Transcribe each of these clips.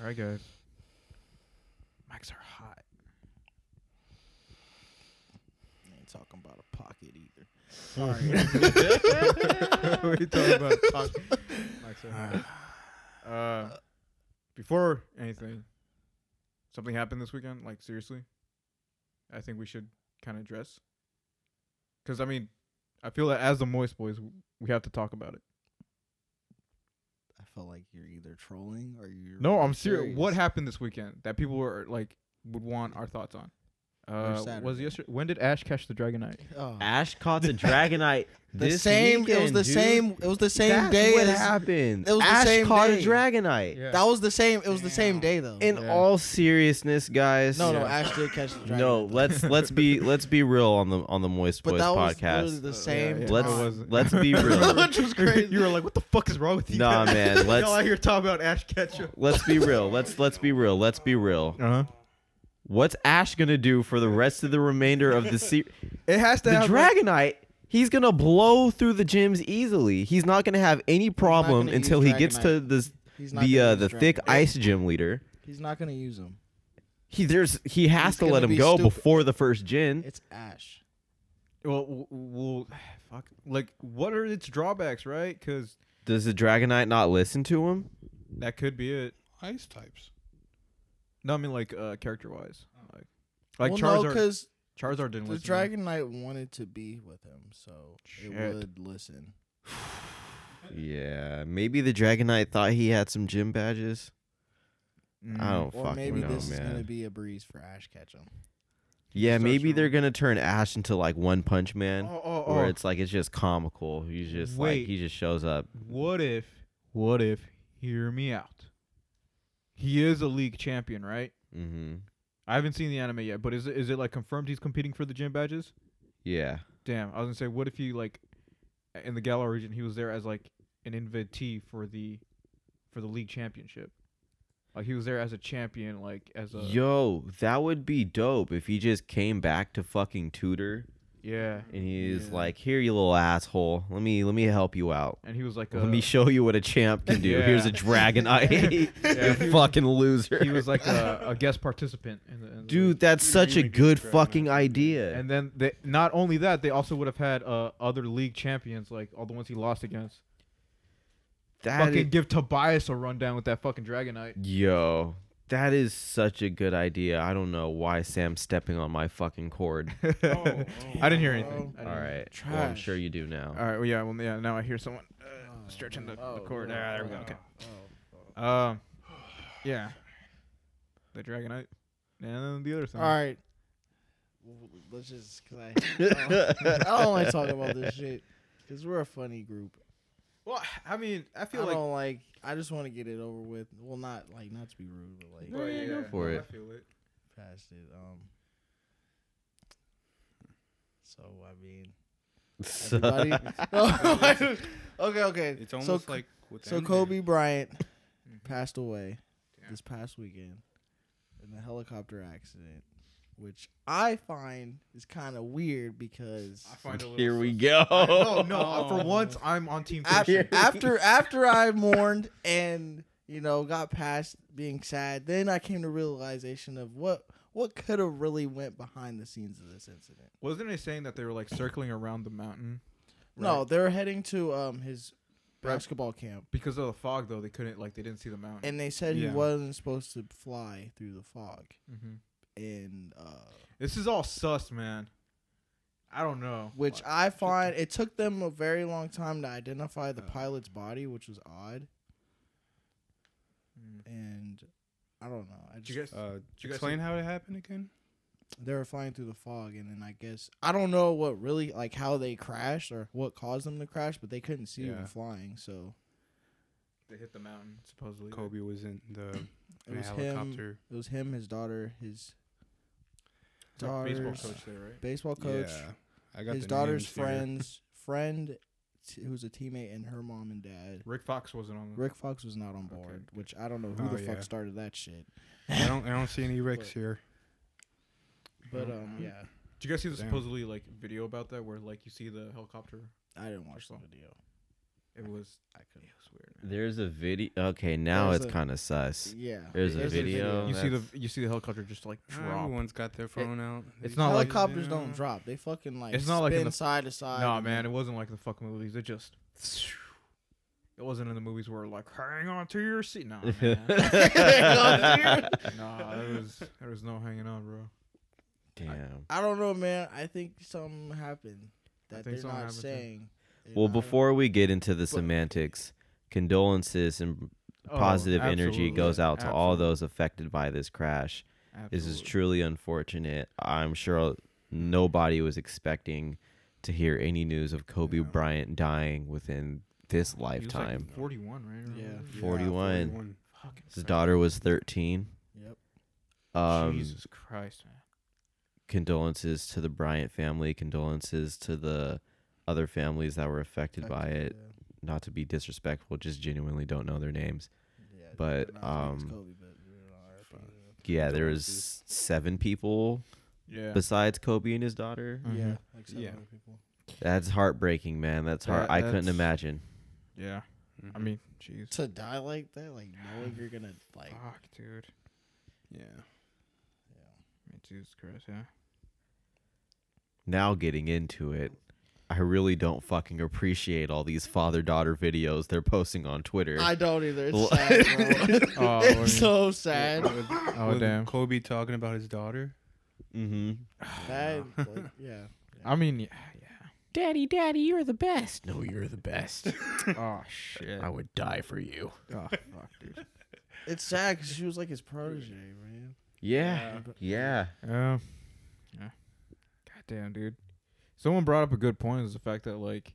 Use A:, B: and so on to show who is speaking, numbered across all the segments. A: All right, guys. Mics are hot.
B: ain't talking about a pocket either.
A: Sorry. we talking about talk. Mics are hot. Uh, before anything, something happened this weekend. Like seriously, I think we should kind of address. Because I mean, I feel that as the Moist Boys, w- we have to talk about it.
B: I feel like you're either trolling or you're.
A: No,
B: really
A: I'm serious. What happened this weekend that people were like would want our thoughts on? Uh, was
B: Saturday.
A: yesterday? When did Ash catch the Dragonite?
B: Oh.
C: Uh, Ash caught the Dragonite.
B: The
C: this
B: same. it was
C: weekend,
B: the
C: dude.
B: same. It was the same
C: That's
B: day.
C: What
B: as-
C: happened?
B: it was the
C: Ash
B: same
C: caught
B: day.
C: a Dragonite.
B: That was the same. It was the same
A: Damn.
B: day though.
C: In
A: Yeah.
C: all seriousness, guys.
B: no, no,
A: Yeah.
B: Ash did catch the dragon.
C: no. Let's let's be let's be real on the on the Moist
B: but
C: Boys
B: that was literally
C: podcast. Oh,
B: the same.
A: yeah.
B: time.
C: Let's
A: It was-
C: let's be real.
B: Which was crazy.
A: you were like, "What the fuck is wrong with you?"
C: Nah,
A: guys?"
C: man, let's-
A: Y'all out here talking about Ash Ketchum.
C: let's be real. Let's let's be real. Let's be real.
A: Uh huh.
C: What's Ash gonna do for the rest of the remainder of the series?
A: It has to
C: The
A: have, like-
C: Dragonite. He's gonna blow through the gyms easily. He's not gonna have any problem
B: gonna
C: until
B: use
C: he gets to
B: Dragonite.
C: this
B: He's not
C: the
B: gonna
C: uh,
B: use
C: the thick
B: Dragonite.
C: ice gym leader.
B: He's not gonna use him.
C: He there's he has
B: He's
C: to let
B: gonna
C: him
B: be
C: go
B: stupid.
C: before the first gin.
B: It's Ash.
A: well, w- well, fuck. Like, what are its drawbacks, right? Because
C: Does the Dragonite not listen to him?
A: that could be it.
D: Ice types.
A: No, I mean like uh, character-wise, like, like
B: well, no,
A: Charizard.
B: because
A: Charizard didn't
B: the
A: listen.
B: Dragon Knight wanted to be with him, so
A: Shit.
B: it would listen.
C: Yeah, maybe the Dragonite thought he had some gym badges.
A: Mm.
C: I don't
B: Or
C: fucking
B: maybe
C: know,
B: this is
C: man.
B: gonna be a breeze for Ash Ketchum.
C: yeah,
A: Start
C: maybe
A: showing-
C: they're gonna turn Ash into like One Punch Man,
A: Oh, oh, oh.
C: where it's like it's just comical. He's just
A: Wait.
C: like he just shows up.
A: What if? What if? Hear me out. He is a league champion, right?
C: Mm-hmm.
A: I haven't seen the anime yet, but is it is it like confirmed he's competing for the gym badges?
C: Yeah,
A: Damn, I was gonna say, what if he like in the Galar region, he was there as like an invitee for the for the league championship. Like he was there as a champion, like as a
C: yo, that would be dope if he just came back to fucking Tutor
A: yeah,
C: and he's
B: Yeah.
C: like, "Here, you little asshole. Let me let me help you out.
A: and he was like a
C: Let me show you what a champ can do.
A: Yeah.
C: Here's a Dragonite.
A: Yeah, he was-
C: you fucking loser.
A: he was like a, a guest participant in the, in the
C: Dude,
A: league.
C: that's
D: You
C: such a
D: really
C: good
D: did
C: fucking
D: Dragonite.
C: idea.
A: And then they not only that, they also would have had uh, other league champions, like all the ones he lost against.
C: That
A: fucking
C: is,
A: give Tobias a rundown with that fucking Dragonite.
C: yo, that is such a good idea. I don't know why Sam's stepping on my fucking cord.
A: Oh,
B: Oh.
A: I didn't hear anything. I
C: All
A: didn't-
C: right, well, I'm
B: Trash.
C: sure you do now.
A: All right. Well, yeah. Well, yeah. Now I hear someone uh, stretching the, the cord. Ah, there we go. Okay. Um, yeah, the Dragonite, and then the other thing.
B: All right. W- Let's just, cause I, I don't- I don't like talking about this shit, cause we're a funny group.
A: Well, I mean, I
B: I
A: feel like
B: don't like. I just want to get it over with. Well, not like not to be rude, but like
A: Well,
C: Yeah, go for
A: no,
C: it.
A: I feel it.
B: past it. Um. So I mean, everybody. No, okay, okay.
D: It's
B: So
D: almost
B: c-
D: like with
B: So
D: anime.
B: Kobe Bryant passed away
A: Mm-hmm. Yeah.
B: this past weekend in a helicopter accident, which I find is kind of weird because
A: I find it a little
C: Here we
A: sus-
C: go.
A: I- No, no. uh, For once, I'm on team.
B: af-
A: Christian.
B: after, after I mourned and you know got past being sad, then I came to realization of what what could have really went behind the scenes of this incident.
A: Wasn't it saying that they were like circling around the mountain?
B: No,
A: Right.
B: they're heading to um his
A: Right.
B: basketball camp,
A: Because of the fog, though, they couldn't like they didn't see the mountain.
B: and they said
D: Yeah.
B: he wasn't supposed to fly through the fog.
A: hmm
B: And uh,
A: This is all sus, man. I don't know.
B: which
A: Like,
B: I find it took them a very long time to identify the
D: Oh.
B: pilot's body, which was odd.
A: Mm.
B: And I don't know. I
A: Did you
B: just, Uh,
A: guys-
D: Uh,
A: you guys
D: explain how it happened again.
B: they were flying through the fog, and then I guess I don't know what really like how they crashed or what caused them to crash, but they couldn't see
D: Yeah.
B: them flying, so
A: they hit the mountain supposedly.
D: Kobe was in the
B: it
D: in a
B: was him.
D: helicopter.
B: It was him, his daughter, his
A: Like,
B: daughter's
A: baseball
B: baseball
A: coach there, right?
B: coach,
D: Yeah, I got
B: his
D: the
B: daughter's
D: names here.
B: friends, friend t- who was a teammate, and her mom and dad.
A: Rick Fox wasn't on. The,
B: Rick Fox was not on
A: Okay.
B: board, which I don't know who
D: Oh,
B: the
D: yeah.
B: fuck started that shit.
D: I don't. I don't see any Ricks here.
B: But
A: Oh,
D: Mm-hmm.
B: um,
A: yeah.
B: yeah,
A: Did you guys see the
D: Damn.
A: supposedly like video about that where like you see the helicopter?
B: I didn't watch the
A: Excellent.
B: video.
A: It was.
B: I couldn't.
A: It was weird. Man.
C: There's a video. Okay, now
B: There's
C: it's
B: a-
C: kind of sus.
B: Yeah.
C: There's a
A: There's a
C: video.
B: video.
A: you see the
C: that's-
A: you see the helicopter just like drop.
D: Everyone's got their phone out.
A: it's
D: these
A: not like-
D: days,
B: Helicopters
D: you
B: don't
D: know?
B: drop. They fucking like
A: It's not like in
B: spin
A: the-
B: side to side.
A: Nah,
B: and
A: man, it
B: then-
A: wasn't like the fucking movies. It just. It wasn't in the movies where like hang on to your seat. Nah, man. nah, there was there was no hanging on, bro.
C: Damn.
B: I don't know, man. I think something happened
A: I think
B: that they're
A: something
B: not
A: happened, too.
B: saying. They're
C: Well,
B: not- I don't-
C: before we get into the semantics, condolences and
A: Oh,
C: positive energy
A: absolutely,
C: goes out to all
A: absolutely,
C: those affected by this crash. This is
A: absolutely.
C: truly unfortunate. I'm sure nobody was expecting to hear any news of Kobe
D: Yeah.
C: Bryant dying within this
A: He was, like,
C: lifetime.
A: Forty-one, right? Or
B: Yeah.
A: whatever.
D: Yeah,
C: 41.
D: 41.
A: Fucking
C: His
A: crazy.
C: daughter was 13.
B: Yep.
C: Um,
A: Jesus Christ, man.
C: Condolences to the Bryant family. Condolences to the other families that were affected by it. Not to be disrespectful, just genuinely don't know their names.
B: Yeah. Yeah,
C: But,
B: not saying it's
C: um,
B: Kobe, but we're on RIP,
D: fuck.
B: you know.
C: Yeah, there was
D: Condolences.
C: seven people
A: Yeah.
C: besides Kobe and his daughter.
A: Mhm.
B: Yeah, like seven
D: Yeah.
B: other people.
C: That's heartbreaking, man. That's hard.
D: That-
C: I couldn't
D: that's-
C: imagine.
A: Yeah. I mean, jeez.
B: To die like that, like knowing you're gonna like,
A: Fuck, dude.
D: yeah.
B: yeah.
A: I mean, Jesus Christ, yeah.
C: Now getting into it, I really don't fucking appreciate all these father-daughter videos they're posting on Twitter.
B: I don't either.
C: Well-
B: It's sad, bro.
A: Oh, I mean,
B: it's so sad.
D: With-
A: oh
D: with
A: damn.
D: Kobe talking about his daughter.
C: mm-hmm.
B: That, like, yeah.
A: I mean, yeah.
C: Daddy, daddy, you're the best. No, you're the best.
A: yeah. oh shit. Oh
C: would die for you.
A: fuck, dude.
B: It's sad because she was like his protege, man.
C: Yeah. Yeah.
A: Yeah. Yeah. Goddamn, dude. Someone brought up a good point is the fact that like,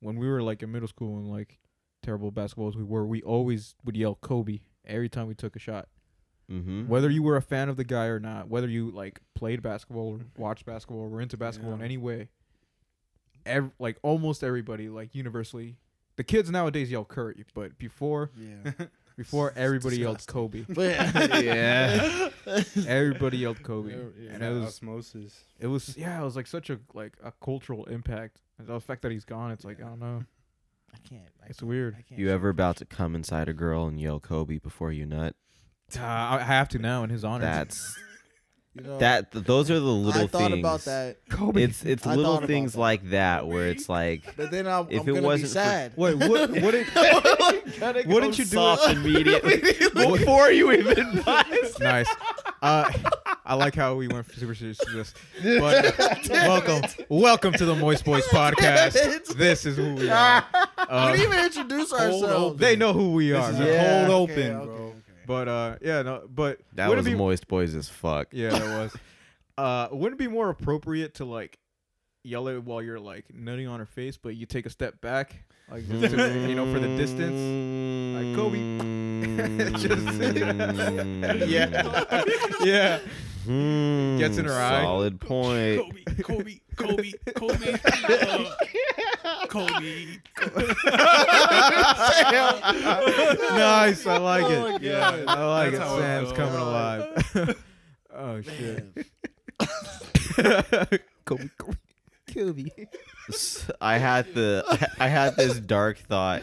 A: when we were like in middle school and like terrible basketballs we were, we always would yell Kobe every time we took a shot.
C: Mm-hmm.
A: whether you were a fan of the guy or not, whether you like played basketball, or watched basketball, or were into basketball in
D: Yeah.
A: any way, ev- like almost everybody, like universally, the kids nowadays yell Curry, but before
B: Yeah.
A: before everybody yelled Kobe,
B: But yeah.
C: Yeah.
A: everybody yelled Kobe,
B: Yeah,
A: and it was
D: osmosis.
A: it was yeah, it was like such a like a cultural impact. And the fact that he's gone, it's like I don't know,
B: I can't. I
A: it's
B: can't-
A: weird.
B: I can't
C: You
B: say
C: ever
B: it.
C: about to come inside a girl and yell Kobe before you nut?
A: Uh, I have to now in his honor.
C: That's
B: You know,
C: that. th- Those are the little
B: I thought
C: things.
B: about that,
A: Kobe.
C: It's it's
B: I
C: little
B: thought about
C: things
B: that.
C: like that where it's like,
B: but then I'm,
C: If
B: I'm
C: it
B: gonna
C: wasn't
B: be
C: for-
B: sad.
A: wait, what? What? It,
B: Gotta go
A: wouldn't you do it?
C: soft immediately before you even buy.
A: nice. Uh, I like how we went super serious to this. But welcome, welcome to the Moist Boys podcast. This is who we are.
B: We didn't
A: Uh,
B: even introduce
D: Cold
B: ourselves.
D: open.
A: they know who we
D: This
A: are.
D: is
A: man.
D: a
C: Yeah.
D: cold
B: Okay,
D: open,
B: okay,
D: bro.
B: okay.
A: But uh, yeah, no, but
C: That
A: wouldn't
C: was
A: it be,
C: moist boys as fuck.
A: Yeah, that was. Uh, wouldn't it be more appropriate to like yell it while you're like nutting on her face, but you take a step back, like just to, you know, for the distance. Like, Kobe.
C: Hmm. Just-
A: Yeah, yeah.
C: Hmm,
A: Gets in her eye.
C: Solid point.
D: Kobe, Kobe, Kobe, Kobe.
A: nice. I like
B: Oh my
A: it. Yeah,
D: God.
A: I like
D: That's
A: it.
D: how it
A: Sam's
D: goes.
A: coming alive. oh shit. Kobe, Kobe, Kobe.
C: S- I had the I had this dark thought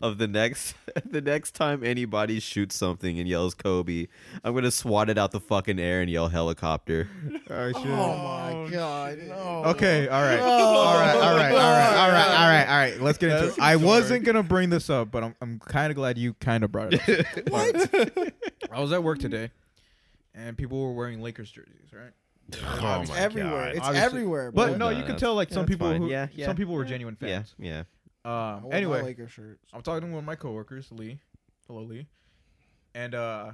C: of the next the next time anybody shoots something and yells Kobe, I'm gonna swat it out the fucking air and yell helicopter.
A: Oh shit.
B: Oh my god. No.
A: Okay. All
D: Oh.
A: right.
B: No.
A: All right. All right. All right. All right. All right.
B: God.
A: All right. Let's get into
D: That's
A: it. I
D: dark.
A: wasn't gonna bring this up, but I'm I'm kind of glad you kind of brought it up.
B: What?
A: I was at work today, and people were wearing Lakers jerseys, right? Oh,
C: Oh
B: It's
C: my
B: everywhere.
C: God.
B: It's
A: Obviously.
B: everywhere, bro.
A: But no,
C: No,
A: you
C: no,
A: can
C: no.
A: tell like
C: Yeah,
A: some
C: that's
A: people
C: fine.
A: who
C: Yeah, yeah.
A: some people were genuine
C: Yeah,
A: fans.
C: yeah.
B: I
A: Um.
B: want my
A: Anyway,
B: Laker shirts.
A: I'm talking to one of my coworkers, Lee. Hello, Lee. And uh,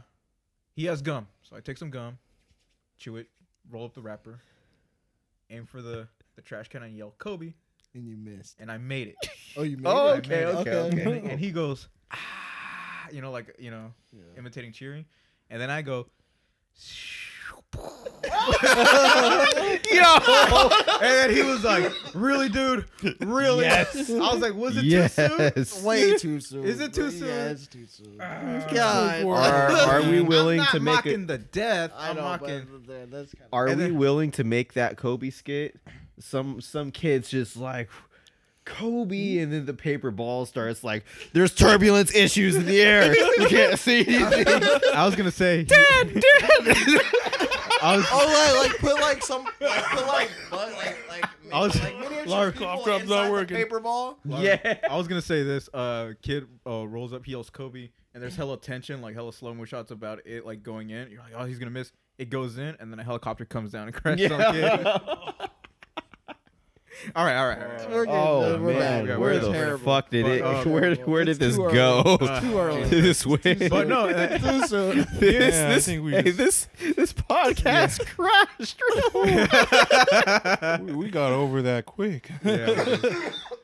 A: he has gum, so I take some gum, chew it, roll up the wrapper, aim for the the trash can, and yell Kobe,
B: and you missed.
A: and I made it.
B: Oh, you missed.
C: Oh,
A: I made it.
B: okay, okay.
A: And, and he goes, ah, you know, like you know, imitating cheering, and then I go. Yo! and then he was like, "Really, dude? Really?"
C: Yes.
A: I was like, "Was it too soon?"
C: yes.
B: Way too soon.
A: Is it too
B: Yeah,
A: soon? Ah,
B: it's too soon.
A: God.
B: God.
C: Are, are we willing
A: I'm not
C: to make
A: mocking
C: it?
A: the death.
B: I
A: I'm
B: know,
A: mocking.
B: but th- that's kind of.
C: Are
A: and
C: we
A: then-
C: willing to make that Kobe skit? Some some kids just like Kobe, and then the paper ball starts like, "There's turbulence issues in the air. You can't see anything."
A: I was gonna say. I was,
B: Oh, like, like put like some, like, put like, but, like, like,
A: I was-
B: like miniature
A: Lara
B: people
D: Croft Club's not
B: inside the
D: working.
B: paper ball.
C: yeah.
A: I was gonna say this. Uh, kid uh, rolls up, he yells Kobe, and there's hella tension, like hella slow mo shots about it, like going in. You're like, oh, he's gonna miss. It goes in, and then a helicopter comes down and crashes on kid. All right, all right, all right.
B: We're good.
C: Oh
B: we're
C: man,
B: bad.
A: Yeah,
C: where
A: we're
C: the
B: terrible.
C: fuck did
A: But,
C: it?
A: uh,
C: where where did
B: It's
C: this
B: too early. Uh,
C: go?
B: It's too early.
C: this way.
A: But no, uh,
B: Too soon.
C: this
D: Yeah, I
C: this,
D: think we
C: hey,
D: just-
C: this this podcast crashed.
D: we, we got over that quick.
A: yeah,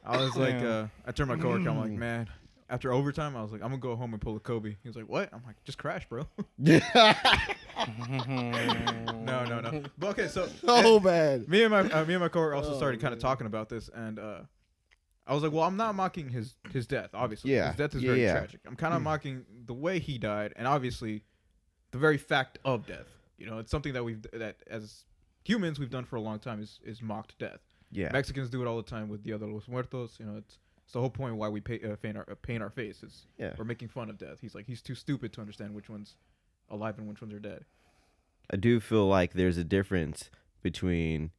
A: I was like,
D: Yeah.
A: uh, I turned my coworker. I'm like, man. After overtime, I was like, I'm gonna go home and pull a Kobe. He was like, what? I'm like, just crash, bro. no, no, no. But okay, so
B: So bad.
A: me and my uh, me and my coworker also
B: Oh,
A: started kind of talking about this, and uh, I was like, "Well, I'm not mocking his his death. Obviously,
C: Yeah.
A: his death is
C: Yeah,
A: very
C: yeah. Hmm.
A: tragic. I'm kind of mocking the way he died, and obviously, the very fact of death. You know, it's something that we've that as humans we've done for a long time is is mocked death.
C: yeah,
A: Mexicans do it all the time with Dia de los Muertos. You know, it's it's the whole point why we pay, uh, paint our uh, paint our face. It's
C: Yeah.
A: we're making fun of death. He's like he's too stupid to understand which ones alive and which ones are dead.
C: I do feel like there's a difference between,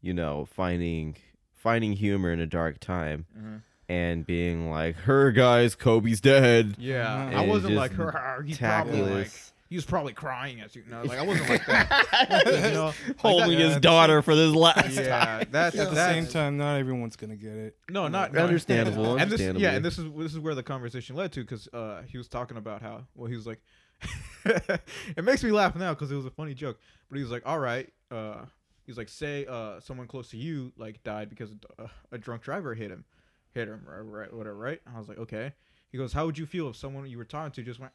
C: you know, finding finding humor in a dark time
A: Mm-hmm.
C: and being like, "Her guys, Kobe's dead."
A: Yeah,
D: Mhm.
A: I
C: And
A: wasn't like
C: Uh-huh. just
A: her. He's probably like
C: Tactless,
A: he was probably crying at you. No, like I wasn't like that. you know, like that-
C: holding
D: Yeah,
C: his
D: that's-
C: daughter for this last time.
A: yeah, that's
D: At the
A: that's-
D: same time, not everyone's gonna get it.
A: No, not no.
C: Understandable.
A: And this,
C: understandable.
A: yeah, and this is this is where the conversation led to because uh, he was talking about how well he was like, it makes me laugh now because it was a funny joke. But he was like, all right, uh, he's like, say uh, someone close to you like died because a, a drunk driver hit him, hit him, right, right, whatever, right? I was like, okay. He goes, how would you feel if someone you were talking to just went.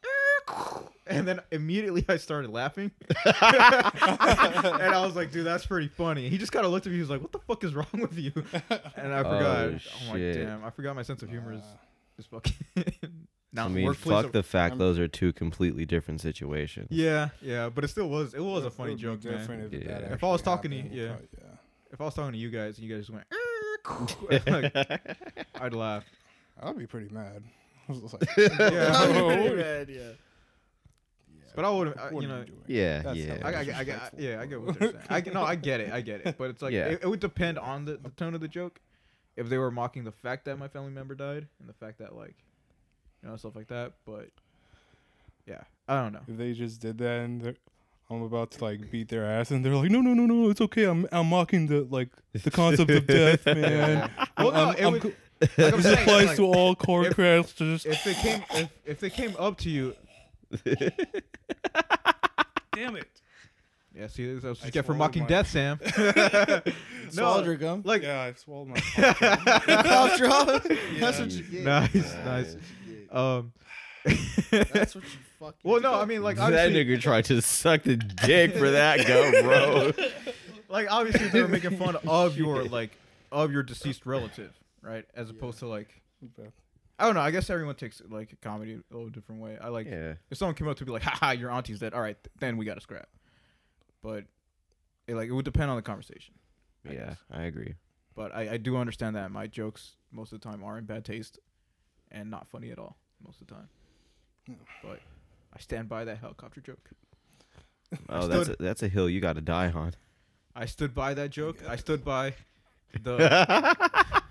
A: And then immediately I started laughing, and I was like, "Dude, that's pretty funny." He just kind of looked at me. He was like, "What the fuck is wrong with you?" And I
C: Oh,
A: forgot. I'm like,
C: shit.
A: damn, I forgot my sense of humor is,
D: Nah.
A: is fucking. now
C: I
A: in
C: mean,
A: workplace,
C: fuck the fact
D: I'm-
C: those are two completely different situations.
A: Yeah, yeah, but it still was. It was a
D: It
A: funny
D: would be
A: joke, man.
D: different If,
C: Yeah.
D: that
C: If I
A: was
D: actually
A: talking to
D: happened,
A: you-
D: probably- yeah.
A: If I was talking to you guys and you guys just went, "Err," like, I'd laugh.
D: I'd be pretty mad. I was like,
A: Yeah.
D: Oh,
B: Pretty bad, yeah.
A: But I wouldn't, I-
D: what
A: you
D: are
A: know,
D: doing?
C: Yeah,
D: That's
C: yeah.
A: I, I, I, I,
D: Disrespectful.
A: yeah, I get what you're saying. I get- no, I get it, I get it. But it's like
C: Yeah.
A: it, it would depend on the, the tone of the joke. If they were mocking the fact that my family member died and the fact that like, you know, stuff like that. But yeah, I don't know.
D: If they just did that and they're, I'm about to like beat their ass and they're like, no, no, no, no, it's okay. I'm I'm mocking the like the concept of death, man.
A: Well, no,
D: I'm-
A: Um, it
D: I'm
A: would-
D: co-
A: Like I'm
D: this
A: saying,
D: applies
A: like,
D: to all core
A: if-
D: crashes.
A: if they came if, if they came up to you
D: Damn it!
A: yeah see that's what
D: I
A: you get for
D: swallowed
A: mocking
D: my-
A: death sam
B: Swallowed
A: no
B: your gum.
A: like
D: Yeah, I swallowed my. cough.
B: Cough drop. That's what you get.
A: nice nice um
B: That's what you fucking.
A: well no
B: get.
A: i mean like
C: that
A: obviously
C: nigga tried to suck the dick for that go, bro.
A: like obviously they were making fun of your like of your deceased relative right as opposed to like i don't know i guess everyone takes like comedy a little different way i like
C: Yeah.
A: if someone came up to be like haha your auntie's dead all right th- then we gotta scrap but it like it would depend on the conversation I
C: Yeah,
A: guess.
C: I agree.
A: but I, I do understand that my jokes most of the time are in bad taste and not funny at all most of the time.
D: No.
A: But I stand by that helicopter joke.
C: Oh,
A: stood-
C: that's a, that's a hill you got to die on.
A: I stood by that joke. I stood by the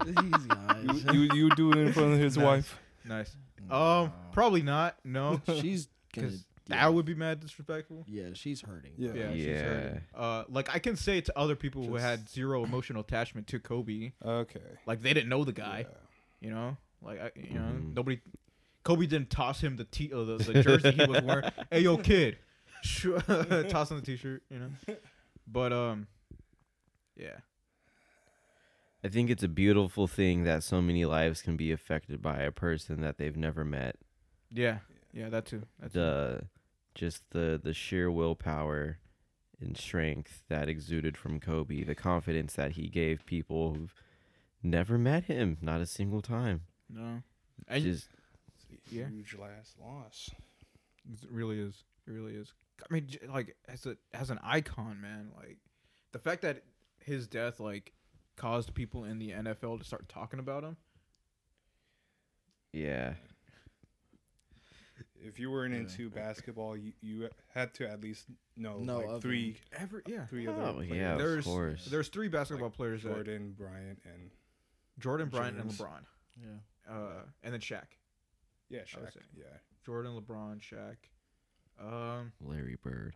B: These guys.
D: you you do it in front of his
A: Nice.
D: wife.
A: nice. Um, probably not. No,
B: she's gonna.
A: because
B: Yeah.
A: that would be mad disrespectful.
B: yeah, she's hurting.
D: Yeah.
A: Yeah. she's
C: Yeah.
A: hurting. Uh, like I can say to other people who
D: Just-
A: had zero emotional attachment to Kobe,
D: Okay.
A: like they didn't know the guy.
D: Yeah.
A: You know, like I, you know,
C: Mhm.
A: nobody. Kobe didn't toss him the t uh, the, the jersey he was wearing. hey, yo, kid, Sh- toss him the t-shirt. You know, but um, yeah,
C: I think it's a beautiful thing that so many lives can be affected by a person that they've never met.
A: yeah, yeah, that too. That's
C: The just the the sheer willpower and strength that exuded from Kobe, the confidence that he gave people who've never met him, not a single time.
A: no, and
C: just
D: It's a
A: Yeah.
D: Huge last loss.
A: it really is, it really is. I mean, j- like as a as an icon, man, like the fact that his death like caused people in the NFL to start talking about him
C: Yeah.
D: If you weren't into basketball, you, you had to at least know,
B: Know
D: like
B: of
D: three,
A: Every yeah.
D: three other
C: Oh,
D: players.
C: yeah, of
A: There's
C: course.
A: there's three basketball players: that-
D: Jordan, Bryant, and
A: Jordan, Bryant, and
D: James.
A: LeBron,
B: Yeah.
A: uh, and then Shaq.
D: yeah,
A: I would
D: Shaq.
A: say.
D: Yeah,
A: Jordan, LeBron, Shaq. Um,
C: Larry Bird.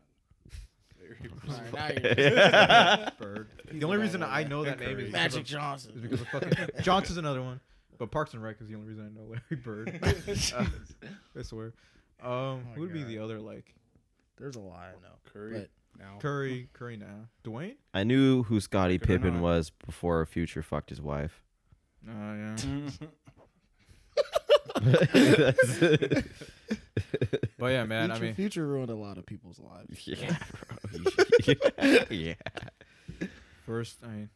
B: Alright, now you're
A: Bird. The only reason I know that name is
B: Magic
A: because of, is
B: Johnson.
A: because of fucking Johnson's another one, but Parks and Rec is the only reason I know Larry Bird. Uh, I swear. Um, who would be
B: God.
A: the other like
B: There's a lot I know.
D: Curry
B: But
D: now.
A: Curry? Curry now. Dwayne?
C: I knew who Scottie
D: Good or
C: Pippen
D: not.
C: was before Future fucked his wife.
A: Oh yeah.
B: Mm-hmm.
A: But yeah, man. I
B: future,
A: mean,
B: future ruined a lot of people's lives.
C: yeah, bro. yeah.
A: first, I mean,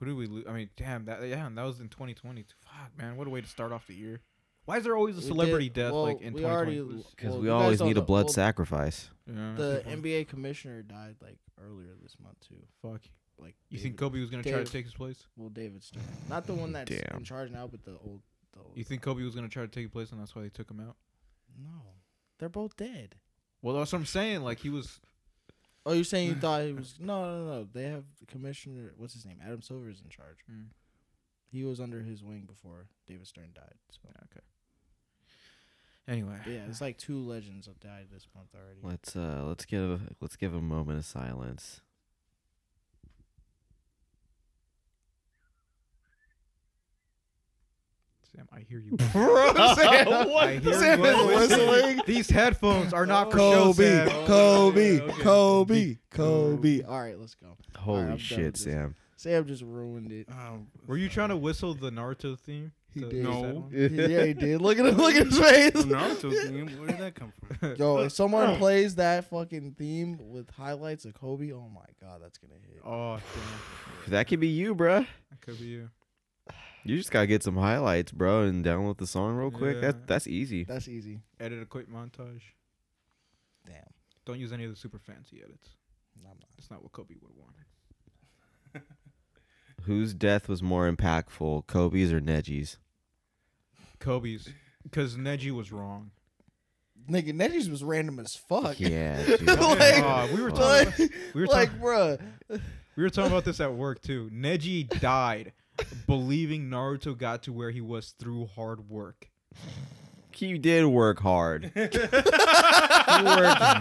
A: who did we lose? I mean, damn that. Yeah, and that was in 2020. Fuck, man, what a way to start off the year. Why is there always a
B: We
A: celebrity
B: did-
A: death
B: well,
A: like in
B: we already
A: 2020?
B: l-
C: Because
B: well,
C: we
B: you guys
C: always
B: don't
C: need a
B: know-
C: blood
B: well,
C: sacrifice.
A: Yeah,
B: The
A: that's a good point.
B: NBA commissioner died like earlier this month too.
A: Fuck.
B: Like
A: You
B: David-
A: think Kobe was gonna try to
B: Dave-
A: take his place?
B: Well, David Stern, not the one that's
C: Damn.
B: in charge now, but the old. The old
A: You think Kobe was gonna try to take his place, and that's why they took him out?
B: No, they're both dead.
A: Well, that's what I'm saying. Like he was.
B: Oh, you're saying you thought he was? No, no, no. They have the commissioner. What's his name? Adam Silver is in charge.
A: Mm.
B: He was under his wing before David Stern died. So
A: Anyway.
B: but yeah, it's like two legends have died this month already.
C: Let's uh, let's give a, let's give a moment of silence.
A: Sam, I hear you.
B: Sam,
A: I hear
B: Sam
A: you
B: is
A: whistling.
B: whistling.
A: These headphones are not for show,
B: Kobe,
A: Sam.
B: Kobe,
A: Okay.
B: Kobe, Kobe. All right, let's go.
C: Holy
B: Oh, I'm done with
C: shit,
B: this.
C: Sam!
B: Sam just ruined it.
D: Um,
A: Were you trying to whistle the Naruto theme?
B: He
A: The-
B: did.
D: No.
B: yeah, he did. Look at him. Look at his face.
D: Naruto's name? Where did that come from?
B: Yo, if someone plays that fucking theme with highlights of Kobe, oh my god, that's gonna hit.
A: Oh, damn.
C: That could be you, bruh.
A: That could be you.
C: You just gotta get some highlights, bro, and download the song real quick.
A: Yeah.
C: That that's easy.
B: That's easy.
A: Edit a quick montage.
B: Damn,
A: Don't use any of the super fancy edits.
B: I'm not.
A: That's not what Kobe would have wanted.
C: Whose death was more impactful, Kobe's or Neji's?
A: Kobe's, because Neji was wrong.
B: Nigga, Nettie's was random as fuck.
C: Yeah, dude.
B: Like-
A: Aw, Uh, we were talking.
B: Like,
A: about, we were
B: like,
A: talking.
B: bruh.
A: We were talking about this at work too. Neji died believing Naruto got to where he was through hard work.
C: he did work hard. he worked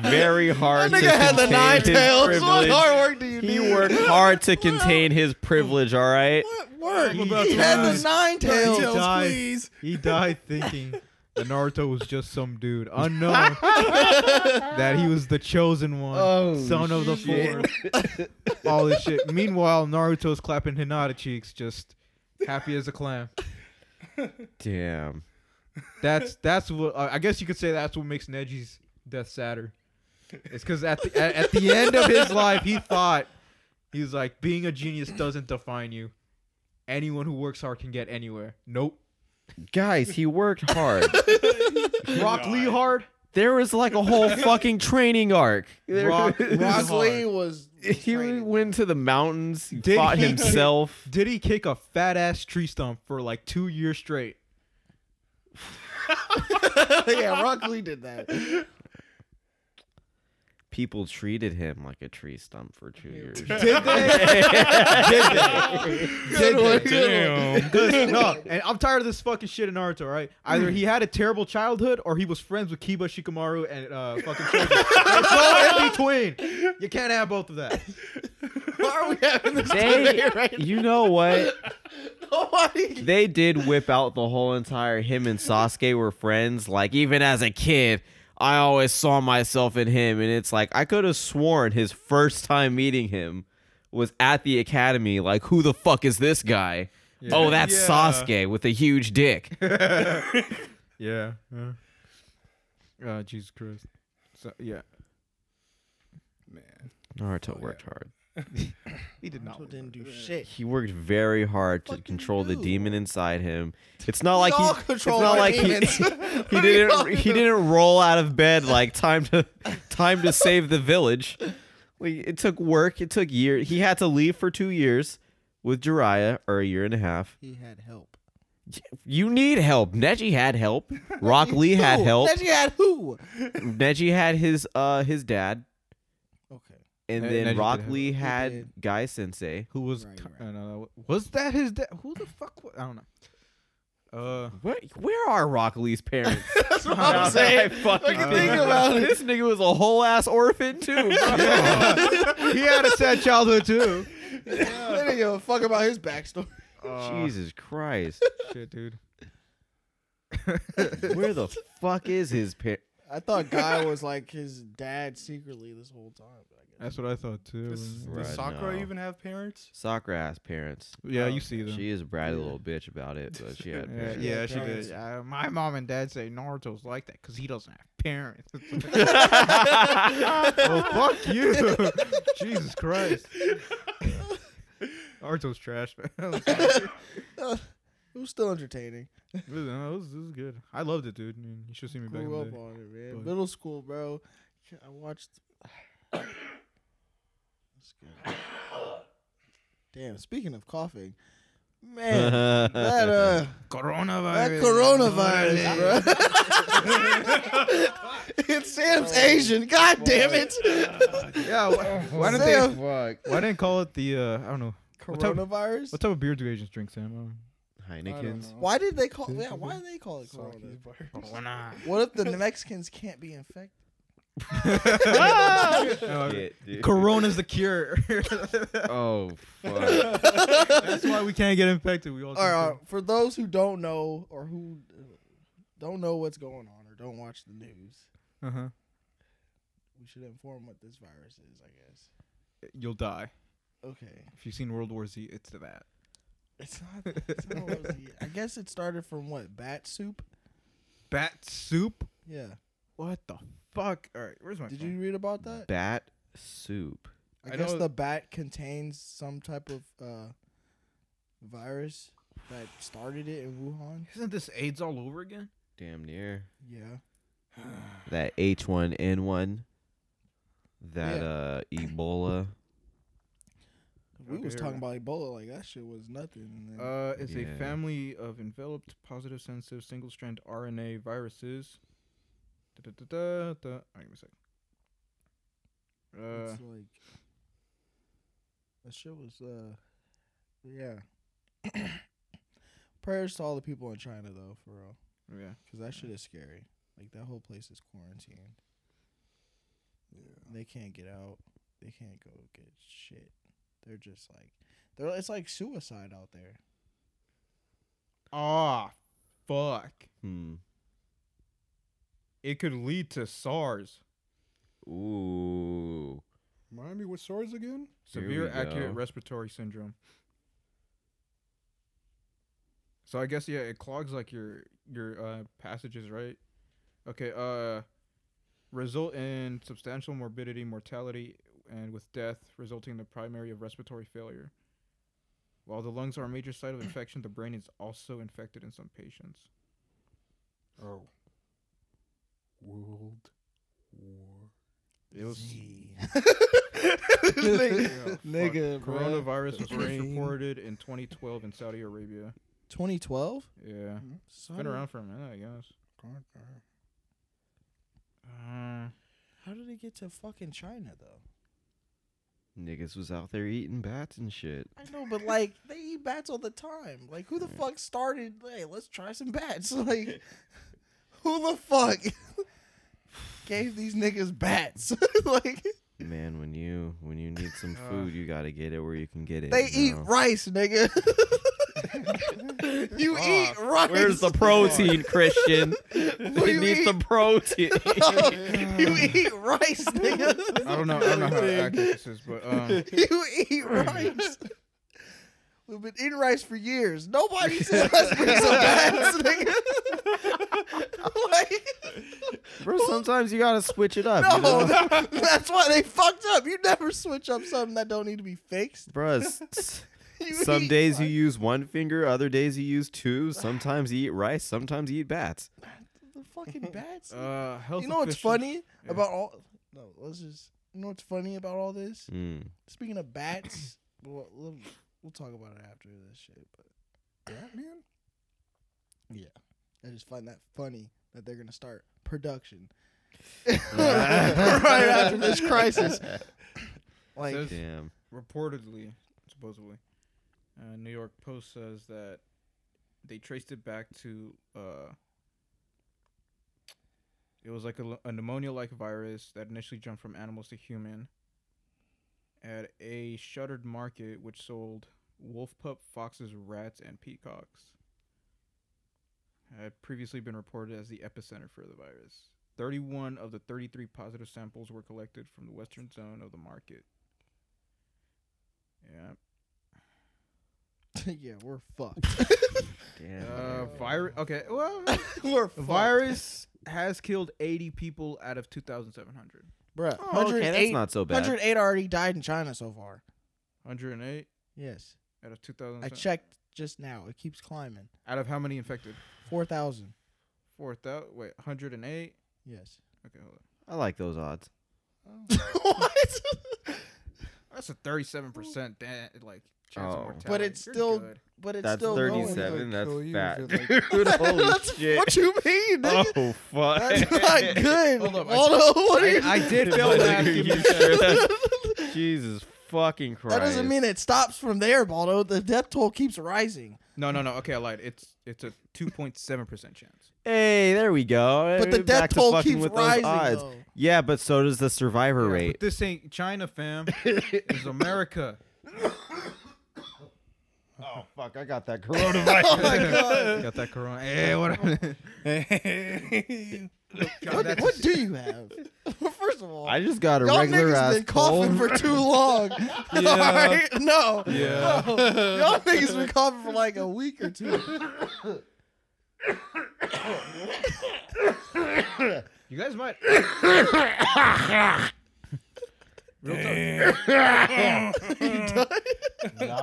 C: very
B: That
C: hard. to
B: nigga had the
C: contain
B: nine
C: his
B: tails. What
C: privilege.
B: hard work do you
C: He
B: need?
C: worked hard to contain his privilege. All right.
B: What work?
A: I'm about
B: He
A: to
B: had the
A: die.
B: nine
A: He
B: tails.
A: died.
D: please.
A: He died thinking that Naruto was just some dude unknown. that he was the chosen one,
B: Oh,
A: son of the four, all this shit. Meanwhile, Naruto's clapping Hinata cheeks, just happy as a clam.
C: Damn.
A: That's that's what uh, I guess you could say. That's what makes Neji's death sadder. It's because at the at, at the end of his life, he thought he was like being a genius doesn't define you. Anyone who works hard can get anywhere. Nope.
C: Guys, he worked hard.
A: Rock Lee hard.
C: there was like a whole fucking training arc. There-
A: Rock,
B: Rock Lee
A: hard.
B: was. was
C: he
B: training.
C: went to the mountains, he
A: Did
C: fought
A: he-
C: himself.
A: Did he kick a fat ass tree stump for like two years straight?
B: yeah, Rock Lee did that.
C: People treated him like a tree stump for two years.
A: Did they?
B: Good one, good one.
D: Damn.
A: Because- no, and I'm tired of this fucking shit in Naruto, right? Either he had a terrible childhood or he was friends with Kiba Shikamaru and uh, fucking children. There's no in between. You can't have both of that.
B: Why are we having this
C: They,
B: debate right
C: you know what?
B: now? Nobody.
C: They did whip out the whole entire him and Sasuke were friends. Like even as a kid, I always saw myself in him, and it's like I could have sworn his first time meeting him was at the academy. Like who the fuck is this guy? Oh, that's
D: Yeah.
C: Sasuke with a huge dick.
A: Yeah. yeah. Uh, Jesus Christ. So yeah,
D: Man.
C: Naruto worked hard.
A: he did not.
B: Naruto didn't do shit.
C: He worked very hard to
B: Fucking
C: control the
B: do.
C: demon inside him. It's not like
B: we
C: he.
B: all
C: It's
B: control
C: not
B: our
C: like he.
B: demons.
C: He didn't. He didn't roll out of bed like time to time to save the village. Like, it took work. It took years. He had to leave for two years with Jiraiya, or a year and a half.
B: He had help.
C: You need help. Neji had help. Rock Lee had
B: Who?
C: help.
B: Neji had who?
C: Neji had his uh his dad,
B: Okay.
C: and
A: Ne- Neji
C: then
A: did
C: Rock
A: have-
C: Lee
A: he
C: had
B: did.
C: Guy Sensei.
A: Who was
B: Right,
A: ki-
B: right.
A: I know, was that his dad? Who the fuck was I don't know. Uh
C: Where where are Rock Lee's parents?
B: That's what
A: I'm
C: I
A: saying.
C: fucking
A: Fucking
C: think
A: think
C: about it. This nigga was a whole ass orphan too. bro.
A: he had a sad childhood too.
B: They didn't give a fuck about his backstory.
C: Jesus Christ.
A: oh, shit, dude.
C: Where the fuck is his parent?
B: I thought Guy was like his dad secretly this whole time. but I guess.
A: That's what I thought too.
D: Does,
A: man.
C: Right
D: does Sakura
C: now.
D: even have parents?
C: Sakura ass parents.
A: Yeah, you see them.
C: Oh, She is a bratty little bitch about it, but she had
A: yeah,
C: parents.
A: yeah, she
B: parents.
A: did. Uh, my mom and dad say Naruto's like that because he doesn't have parents. well, fuck you. Jesus Christ. Naruto's trash, man. It was-
B: It was still entertaining.
A: it was, it was good. I loved it, dude. I mean, You should see me back in
B: Grew
A: the
B: up
A: day.
B: on it, man.
A: But-
B: Middle school, bro. I watched. That's good. Damn. Speaking of coughing, man, that uh, that
A: Coronavirus.
B: coronavirus,
A: Órale.
B: bro. it's Sam's Asian. God damn it.
A: Yeah, wh- why didn't
B: Sam.
A: they? Why didn't call it the? Uh, I don't know. What type-
B: Coronavirus.
A: What type of beer do Asians drink, Sam?
C: Heineken's.
B: Why did they call? Yeah, why did they call it corona?
A: Corona.
B: What if the Mexicans can't be infected?
A: No,
C: Shit, dude.
A: Corona's the cure.
C: Oh fuck.
A: That's why we can't get infected. We all.
B: All right, uh, for those who don't know or who uh, don't know what's going on or don't watch the news,
A: Uh huh.
B: we should inform what this virus is, I guess.
A: You'll die
B: Okay,
A: if you've seen World War Z. It's that.
B: it's not. It's not what it was yet. I guess it started from what bat soup.
A: Bat soup.
B: Yeah.
A: What the fuck? All right, where's my?
B: Did
A: phone?
B: you read about that?
C: Bat soup.
B: I,
A: I
B: guess
A: know-
B: the bat contains some type of uh, virus that started it in Wuhan.
A: Isn't this AIDS all over again?
C: Damn near.
B: Yeah.
C: That H one N one. That
B: Yeah.
C: uh Ebola.
B: We was
A: Okay,
B: talking
A: right.
B: about Ebola like that shit was nothing. And then,
A: Uh, it's
C: Yeah.
A: a family of enveloped positive sensitive single strand RNA viruses. Da, da, da, da, da. All right, give me a sec. Uh,
B: it's like that shit was uh yeah. Prayers to all the people in China though, for real,
A: yeah.
B: because that shit is scary. Like that whole place is quarantined. They can't get out. They can't go get shit. They're just like, they're it's like suicide out there.
A: Ah, fuck.
C: Hmm.
A: It could lead to SARS.
C: Ooh.
D: Remind me what SARS again?
C: Here we
A: Severe acute
C: go.
A: respiratory syndrome. So I guess yeah, it clogs like your your uh, passages, right? Okay. Uh, result in substantial morbidity, mortality, and with death, resulting in the primary of respiratory failure. While the lungs are a major site of infection, the brain is also infected in some patients.
D: Oh. World War.
A: It was
B: Z. nigga, nigga bruh.
A: coronavirus was first
D: Brain.
A: reported in 2012 in Saudi Arabia.
B: 2012.
A: Yeah, been around for a minute, I guess. Uh,
B: How did it get to fucking China though?
C: Niggas was out there eating bats and shit.
B: I know, but like they eat bats all the time. Like who the fuck started? Hey, let's try some bats. Like who the fuck gave these niggas bats? like
C: Man, when you when you need some
A: Uh.
C: food, you gotta get it where you can get it.
B: they
C: you
B: eat
C: know?
B: rice, nigga. you eat rice.
C: Where's the protein, Christian?
B: you
C: they need
B: eat? Oh,
C: some protein.
B: you eat rice, nigga.
A: I don't know. I don't know how accurate this is, but um,
B: you eat rice. We've been eating rice for years. Nobody said let's bring some bats, nigga. like.
C: Bro, sometimes you gotta switch it up. you
B: No,
C: know?
B: that- that's why they fucked up. You never switch up something that don't need to be fixed.
C: Bruh, s- s-
B: You
C: some
B: eat
C: days you
B: rice.
C: use one finger, other days you use two. Sometimes you eat rice, sometimes you eat bats.
B: the fucking bats.
A: uh, health.
B: you know what's
A: officials-
B: funny
A: Yeah.
B: about all? No, let's just. You know what's funny about all this?
C: Mm.
B: Speaking of bats, we'll, we'll, we'll talk about it after this shit. But
D: Batman?
B: Yeah. I just find that funny that they're gonna start production right after this crisis. Like,
A: Says-
C: Damn.
A: reportedly, supposedly, uh, New York Post says that they traced it back to uh, it was like a, l- a pneumonia-like virus that initially jumped from animals to human at a shuttered market which sold wolf pup, foxes, rats, and peacocks. Had previously been reported as the epicenter for the virus. 31 of the 33 positive samples were collected from the western zone of the market. Yeah.
B: yeah, we're fucked.
C: Damn.
A: Uh, virus. Okay. Well,
B: we're fucked.
A: virus has killed 80 people out of 2,700.
B: Bruh,
C: Oh, okay, that's
B: 108
C: not so bad.
B: 108 already died in China so far.
A: 108
B: Yes.
A: out of 2,000.
B: I checked just now. It keeps climbing.
A: Out of how many infected?
B: 4,000.
A: 4,000. Wait, 108.
B: Yes.
A: Okay, hold on.
C: I like those odds.
B: what?
A: That's a 37% da- like chance of
C: Oh.
A: mortality.
B: But it's
A: You're
B: still-
A: good.
B: But it's
C: That's
B: still going.
C: 37.
D: Like,
C: That's
D: kill you
C: fat.
D: if it,
C: Dude, holy
B: That's-
C: shit.
B: What you mean, nigga?
C: Oh, fuck.
B: That's not good.
A: Hold up,
B: Hold up.
A: I-
B: what are
A: I,
B: you
A: I did fail
C: Like,
A: to
C: are
A: ask you.
C: you
A: if
C: sure
A: that-
C: that's- Jesus fucking Christ.
B: That doesn't mean it stops from there, Baldo. The death toll keeps rising.
A: No, no, no. Okay, I lied. It's it's a 2.7% chance.
C: Hey, there we go.
B: But the
C: Back
B: death
C: to
B: toll
C: fucking
B: keeps
C: with those
B: rising.
C: odds.
B: though.
C: Yeah, but so does the survivor
A: Yeah,
C: rate.
A: But this ain't China, fam. It's America.
C: Oh fuck, I got that
B: Oh
C: coronavirus.
B: my god.
A: Got that corona. Hey, what? God,
B: What,
A: that's-
B: what do you have? First of all,
C: I just got a
B: y'all
C: regular
B: niggas
C: ass
B: been coughing for
C: cold.
B: too long. All right? No.
D: Yeah.
B: No. Y'all niggas been coughing for like a week or two.
A: You guys might.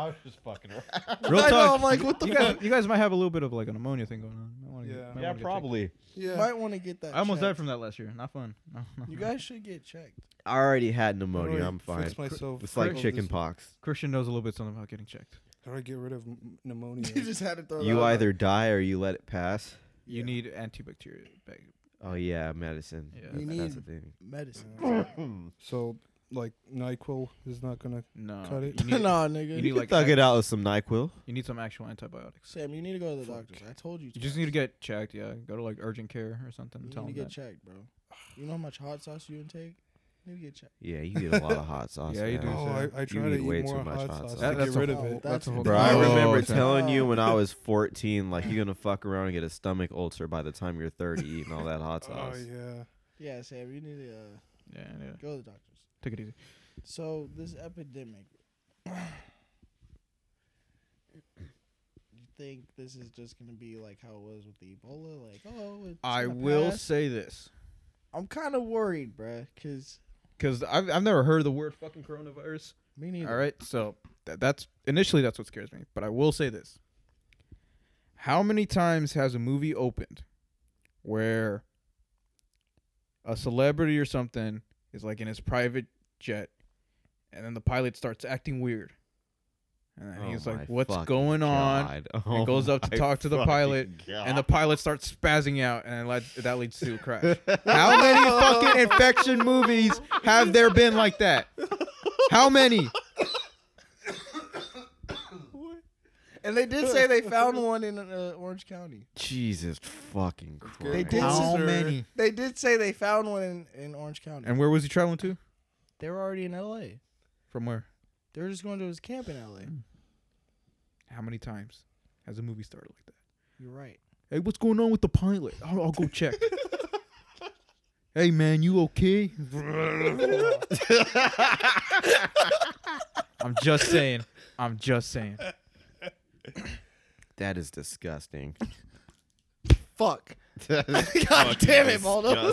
C: Real
B: I know.
C: talk.
B: I'm like, what the
A: You guys, you guys might have a little bit of like an ammonia thing going on. Might wanna get-
D: Yeah.
A: might
C: yeah,
A: wanna get
C: probably.
B: You might want to get that.
A: checked. I almost died
B: checked.
A: from that last year. Not fun. No, no.
B: You guys should get checked.
C: I already had pneumonia. I'm fine.
D: Fix myself.
C: It's like
D: Oh,
C: chicken
D: this-
C: pox.
A: Christian knows a little bit something about getting checked.
D: How do I get rid of m- pneumonia?
B: You just had to throw. that
C: You
B: out.
C: either die or you let it pass.
A: You need antibacterial. bag-
C: Oh yeah, medicine.
A: Yeah.
C: That's,
B: You
C: that's the
B: need-
C: thing.
B: medicine.
D: so, like Nyquil is not gonna.
A: No.
D: Cut it.
A: You need,
B: nah, nigga.
A: you
C: You
A: need
C: can
A: like
C: thug
A: ac-
C: it out with some Nyquil.
A: you need some actual antibiotics.
B: Sam, you need to go to the
D: Fuck.
B: doctor. I told you.
A: You just
B: twice.
A: need to get checked. Yeah, go to like urgent care or something.
B: You
A: and tell
B: need to
A: them
B: get
A: that.
B: checked, bro. You know how much hot sauce you intake? You need to get checked.
C: Yeah, you get a lot of hot sauce.
A: Yeah, you
C: man.
A: do.
D: Oh, I, I
C: You
D: try
C: eat
D: to eat
C: way too
D: more
C: much
D: hot
C: hot
D: sauce
C: sauce.
D: to
A: That-
D: get
A: that's a
D: rid
B: whole-
D: of it.
B: that- That's
A: a whole.
C: Bro, I
B: Oh,
C: remember
B: okay.
C: telling you when I was 14, like you're gonna fuck around and get a stomach ulcer by the time you're 30 eating all that hot
D: Oh
C: sauce.
D: yeah.
B: Yeah, Sam, you need to uh,
A: Yeah, yeah.
B: go to the doctors.
A: Take it easy.
B: So this epidemic, you think this is just gonna be like how it was with the Ebola? Like, oh, it's
A: I
B: gonna
A: will
B: pass?
A: say this
B: I'm kind of worried, bruh, because
A: because I've I've never heard of the word fucking coronavirus.
B: me neither.
A: All right, so tha- that's initially that's what scares me, but I will say this: How many times has a movie opened where a celebrity or something is like in his private jet, and then the pilot starts acting weird, and then
C: Oh
A: he's
C: my
A: like, "What's
C: fucking
A: going on?"
C: God. Oh
A: and goes up to
C: my
A: talk to the
C: fucking
A: pilot, and the
C: God.
A: pilot starts spazzing out, and that led- that leads to a crash. How many fucking infection movies have there been like that? How many?
B: And they did say they found one in uh, Orange County.
C: Jesus fucking Christ.
B: They did
A: How
B: How
A: many?
B: They did say they found one in, in Orange County.
A: And where was he traveling to?
B: they were already in L.A.
A: From where?
B: They were just going to his camp in L.A.
A: How many times has a movie started like that?
B: You're right.
A: Hey, what's going on with the pilot? I'll, I'll go check. hey, man, you okay? I'm just saying. I'm just saying.
C: That is disgusting.
B: Fuck.
C: That is
B: God
C: fucking
B: damn it, Baldo.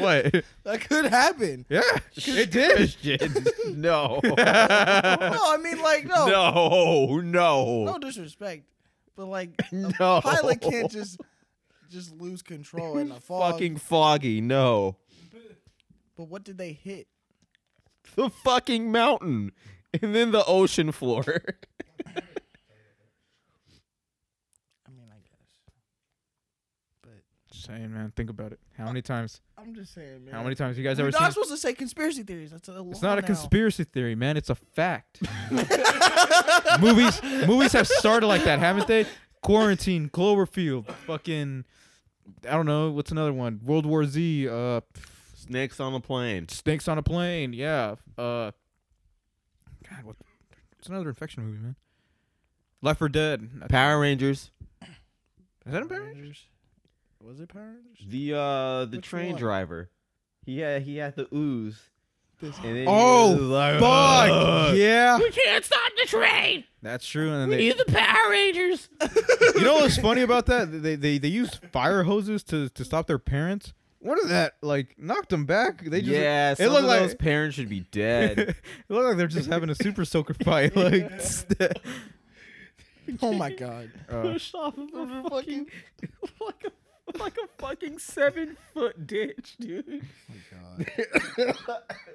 A: what?
B: That could happen.
A: Yeah, it did.
C: Shit. No.
B: no, I mean like no, no,
C: No. No.
B: disrespect, but like a
C: No.
B: pilot can't just just lose control in a fog.
C: Fucking foggy. No.
B: But what did they hit?
C: The fucking mountain. And then the ocean floor.
B: I mean, I guess.
A: saying, man. Think about it. How many times?
B: I'm just saying, man.
A: How many times you guys
B: You're
A: ever
B: not
A: seen?
B: supposed to say conspiracy theories. That's a
A: It's
B: law
A: not a
B: now.
A: conspiracy theory, man. It's a fact. movies, movies have started like that, haven't they? Quarantine, Cloverfield, fucking, I don't know, what's another one? World War Z, uh,
C: Snakes on a plane.
A: Snakes on a Plane, yeah. Uh, God, what? It's another infection movie, man. Left for Dead.
C: Power Rangers.
A: Is that a
B: Power
A: parent?
B: Rangers? Was it Power Rangers?
C: The uh the
B: Which
C: train
B: one?
C: driver. He had he had the ooze. And then he
A: Oh,
C: was like,
A: Fuck! Yeah,
E: We can't stop the train.
A: that's true. And
E: We
A: they,
E: need the Power Rangers.
A: you know what's funny about that? They they, they used fire hoses to, to stop their parents. What is that? Like knocked them back. They just
C: yeah, some
A: it looked
C: of
A: like
C: those parents should be dead.
A: it looked like they're just having a super soaker fight. Like,
B: Oh my god.
A: uh,
E: off of a
B: fucking-
E: like a like a fucking seven foot ditch, dude.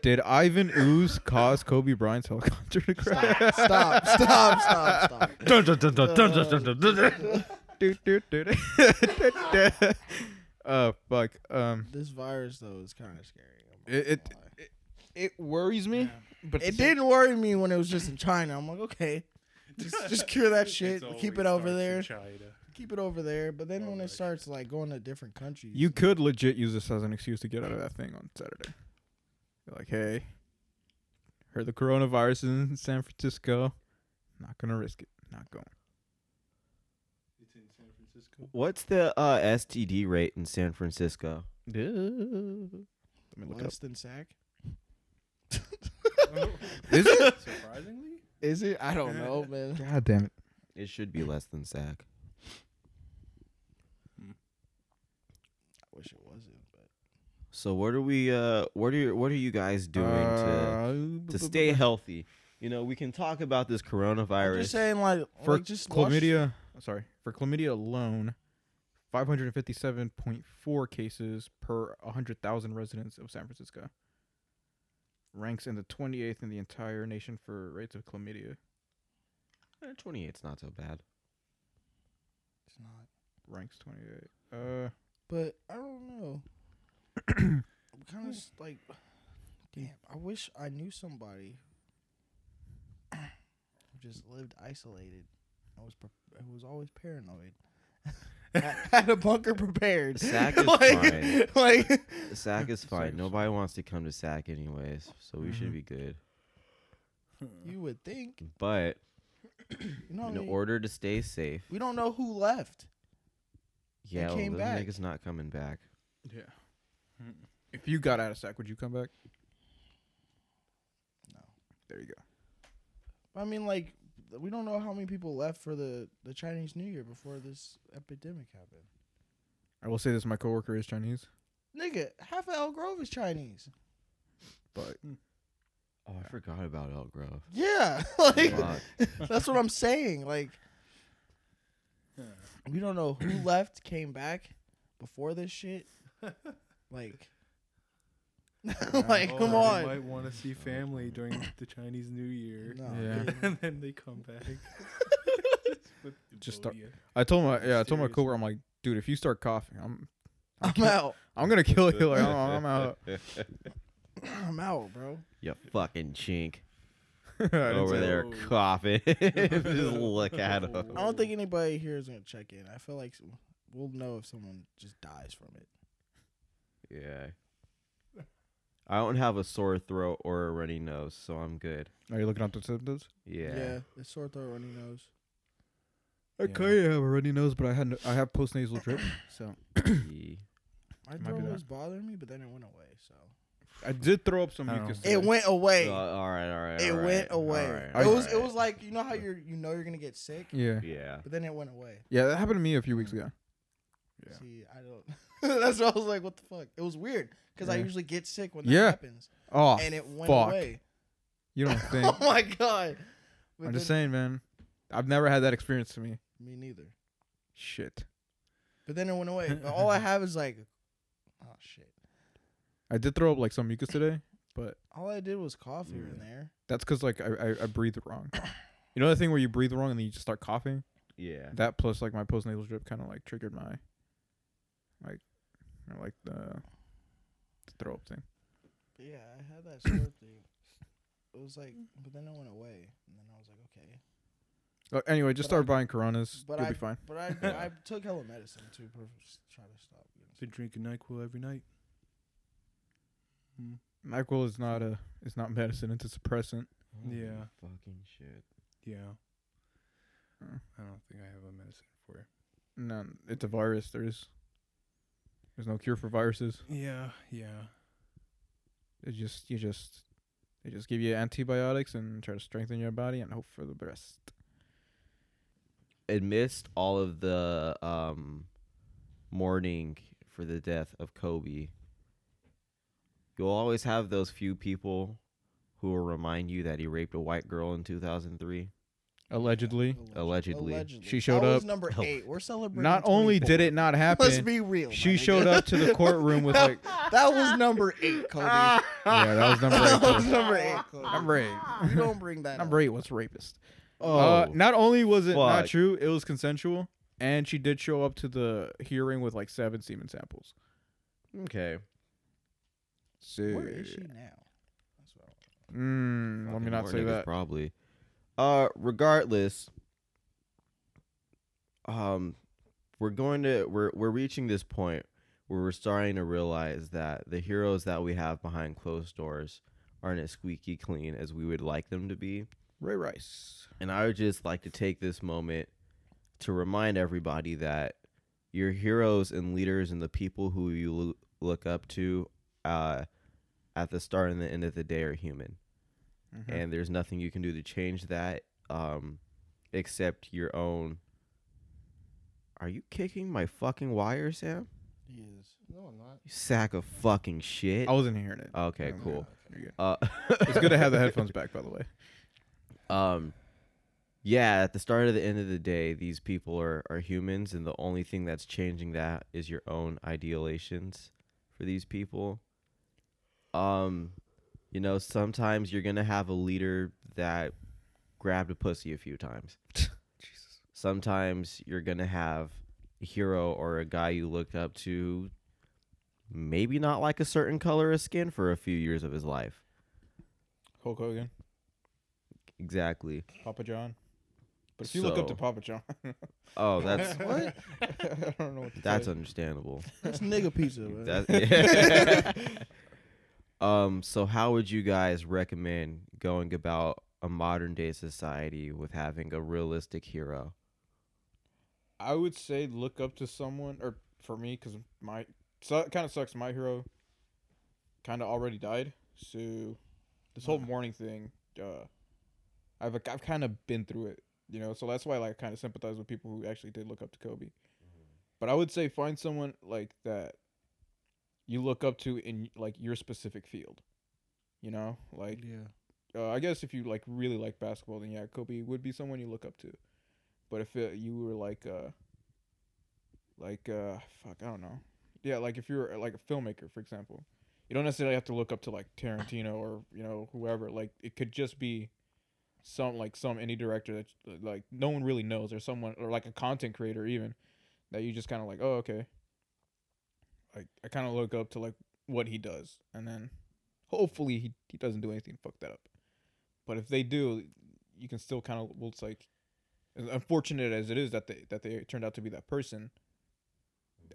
A: did Ivan Ooze cause Kobe Bryant's helicopter to crash?
B: Stop, stop, stop, stop.
A: Doot, doot, doot. uh, fuck. Um,
B: This virus though is kind of scary. I'm
A: it it,
B: not gonna lie.
A: it, it worries me, but
B: it didn't worry me when it was just in China. I'm like, okay, just, just cure that shit.
D: It's
B: Keep it
D: always
B: over
D: starts in
B: there.
D: China.
B: Keep it over there. But then when
D: my
B: it starts like going to different countries,
A: You could legit use this as an excuse to get out of that thing on Saturday. You're like, hey, heard the coronavirus is in San Francisco. Not gonna risk it. Not going.
C: What's the uh, STD rate in San Francisco?
A: Let me look up.
B: less than sack.
A: Is it?
D: Surprisingly,
B: Is it? I don't know, man.
A: God damn it.
C: It should be less than SAC.
B: I wish it wasn't. But
C: So what are we? Uh, what are what are you guys doing
A: Uh,
C: to to stay healthy? You know, we can talk about this
B: I'm
C: coronavirus.
B: just saying, like,
A: For
B: like just watch-
A: chlamydia, uh, sorry, for chlamydia alone, 557.4 cases per 100,000 residents of San Francisco. Ranks in the 28th in the entire nation for rates of chlamydia.
C: Twenty eight's Uh, not so bad.
B: It's not.
A: Ranks 28. Uh,
B: But I don't know. I'm kind of like, damn. I wish I knew somebody who just lived isolated. I was pre- I was always paranoid. I had a bunker prepared.
C: Sack is fine.
B: like, like
C: SAC is fine.
A: Sac-
C: Nobody wants to come to SAC anyways, so we
A: Mhm.
B: Mm-hmm.
C: should be good.
B: you would think.
C: But
B: You know, what I
C: in
B: mean?
C: order to stay safe,
B: we don't know who left.
C: yeah, well,
B: came
C: this
B: back.
C: nigga's not coming back.
A: yeah. Hmm. If you got out of sack, would you come back?
B: No.
A: There you go.
B: I mean, like, we don't know how many people left for the the Chinese New Year before this epidemic happened.
A: I will say this my coworker is Chinese,
B: Nigga, half of El Grove is Chinese.
A: but
C: Oh, I forgot about Elk Grove.
B: Yeah, like
C: Fuck.
B: that's what I'm saying. Like, we don't know who left, came back before this shit. Like, like
D: Oh,
B: come
D: they
B: on.
D: might want to see family during the Chinese New Year,
B: No,
A: Yeah.
B: dude.
D: and then they come back. with
A: Just start-
D: Ebola.
A: I told my yeah, I told my
D: Seriously.
A: coworker I'm like, dude, if you start coughing, I'm
B: I'm out.
A: I'm gonna kill you. Like, I'm, I'm out.
B: I'm out, bro.
C: you fucking chink
A: I didn't
C: over
A: say that.
C: there
D: Whoa.
C: coughing. Just look at him.
B: I don't think anybody here is gonna check in. I feel like we'll know if someone just dies from it.
C: Yeah. I don't have a sore throat or a runny nose, so I'm good.
A: Are you looking up the symptoms?
C: Yeah.
B: it's sore throat, runny nose.
A: I
D: Yeah.
A: kind of have a runny nose, but I had I have post nasal drip, so
C: E.
B: My
A: Might be
B: throat
A: that.
B: was bothering me, but then it went away. So
A: I did throw up some
D: I don't
A: mucus.
D: know.
A: today.
B: it went away.
C: Uh, all right, all right.
B: it
C: all
B: went
C: right,
B: away.
C: all right,
B: it
C: all
B: was it
C: right.
B: was like you know how you're you know you're gonna get sick,
A: Yeah,
C: Yeah.
B: but then it went away.
A: yeah, that happened to me a few weeks ago. Yeah.
B: See, I don't. that's what I was like. What the fuck? It was weird because I
A: Yeah.
B: usually get sick when that
A: Yeah.
B: happens,
A: Oh,
B: and it went
A: fuck.
B: away.
A: you don't think?
B: oh my god. But
A: I'm just
B: then-
A: saying, man. I've never had that experience to me.
B: Me neither.
A: Shit.
B: But then it went away. But All I have is like, oh shit.
A: I did throw up like some mucus today, but
B: All I did was cough here and there.
A: that's because like I, I I breathed wrong. You know the thing where you breathe wrong and then you just start coughing.
C: Yeah.
A: That plus like my post nasal drip kind of like triggered my like or like the throw up thing.
B: Yeah, I had that sore thing. It was like, but then it went away, and then I was like, okay.
A: Uh, anyway, just
B: But I-
A: start buying Coronas.
B: but
A: You'll
B: I-
A: be fine.
B: But I I took hella medicine too, for s- trying to stop. getting
D: Been drinking Nyquil every night. Mm.
A: Nyquil is not a it's not medicine. It's a suppressant.
D: Yeah.
C: Fucking shit.
D: Yeah.
A: Mm.
D: I don't think I have a medicine for it.
A: No, it's a virus. There's there's no cure for viruses.
D: Yeah, yeah.
A: It just you just they just give you antibiotics and try to strengthen your body and hope for the best.
C: It missed all of the um, mourning for the death of Kobe. You'll always have those few people who will remind you that he raped a white girl in 2003.
A: Allegedly,
B: sick.
C: Allegedly.
A: She showed
B: I
A: up-
B: was number
C: Oh.
B: eight. We're celebrating.
A: not only
B: 24.
A: did it not
B: Let's
A: happen,
B: be real. my
A: she
B: nigga.
A: showed up to the courtroom with like
B: That was number eight, Kobe. that
A: yeah, that was number
B: was
A: eight.
B: number eight, Kobe.
A: Number eight.
B: You don't bring that.
A: Number
B: up.
A: eight was rapist.
B: Oh.
A: uh, not only was it not
C: fuck.
A: true, it was consensual, and she did show up to the hearing with like seven semen samples.
C: okay.
A: So,
B: Where is she now? That's what I want.
A: Mm, let me
C: Fucking
A: not
C: more
A: say
C: niggas
A: that.
C: Probably. Uh, regardless, um, we're going to we're we're reaching this point where we're starting to realize that the heroes that we have behind closed doors aren't as squeaky clean as we would like them to be.
A: Ray Rice.
C: And I would just like to take this moment to remind everybody that your heroes and leaders and the people who you loo- look up to uh, at the start and the end of the day are human
A: Mhm.
C: and there's nothing you can do to change that um except your own are you kicking my fucking wire sam
B: He is. No, I'm not.
C: you sack of fucking shit
A: I wasn't hearing it.
C: okay
A: Oh,
C: cool
A: You're good.
C: uh
A: It's good to have the headphones back, by the way.
C: um yeah at the start of the end of the day these people are are humans and the only thing that's changing that is your own idealations for these people um you know sometimes you're gonna have a leader that grabbed a pussy a few times sometimes you're gonna have a hero or a guy you looked up to maybe not like a certain color of skin for a few years of his life
A: Hulk Hogan,
C: exactly
A: Papa John. But if you look up to
C: So-
A: Papa John,
C: oh that's
B: What?
A: I don't know what to
C: that's
A: say.
C: understandable
B: That's nigga pizza, man.
C: That- um. So, how would you guys recommend going about a modern day society with having a realistic hero?
A: I would say look up to someone, or for me, because my so, kind of sucks. My hero kind of already died, so this whole mourning thing, uh, I've like, I've kind of been through it, you know. So that's why like I kind of sympathize with people who actually did look up to Kobe. But I would say find someone like that you look up to in like your specific field, you know, like
D: Yeah.
A: uh, I guess if you like really like basketball, then yeah, Kobe would be someone you look up to. But if uh you were like, uh, like uh, fuck, I don't know. Yeah, like if you're like a filmmaker, for example, you don't necessarily have to look up to like Tarantino or you know whoever. Like it could just be some like some indie director that uh, like no one really knows, or someone or like a content creator even that you just kind of like, oh okay. Like I kind of look up to like what he does, and then hopefully he, he doesn't do anything to fuck that up. But if they do, you can still kind of well, it's like as unfortunate as it is that they that they turned out to be that person.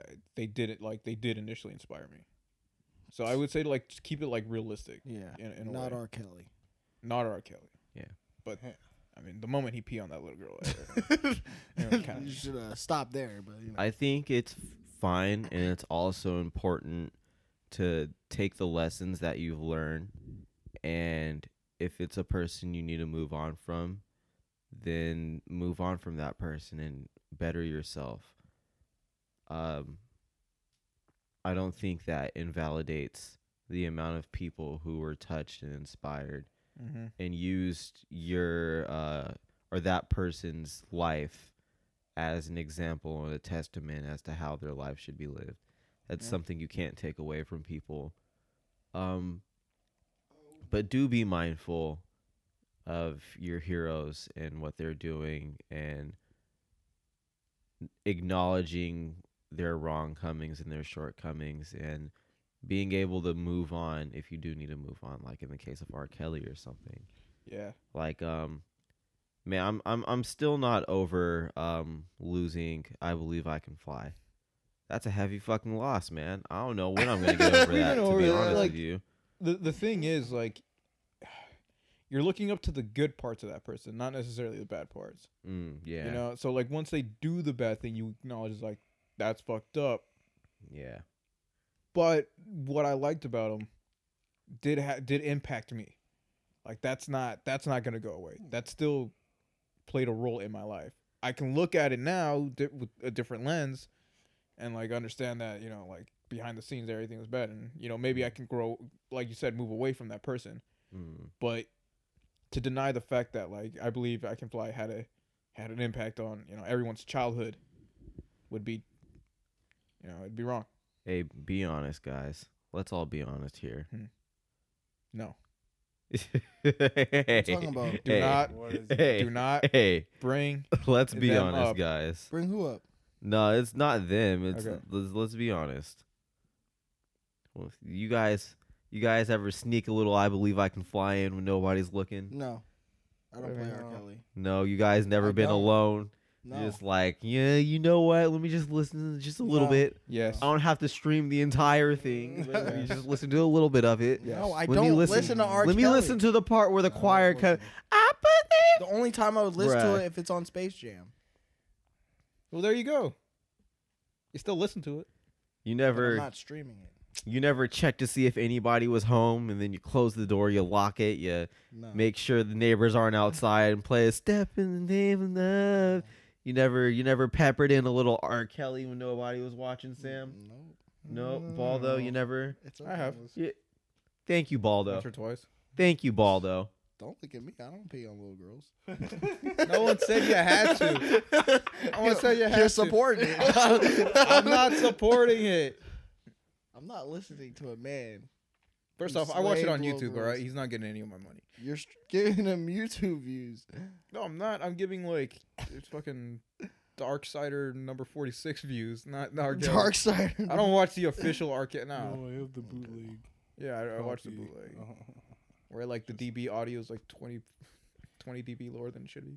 A: uh, They did it like they did initially inspire me. So I would say like just keep it like realistic.
B: Yeah.
A: In, in a
B: Not
A: way.
B: R. Kelly.
A: not R. Kelly.
C: Yeah.
A: but I mean the moment he pee on that little girl, I- Yeah, kinda.
B: you should uh, stop there, but you know.
C: I think it's fine, and it's also important to take the lessons that you've learned, and if it's a person you need to move on from, then move on from that person and better yourself. Um, I don't think that invalidates the amount of people who were touched and inspired
A: Mhm.
C: and used your uh, or that person's life as an example and a testament as to how their life should be lived. That's
A: Yeah.
C: something you can't take away from people. Um, but do be mindful of your heroes and what they're doing and acknowledging their wrongcomings and their shortcomings and being able to move on if you do need to move on, like in the case of R. Kelly or something.
B: Yeah.
C: Like, um, man, I'm I'm I'm still not over um losing. I believe I can fly. That's a heavy fucking loss, man. I don't know when I'm gonna get over
B: We've
C: that.
B: been
C: To
B: over
C: be
B: that,
C: honest
A: like-
C: with you,
A: the the thing is like you're looking up to the good parts of that person, not necessarily the bad parts.
C: mm, yeah,
A: You know, so like once they do the bad thing, you acknowledge it's like that's fucked up.
C: yeah,
A: But what I liked about him did ha- did impact me. Like that's not that's not gonna go away. That still played a role in my life. I can look at it now di- with a different lens, and like understand that you know like behind the scenes everything was bad, and you know maybe I can grow like you said move away from that person.
C: mm,
A: but to deny the fact that like I believe I Can Fly had a had an impact on you know everyone's childhood would be you know it'd be wrong.
C: Hey, be honest, guys. Let's all be honest here.
A: No,
C: hey,
B: talking about?
A: do
C: hey,
A: not
D: What is
C: Hey,
A: do not
C: Hey,
A: bring
C: let's be
A: them
C: honest,
A: up.
C: guys.
B: Bring who up?
C: No, it's not them. It's
A: Okay.
C: let's, let's be honest. Well, you guys, you guys ever sneak a little? I believe I can fly in when nobody's looking.
B: No. I don't play R.
A: No.
B: Kelly.
C: No, you guys never
B: I
C: been
B: don't.
C: alone.
B: No.
C: Just like yeah, you know what? Let me just listen to just a little
B: No.
C: bit.
A: yes.
C: I don't have to stream the entire thing. Let me just listen to a little bit of it.
B: No, I
C: Let me
B: don't
C: listen-
B: listen, to R.
C: Let me
B: Kelly.
C: listen to the part where the
B: I
C: choir
B: won't
C: cut.
B: listen.
C: I put it.
B: The only time I would listen to
C: Bruh.
B: it if it's on Space Jam.
A: well, there you go. You still listen to it.
C: You
B: but I'm
C: never
B: not streaming it.
C: you never check to see if anybody was home and then you close the door, you lock it, you
B: No.
C: make sure the neighbors aren't outside and play a step in the name of love. You never you never peppered in a little R. Kelly when nobody was watching Sam.
B: No.
C: No, Baldo, you never
B: Mm, It's
A: I have.
B: Listen.
C: you, Thank you, Baldo.
A: Once or twice.
C: Thank you, Baldo.
B: Don't look at me. I don't pee on little girls.
A: No one said you had to. I want to say you had
B: You're
A: to.
B: supporting it.
A: I'm not supporting it.
B: I'm not listening to a man.
A: First
B: You
A: off, I watch it
B: slave
A: on
B: little
A: YouTube. All right,
B: girls.
A: he's not getting any of my money.
B: You're str- giving him YouTube views.
A: No, I'm not. I'm giving like it's fucking Dark Sider number forty six views, not Dark.
B: Dark side.
A: I don't watch the official Arca No.
D: No, Oh, I have the bootleg.
A: Yeah, I, I watch the
D: copy.
A: bootleg.
B: Oh.
D: Uh-huh.
A: Where like the DB audio is like 20, 20 dB lower than it should be.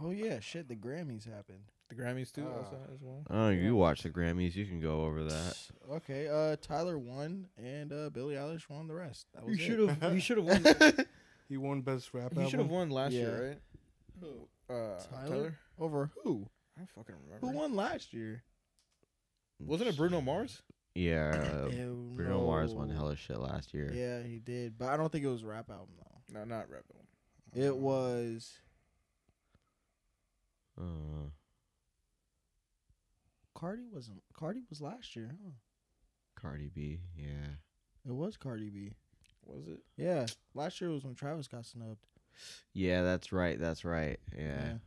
B: Oh yeah, shit. The Grammys happened.
A: The Grammys too,
B: Ah.
A: also as well.
C: Oh, you watch the Grammys, you can go over that.
B: Okay. Uh, Tyler won, and uh, Billie Eilish won the rest. That was
A: You should have. You should have won.
B: have
D: He won best rap
A: you should have
D: album.
A: won last
B: Yeah.
A: year, right? Uh, Tyler?
B: Tyler? over who?
A: I don't fucking remember.
B: Who won last year?
A: Wasn't it Bruno Mars?
C: Yeah.
B: Ew,
C: Uh, Bruno Mars won
B: no.
C: hella shit last year.
B: Yeah, he did, but I don't think it was a rap album though.
A: No, not Um, Rebel. Mm.
B: It was.
C: Uh,
B: Cardi wasn't. Cardi was last year. Huh?
C: Cardi B, yeah.
B: It was Cardi B.
A: Was it?
B: Yeah, last year was when Travis got snubbed.
C: Yeah, that's right. That's right. Yeah.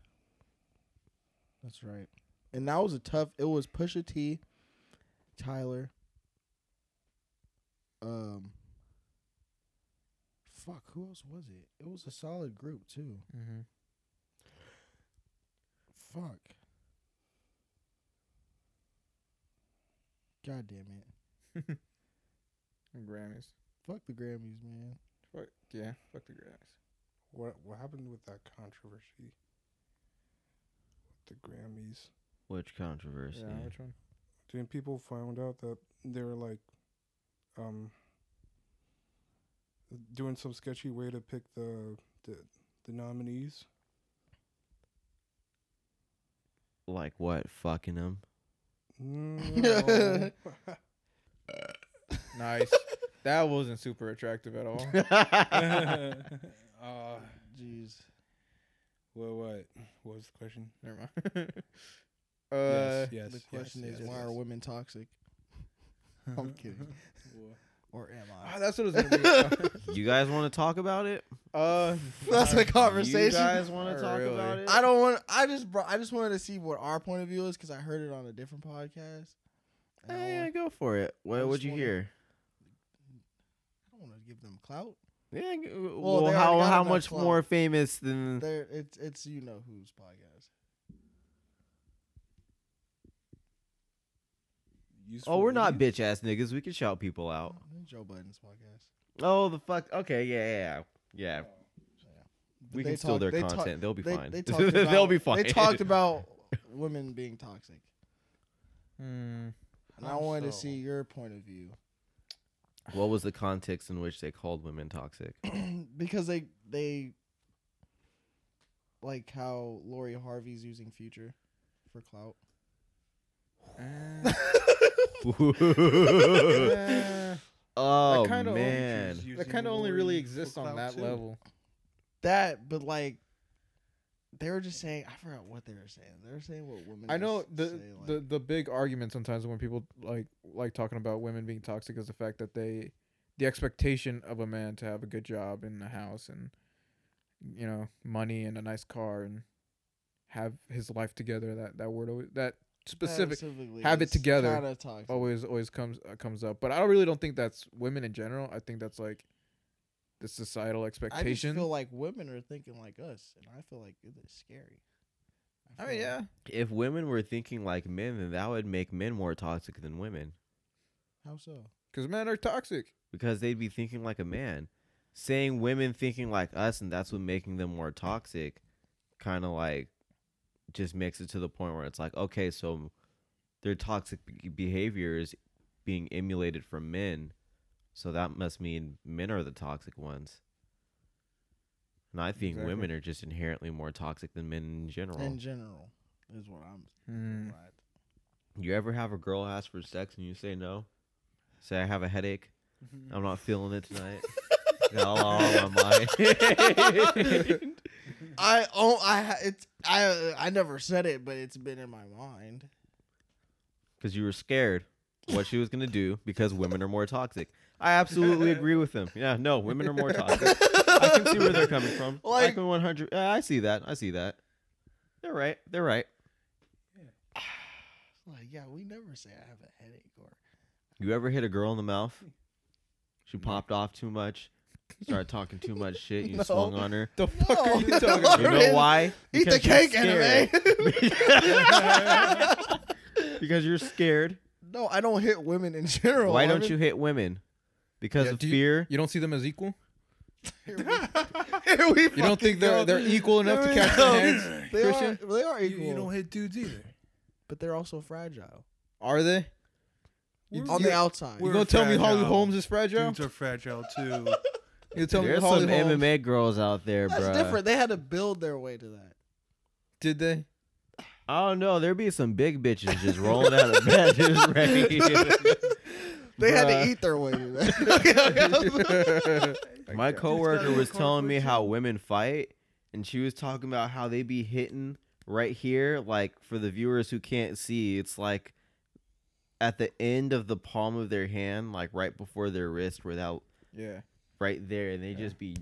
B: that's right. And that was a tough. It was Pusha T, Tyler. Um. Fuck, who else was it? It was a solid group too.
A: Mm-hmm.
B: Fuck. God damn it.
A: Grammys.
B: Fuck the Grammys, man.
A: Fuck yeah. Fuck the Grammys.
D: What what happened with that controversy? With the Grammys,
C: Which controversy?
A: Yeah. Which one?
D: didn't people find out that they were like, um, doing some sketchy way to pick the the, the nominees?
C: Like what? Fucking them?
D: No.
A: Nice. that wasn't super attractive at all.
D: uh,
B: Jeez.
D: well, what? What was the question?
A: Never mind. uh,
D: yes, yes.
B: the
D: yes,
B: question
D: yes,
B: is why
D: yes.
B: are women toxic? I'm kidding. or am
A: ah,
B: I?
A: that's what it was gonna be.
C: you guys want to talk about it?
A: Uh,
B: That's a conversation.
C: You guys want
A: Not
C: to talk
A: really.
C: about it?
B: I don't want. I just brought. I just wanted to see what our point of view is because I heard it on a different podcast.
C: Eh,
B: And I
C: yeah,
B: want-
C: go for it.
B: I
C: What would
B: just
C: you
B: wanna-
C: hear?
B: I don't want to give them clout.
C: Yeah. g-
B: Well,
C: Well,
B: they already
C: how
B: got
C: how
B: enough
C: much
B: clout.
C: more famous than?
B: There, it's it's you know who's podcast.
D: useful.
C: Oh, we're not
D: idiot.
C: bitch ass niggas. We can shout people out.
B: Oh, Joe Biden's podcast.
C: Oh, the fuck. Okay, yeah, yeah, yeah. Yeah.
B: But
C: we
B: they
C: can steal
B: talk-
C: their
B: they talk-
C: content. They'll be
B: they-
C: fine.
B: They talked about,
C: They'll be fine.
B: They talked about women being toxic,
A: Hmm.
B: and I wanted to see your point of view
C: what was the context in which they called women toxic?
B: because they they like how Lori Harvey's using Future for clout.
A: Eh,
C: oh
A: eh, That kinda
C: man,
A: That kind of only really exists on that level.
B: That, but like. They were just saying. I forgot what they were saying. They were saying what women.
A: I know
B: just
A: the
B: say, like,
A: the the big argument sometimes when people like like talking about women being toxic is the fact that they the expectation of a man to have a good job and a house and you know money and a nice car and have his life together that that word always, that specific have it together.
B: Kind of toxic.
A: always always comes uh, comes up but I don't really don't think that's women in general I think that's like the societal
B: I just
A: expectation
B: feel like women are thinking like us, and I feel like it's scary.
C: Oh,
A: I
B: feel
A: mean yeah
B: like-
C: if women were thinking like men, then that would make men more toxic than women
B: How so?
A: because men are toxic
C: because they'd be thinking like a man. Saying women thinking like us and that's what making them more toxic, kind of like just makes it to the point where it's like, okay, so their toxic be- behavior is being emulated from men, so that must mean men are the toxic ones. And I think
A: Exactly.
C: women are just inherently more toxic than men in general.
B: In general, is what I'm.
A: Hmm.
B: what I-
C: You ever have a girl ask for sex and you say no? Say I have a headache. I'm not feeling it tonight. Got all on my mind.
B: I oh I ha- it's I uh, I never said it, but it's been in my mind.
C: Because you were scared what she was gonna do because women are more toxic. I absolutely agree with them. Yeah, no, women are more toxic. I can see where they're coming from. I
B: Like-
C: can 100. Yeah, I see that. I see that. They're right. They're right.
B: Like yeah, we never say I have a headache or
C: You ever hit a girl in the mouth? She popped off too much. Started talking too much shit.
B: Mm-hmm.
C: You
B: No.
C: swung on her.
A: the fuck are you
B: No,
A: talking
B: no.
A: about
C: You know why?
B: eat the
C: Because you're
B: cake
C: scared.
B: anime.
C: because you're scared.
B: no, I don't hit women in general.
C: Why don't you hit women? Because
A: Yeah,
C: of
A: do you-
C: fear.
A: you don't see them as equal
B: Here we, here we
A: You don't think they're they're equal enough to
B: There we
A: catch
B: go.
D: Oh,
A: the hands,
B: they are,
A: Christian?
B: they are equal,
D: hit dudes either.
B: but they're also fragile
A: Are they?
B: on the outside.
A: You
D: We're
A: gonna tell me Holly
D: fragile.
A: Holmes is fragile?
D: Dudes are fragile too.
A: You tell me
C: There's
A: Holly
C: some
A: Holmes
C: MMA girls out there,
B: That's
C: bro.
B: different. They had to build their way to that.
A: did they?
C: I don't know. There be some big bitches just rolling out of bed, just ready.
B: They had
A: Bruh.
B: to eat their way to that.
C: My coworker was telling me how women fight, and she was talking about how they be hitting right here. Like for the viewers who can't see, it's like at the end of the palm of their hand, like right before their wrist, where that
A: yeah.
C: right there, and they just be.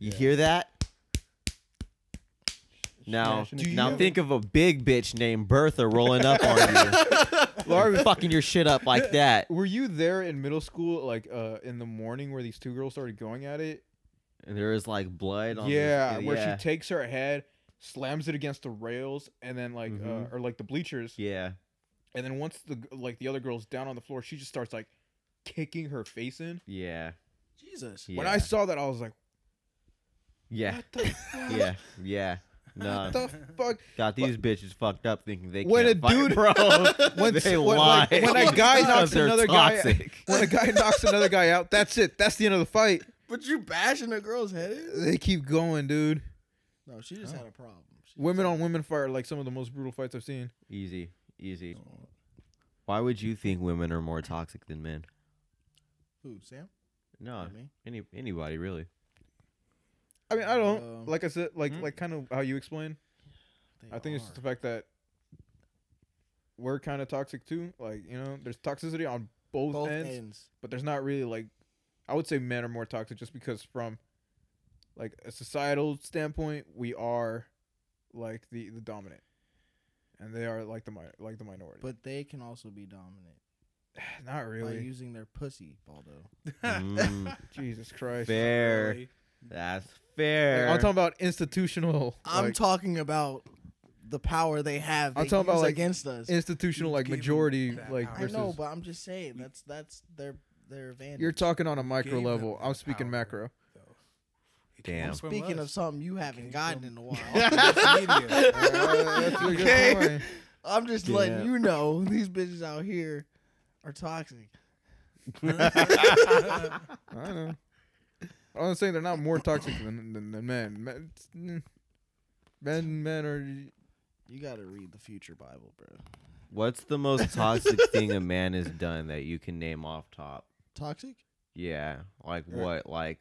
C: You
A: Yeah.
C: hear that? Now,
D: Smashing it
C: now
D: together.
C: think of a big bitch named Bertha rolling up on you, Laura fucking your shit up like that,
A: Were you there in middle school, like uh, in the morning, where these two girls started going at it?
C: and there is like blood on.
A: yeah,
C: this,
A: where she takes her head, slams it against the rails, and then like
C: Mhm.
A: uh, or like the bleachers,
C: yeah,
A: and then once the g- like the other girl's down on the floor, she just starts like kicking her face in.
C: yeah,
B: Jesus.
C: yeah.
A: When I saw that, I was like,
C: yeah,
A: what the fuck?
C: yeah, yeah. No,
A: What the fuck?
C: got these bitches fucked up thinking they
A: When
C: can't
A: a
C: fight,
A: dude-
C: bro.
A: when-
C: they
A: when,
C: lie.
A: like, when a guy
C: Because
A: knocks
C: they're
A: another guy-
C: toxic.
A: When a guy knocks another guy out, that's it. That's the end of the fight.
B: But you bashing a girl's head in?
A: They keep going, dude.
B: No, she just had a problem. She
A: Women on women fight are like some of the most brutal fights I've seen.
C: Easy, easy. Why would you think women are more toxic than men?
B: Who, Sam?
C: No,
B: Not me.
C: any anybody really.
A: I mean, I don't
B: Um,
A: like I said, like
C: Mm.
A: like kind of how you explain. I think it's just the fact that we're kind of toxic too. Like you know, there's toxicity on both,
B: both
A: ends,
B: ends.
A: but there's not really like I would say men are more toxic just because from like a societal standpoint, we are like the the dominant, and they are like the mi- like the minority.
B: But they can also be dominant
A: not
B: by
A: really.
B: using their pussy, Baldo.
C: Mm,
A: Jesus Christ.
C: fair. That's
A: Like,
C: fair.
A: I'm talking about institutional.
B: I'm
A: like-
B: talking about the power they have.
A: I'm
B: they
A: talking about,
B: use
A: like,
B: against us.
A: Institutional like
F: Gave him
A: majority
F: that
A: like
F: power.
B: I
A: versus
B: know, but I'm just saying that's that's their their advantage.
A: you're talking on a micro
D: Gave them
A: level. I'm
D: the
A: speaking
D: power.
A: macro.
C: Damn.
D: From
B: Speaking of
D: us.
B: something you haven't
D: Came
B: gotten
D: from-
B: in a while,
D: Media.
A: Uh, that's a good
B: Okay.
A: point.
B: I'm just
C: Yeah.
B: letting you know these bitches out here are toxic.
A: I know. I'm saying they're not more toxic than than, than men. Men, mm. men, men are
B: You got to read the future Bible, bro.
C: What's the most toxic thing a man has done that you can name off top?
B: Toxic?
C: Yeah, like
A: Uh,
C: what, like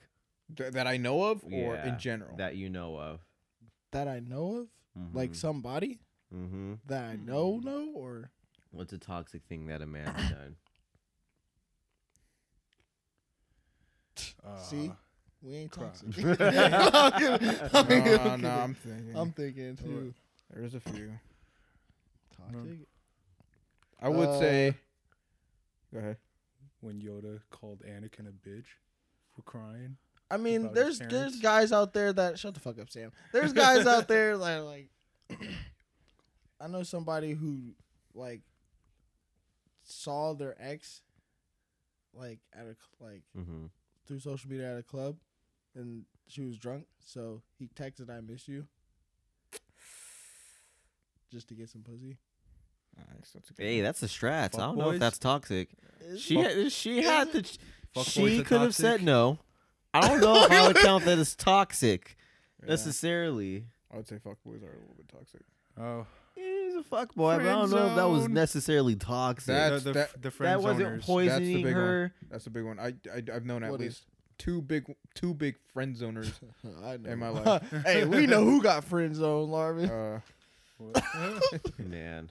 A: th- that I know of, or
C: Yeah,
A: in general.
C: that you know of?
B: That I know of, like
A: Mm-hmm.
B: somebody
C: mm-hmm.
B: that I know know, or
C: what's a toxic thing that a man's done?
D: Uh,
B: See? we ain't
D: Cry.
B: toxic. I'm kidding. I'm kidding.
A: no, no, I'm thinking.
B: I'm thinking too.
A: There's a few.
B: Toxic.
A: I would
B: Uh,
A: say. Go ahead.
D: When Yoda called Anakin a bitch for crying.
B: I mean,
D: About
B: there's
D: his
B: there's
D: parents.
B: guys out there that shut the fuck up, Sam. There's guys out there that like I know somebody who like saw their ex like at a cl- like
C: Mm-hmm.
B: through social media at a club and she was drunk, so he texted I miss you just to get some pussy.
A: Nice, that's a good
C: Hey,
A: one.
C: that's the strats. I don't know
D: Fuckboys?
C: if that's toxic.
B: Is-
C: She had, she had the ch-
D: Fuckboys
C: she
D: are
C: could have said
D: toxic?
C: no. I don't know if I would count that as toxic necessarily.
A: I would say fuckboys are a little bit toxic.
D: Oh,
C: He's a fuck boy, but I don't know if that was
D: Friendzone.
C: necessarily toxic.
A: That-
C: That,
D: the, the,
A: that-
D: the friend
C: wasn't
D: zoners.
C: poisoning
A: big one.
C: her.
A: That's a big one. I, I I've known at
B: What is-
A: least two big two big friend zoners.
B: I know.
A: in my life.
B: hey, we know who got friend zone, Larvin.
A: uh,
C: Man,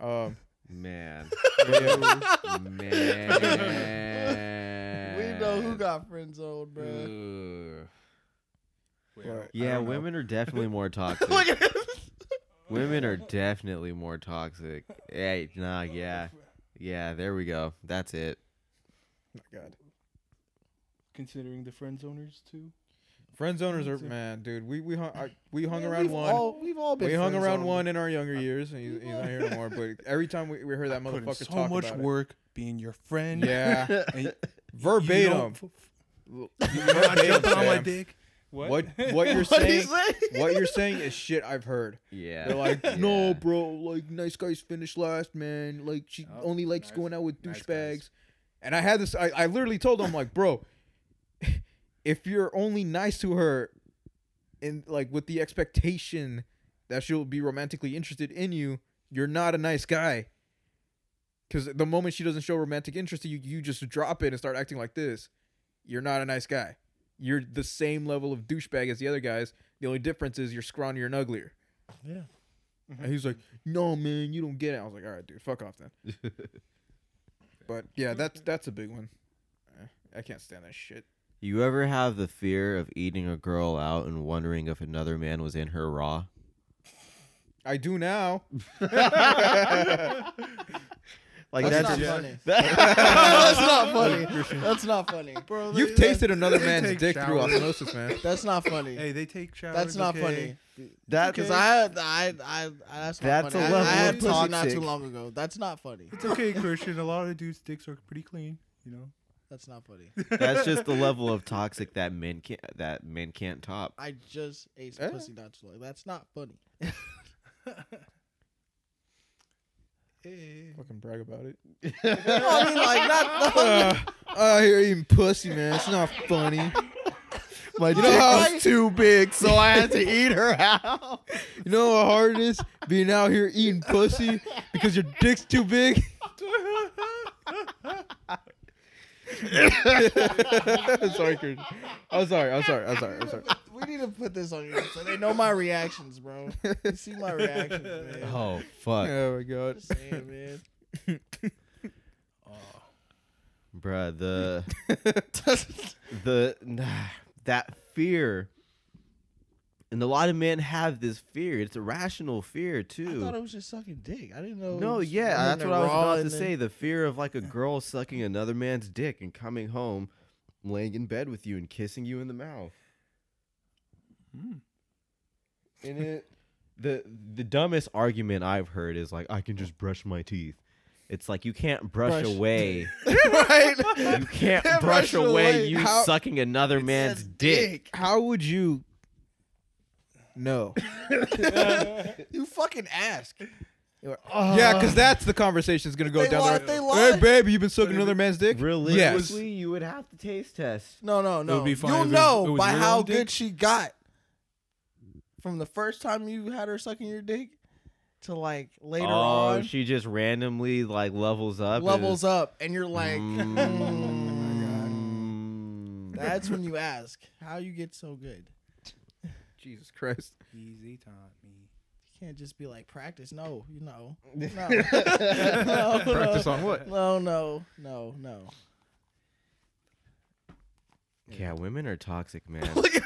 A: um,
C: man,
A: but yeah,
C: man.
B: we know who got friend zone, bro.
C: Ugh.
D: Wait,
A: but I
C: Yeah,
A: don't know.
C: women are definitely more toxic.
B: Look at
C: women are definitely more toxic. Hey, nah, yeah, yeah. There we go. That's it.
A: My God,
D: Considering the friend zoners too.
A: friend zoners are man, dude. We we hung I, we hung
B: Yeah,
A: around
B: we've
A: one.
B: All, we've all been
A: we hung
B: friend
A: around
B: zoned.
A: one in our younger years, and he's, he's not here anymore. But every time we, we heard that
D: Putting
A: motherfucker
D: so
A: talk
D: much
A: about
D: work being your friend.
A: it, yeah,
D: and you
A: verbatim,
D: don't f-
A: verbatim,
D: Jumping on my
A: Sam.
D: dick. What?
A: What what you're
B: What'd he
A: saying? What you're saying is shit I've heard.
C: Yeah.
A: They're like,
C: yeah.
A: no, bro, like nice guys finished last, man. Like she
D: Oh,
A: only likes
D: nice-
A: going out with
D: nice
A: douchebags.
D: guys.
A: and I had this. I, I literally told him like, bro, if you're only nice to her, and like with the expectation that she'll be romantically interested in you, you're not a nice guy. Because the moment she doesn't show romantic interest to you, you just drop it and start acting like this. You're not a nice guy. You're the same level of douchebag as the other guys. The only difference is you're scrawnier and uglier.
B: Yeah.
A: And he's like, "No, man, you don't get it." I was like, "All right, dude, fuck off then." but yeah, that's that's a big one. Eh, I can't stand that shit.
C: You ever have the fear of eating a girl out and wondering if another man was in her raw?
A: I do now.
C: Like
B: That's,
C: that's
B: not funny. that's not funny. That's not funny.
D: Bro,
A: You've
D: they-
A: tasted another
D: they
A: man's
D: take
A: dick through
D: showers.
A: osmosis, man.
B: That's not funny.
D: Hey, they take showers.
B: That's not
D: okay?
B: funny.
C: that
B: Because I had, I, I, I, that's not
C: That's
B: funny.
C: a
B: I-
C: level
B: I had
C: of
B: pussy not too
C: toxic.
B: long ago. That's not funny.
D: It's okay, Christian. A lot of dudes' dicks are pretty clean. You know.
B: That's not funny.
C: That's just the level of toxic that men can't that men can't top.
B: I just ate some
A: Eh?
B: pussy not too long. That's not funny.
D: Hey.
A: Fucking brag about it.
B: No, I mean, like, not.
A: Uh, oh, you're eating pussy, man. It's not funny.
C: My
A: You know how it's
C: too big, so I had to eat her out.
A: You know how hard it is being out here eating pussy because your dick's too big. sorry, Kurt. I'm sorry. I'm sorry. I'm sorry. I'm sorry.
B: we need to put this on you so they know my reactions, bro. You see my reactions, man.
C: Oh fuck,
A: Oh my god.
B: Just saying, man.
C: bruh. The the that fear, and a lot of men have this fear. It's a rational fear
B: I thought
C: too.
B: it was just sucking dick. I didn't know.
C: No,
B: it was
C: yeah,
B: running
C: that's
B: it
C: what I was
B: raw
C: about to
B: and then-
C: say. The fear of like a girl sucking another man's dick and coming home, laying in bed with you and kissing you in the mouth.
D: Mm.
C: And it the the dumbest argument I've heard is like I can just brush my teeth. It's like you can't brush,
B: Brush.
C: away.
B: right?
C: You can't
B: Can't
C: brush,
B: brush
C: away,
B: away.
C: you
G: How-
C: sucking another man's dick.
G: How would you know?
B: you fucking ask.
G: yeah, because that's the conversation that's gonna go
B: Uh, They
G: down
B: lie-
G: the
B: they
G: road.
B: lie.
G: Hey, babe, you been sucking another man's dick?
C: Realistically, you would have to taste test.
B: No, no, no.
D: would be fine
B: You'll
D: if it-
B: know
D: it was
B: by
D: your
B: how
D: own dick.
B: good she got from the first time you had her sucking your dick to like later
C: oh,
B: on
C: she just randomly like levels up.
B: levels up, and you're like, "Hmm."
D: Oh
C: Mm.
B: that's when you ask how you get so good.
G: Jesus Christ.
E: Easy Tommy.
B: You can't just be like practice. No, you know. No. no,
A: Practice
B: no.
A: on what?
B: No, no, no, no.
C: Yeah, women are toxic, man.
B: Look at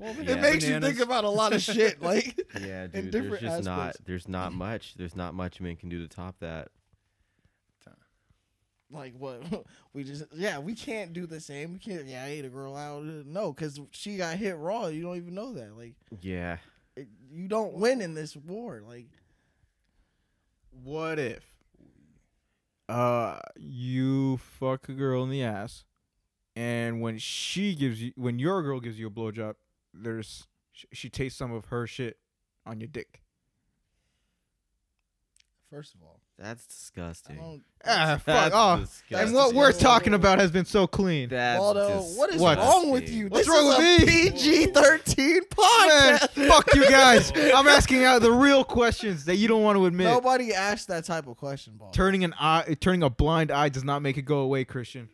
C: Yeah.
B: It makes you
G: Bananas.
B: think about a lot of shit. Like,
C: yeah, dude. There's
B: different
C: just not.
B: aspects.
C: There's not much. There's not much men can do to top that.
B: like what? We just, yeah, we can't do the same. We can't, yeah, I ate a girl out. uh, No, because she got hit raw. You don't even know that. Like,
C: Yeah.
B: it, you don't win in this war. Like,
A: What if uh you fuck a girl in the ass and when she gives you when your girl gives you a blowjob, there's she, she tastes some of her shit on your dick.
B: first of all,
C: That's
B: I
C: disgusting.
B: don't.
A: Ah, fuck
C: That's
A: off.
C: disgusting.
A: And what we're
B: disgusting.
A: talking about has been so clean.
C: That's
B: Waldo, what is
A: What?
B: wrong with you?
A: What's
B: this
A: wrong
B: is
A: with
B: a
A: me?
B: PG thirteen
A: Man,
B: podcast.
A: fuck you guys. I'm asking out the real questions that you don't want to admit.
B: Nobody asked that type of question, Ball.
A: Turning an eye, turning a blind eye does not make it go away, Christian.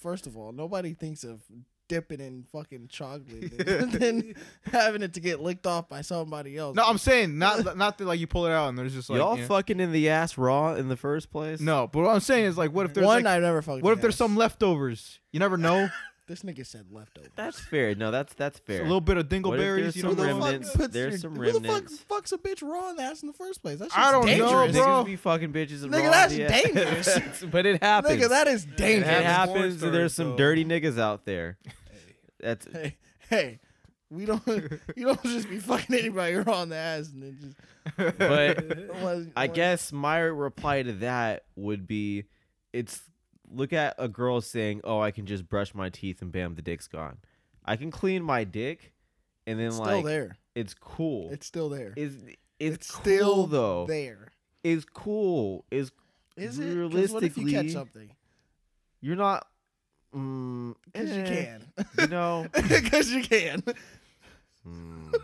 B: First of all, nobody thinks of dipping in fucking chocolate and then having it to get licked off by somebody else.
A: No, I'm saying not not that like you pull it out and there's just like
C: Y'all
A: you know-
C: fucking in the ass raw in the first place?
A: no. But what I'm saying is like, what if there's
B: one
A: like,
B: I've never fucking.
A: what if there's
B: asked.
A: some leftovers? You never know.
B: This nigga said leftovers.
C: That's fair. No, that's that's fair.
A: A little bit of
C: What if there's
A: dingleberries. You
C: some
A: don't know.
C: remnants? There's some remnants.
B: Who the fuck fucks a bitch raw in the ass in the first place? That's
A: I don't know,
B: dangerous.
A: bro.
C: Niggas be fucking bitches and
B: Nigga,
C: raw
B: that's
C: in the ass.
B: dangerous.
C: It's- but it happens.
B: Nigga, that is
C: it
B: dangerous.
D: happens. Horror
C: happens. and There's
D: stories,
C: some
D: though.
C: dirty niggas out there. That's
B: Hey, hey, we don't. You don't just be fucking anybody raw in the ass and then just.
C: but
B: unless-
C: I
B: unless-
C: guess my reply to that would be it's look at a girl saying, "Oh, I can just brush my teeth and bam, the dick's gone." I can clean my dick and then
B: it's still
C: like
B: there.
C: it's cool.
B: It's still there.
C: is it's,
B: it's
C: cool,
B: still
C: though.
B: there.
C: Is cool. Is
B: Is it? 'Cause What if you catch
C: Realistically-
B: something?
C: you're not mm,
B: Because you
C: eh,
B: can.
C: You know.
B: Because you can.
C: Mm.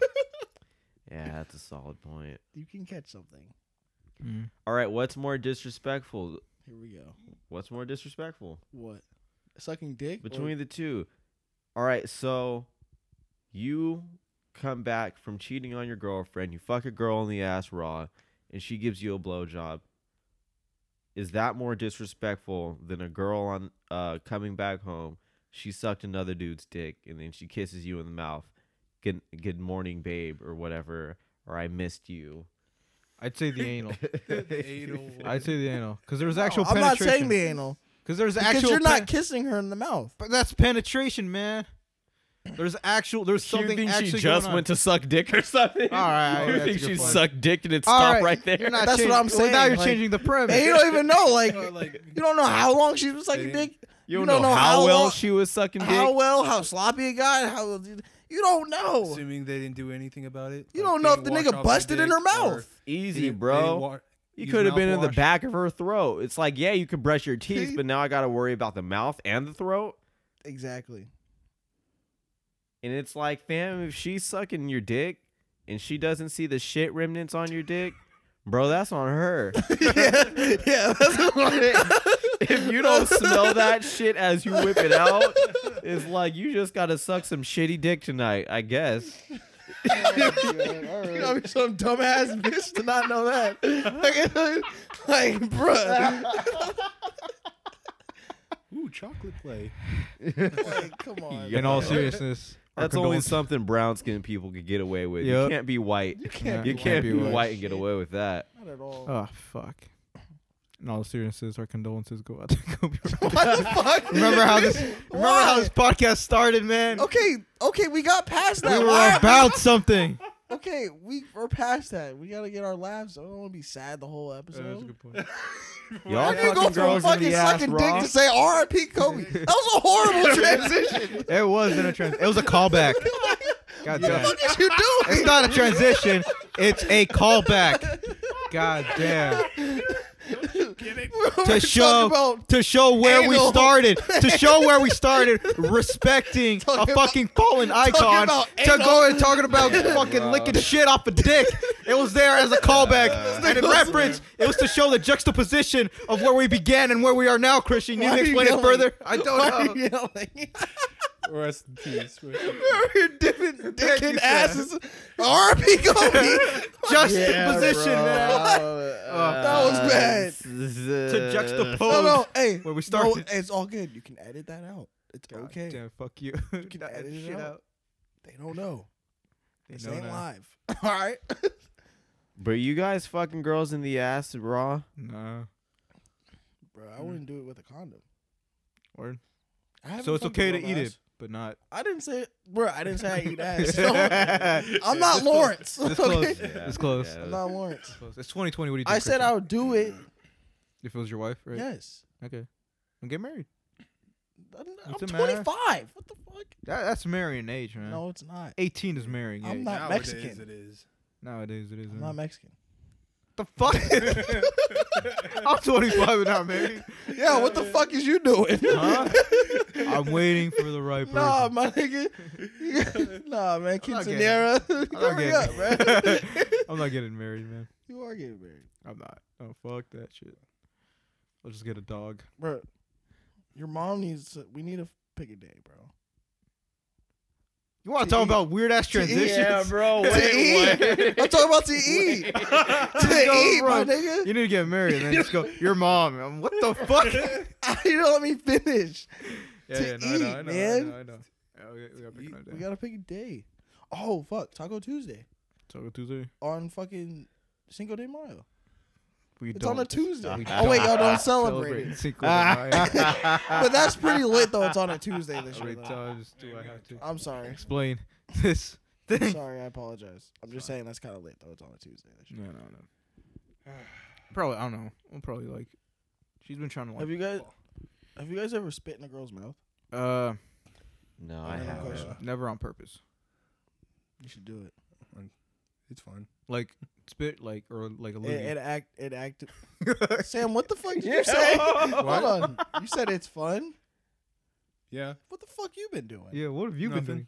C: yeah, that's a solid point.
B: You can catch something.
C: All right, what's more disrespectful?
B: Here we go.
C: What's more disrespectful?
B: What? Sucking dick? or-
C: between the two. All right, so you come back from cheating on your girlfriend, you fuck a girl in the ass raw, and she gives you a blowjob. Is that more disrespectful than a girl on uh, coming back home? She sucked another dude's dick and then she kisses you in the mouth. Good, good morning, babe, or whatever, or I missed you.
A: I'd say the anal.
C: I-
A: I'd say the anal because there's
B: No,
A: actual
B: Oh, I'm not
A: penetration.
B: saying the anal.
A: because there's
B: Because
A: actual.
B: you're
A: pen-
B: not kissing her in the mouth.
A: but that's penetration, man. There's actual. There's
C: you
A: something
C: think
A: actually
C: she just
A: going on.
C: went to suck dick or something?
A: All right, all right,
C: you
A: that's
C: think
A: a good
C: she
A: point.
C: sucked dick and it
A: All right,
C: stopped right, there?
A: You're not
B: That's what
A: changing-
B: I'm
A: Well, now
B: saying,
A: you're
B: like-
A: changing the premise.
B: And you don't even know. Like,
D: Or, like,
B: you don't know how long she was sucking
D: They-
B: dick.
C: You
B: You
C: don't
B: don't
C: know,
B: know
C: how,
B: how
C: well
B: long-
C: she was sucking dick.
B: How well, how sloppy it got. How you don't know.
D: assuming they didn't do anything about it.
B: You don't know if the nigga busted in her mouth.
C: Easy, bro. you
D: use
C: could have been in the
D: mouthwash.
C: back of her throat. It's like, yeah, you could brush your teeth,
B: See?
C: but now I got to worry about the mouth and the throat.
B: Exactly.
C: And it's like, fam, if she's sucking your dick and she doesn't see the shit remnants on your dick, bro, that's on her.
B: yeah, yeah. That's
C: if you don't smell that shit as you whip it out, it's like you just got to suck some shitty dick tonight, I guess.
B: You gotta be some dumbass bitch to not know that. Like, like bruh.
D: Ooh, chocolate play.
B: Like, come on.
A: In all seriousness, our
C: That's only
A: condolences-
C: something brown skinned people could get away with.
A: Yep.
C: You can't be white.
B: You can't
C: You
B: be
C: can't
B: white.
C: be
A: Can't be
C: white and get away with that.
B: Not at all.
A: Oh fuck. In all seriousness, our condolences go out to Kobe. Bryant.
B: what the fuck?
A: remember how this? Remember how
B: Why?
A: this podcast started, man?
B: Okay, okay, we got past that.
A: We were
B: Why-
A: about something.
B: okay, we we're past that. We gotta get our laughs. I don't want to be sad the whole
A: Uh, that's a
B: episode.
A: good point.
C: Y'all
B: I didn't go
C: fucking
B: from
C: girls in
B: fucking
C: the ass,
B: sucking dick
C: Ross.
B: to say R.I.P. Kobe. That was a horrible transition.
A: It was in a trans. It was a callback. God
B: What the
A: damn.
B: fuck is you doing?
A: It's not a transition. It's a callback. God damn.
B: We're
A: To show
B: talking
A: to show where
B: anal.
A: we started. To show where we started. Respecting
B: Talking
A: a
B: about-
A: fucking fallen icon.
B: about
A: To
B: anal. Oh
A: go and talking about fucking licking shit off a dick. It was there as a callback and in reference. It was to show the juxtaposition of where we began and where we are now, Christian. You
B: Why
A: need to
B: are you
A: explain it
B: yelling?
A: further. I don't
B: Why
A: know.
B: are you yelling?
D: Rest in peace. Rest in peace.
B: We're here dipping dick
A: you,
B: in
A: sir.
B: asses. R.I.P. Kobe.
A: Juxtaposition, man.
B: was
C: Uh,
B: bad.
A: To
C: To
A: juxtapose.
B: No, no, hey.
A: Where we
B: No,
A: started.
B: it's all good. You can edit that out. It's
A: God
B: okay.
A: Damn, fuck you.
B: can
A: Edit
B: edit it
A: shit
B: out.
A: out.
B: They don't know.
A: They
B: This
A: know
B: ain't
A: now.
B: live. All right.
C: But you guys fucking girls in the ass raw.
A: Nah.
B: Bro,
A: Mm.
B: I wouldn't do it with a condom.
A: Word.
B: I haven't
A: So it's
B: fucked a
A: okay to
B: girl
A: eat
B: ass.
A: it, but not.
B: I didn't say, bro. I didn't say I eat ass. So, I'm not Lawrence.
A: This
B: okay?
A: close. It's close.
B: I'm not Lawrence.
A: It's 2020. What do you?
B: I
A: think,
B: said
A: Christian?
B: I would do it.
A: If it was your wife, right?
B: Yes.
A: Okay. And get married.
B: I'm, I'm
A: What's the
B: 25.
A: matter?
B: What the fuck?
A: That, that's marrying age, man.
B: No, it's not.
A: 18 is marrying
B: I'm
A: age.
B: not-
D: Nowadays
B: Mexican.
D: It is.
A: Nowadays, it is.
B: I'm
A: man.
B: not Mexican.
A: the fuck? I'm 25 and not married.
B: Yeah, what the fuck is you doing?
A: Huh? I'm waiting for the right person.
B: nah, my nigga. nah, man.
A: I'm not
B: Quinceanera.
A: I'm not
B: Hurry up,
A: getting-
B: man.
A: I'm not getting married, man.
B: you are getting married,
A: I'm not. Oh fuck that shit. I'll just get a dog.
B: bro. Your mom needs. To, we need to pick a day, bro.
A: You want
B: To
A: to talk
B: eat.
A: about weird ass
B: To eat.
A: transitions?
E: Yeah, bro.
B: to
E: Wait, wait.
B: eat. I'm talking about to eat. to eat, my
A: from-
B: nigga.
A: You need to get married and then just go, your mom. I'm, what the fuck? yeah,
B: you don't let me finish. To
A: no, I know,
B: eat,
A: I know,
B: man.
A: I know, I know. Yeah, we, we gotta pick another
B: We
A: day.
B: gotta pick a day. Oh fuck, Taco Tuesday
A: Taco Tuesday.
B: on fucking Cinco de Mayo.
A: We
B: It's
A: don't.
B: on a Tuesday.
A: we
B: Oh wait, y'all don't celebrate
A: celebrate
B: it.
A: Cinco de Mayo.
B: But that's pretty lit though. It's on a Tuesday this
A: How
B: year.
A: many
B: though.
A: times do I have to
B: I'm sorry.
A: explain this thing?
B: Sorry, I apologize. I'm just saying that's kind of lit though. It's on a Tuesday this year.
A: No, no, no. Probably, I don't know. I'm probably like, she's been trying to like.
B: Have you guys? Have you guys ever spit in a girl's mouth?
A: uh,
C: No, I
B: Another
C: haven't.
B: question.
A: never on purpose.
B: You should do it.
D: It's fun.
A: Like spit, like or like a loogie.
B: It, it act. It act. Sam, what the fuck did you say? Hold on. You said it's fun.
D: Yeah.
B: What the fuck you been doing?
A: yeah, what have you
D: Nothing.
A: been doing?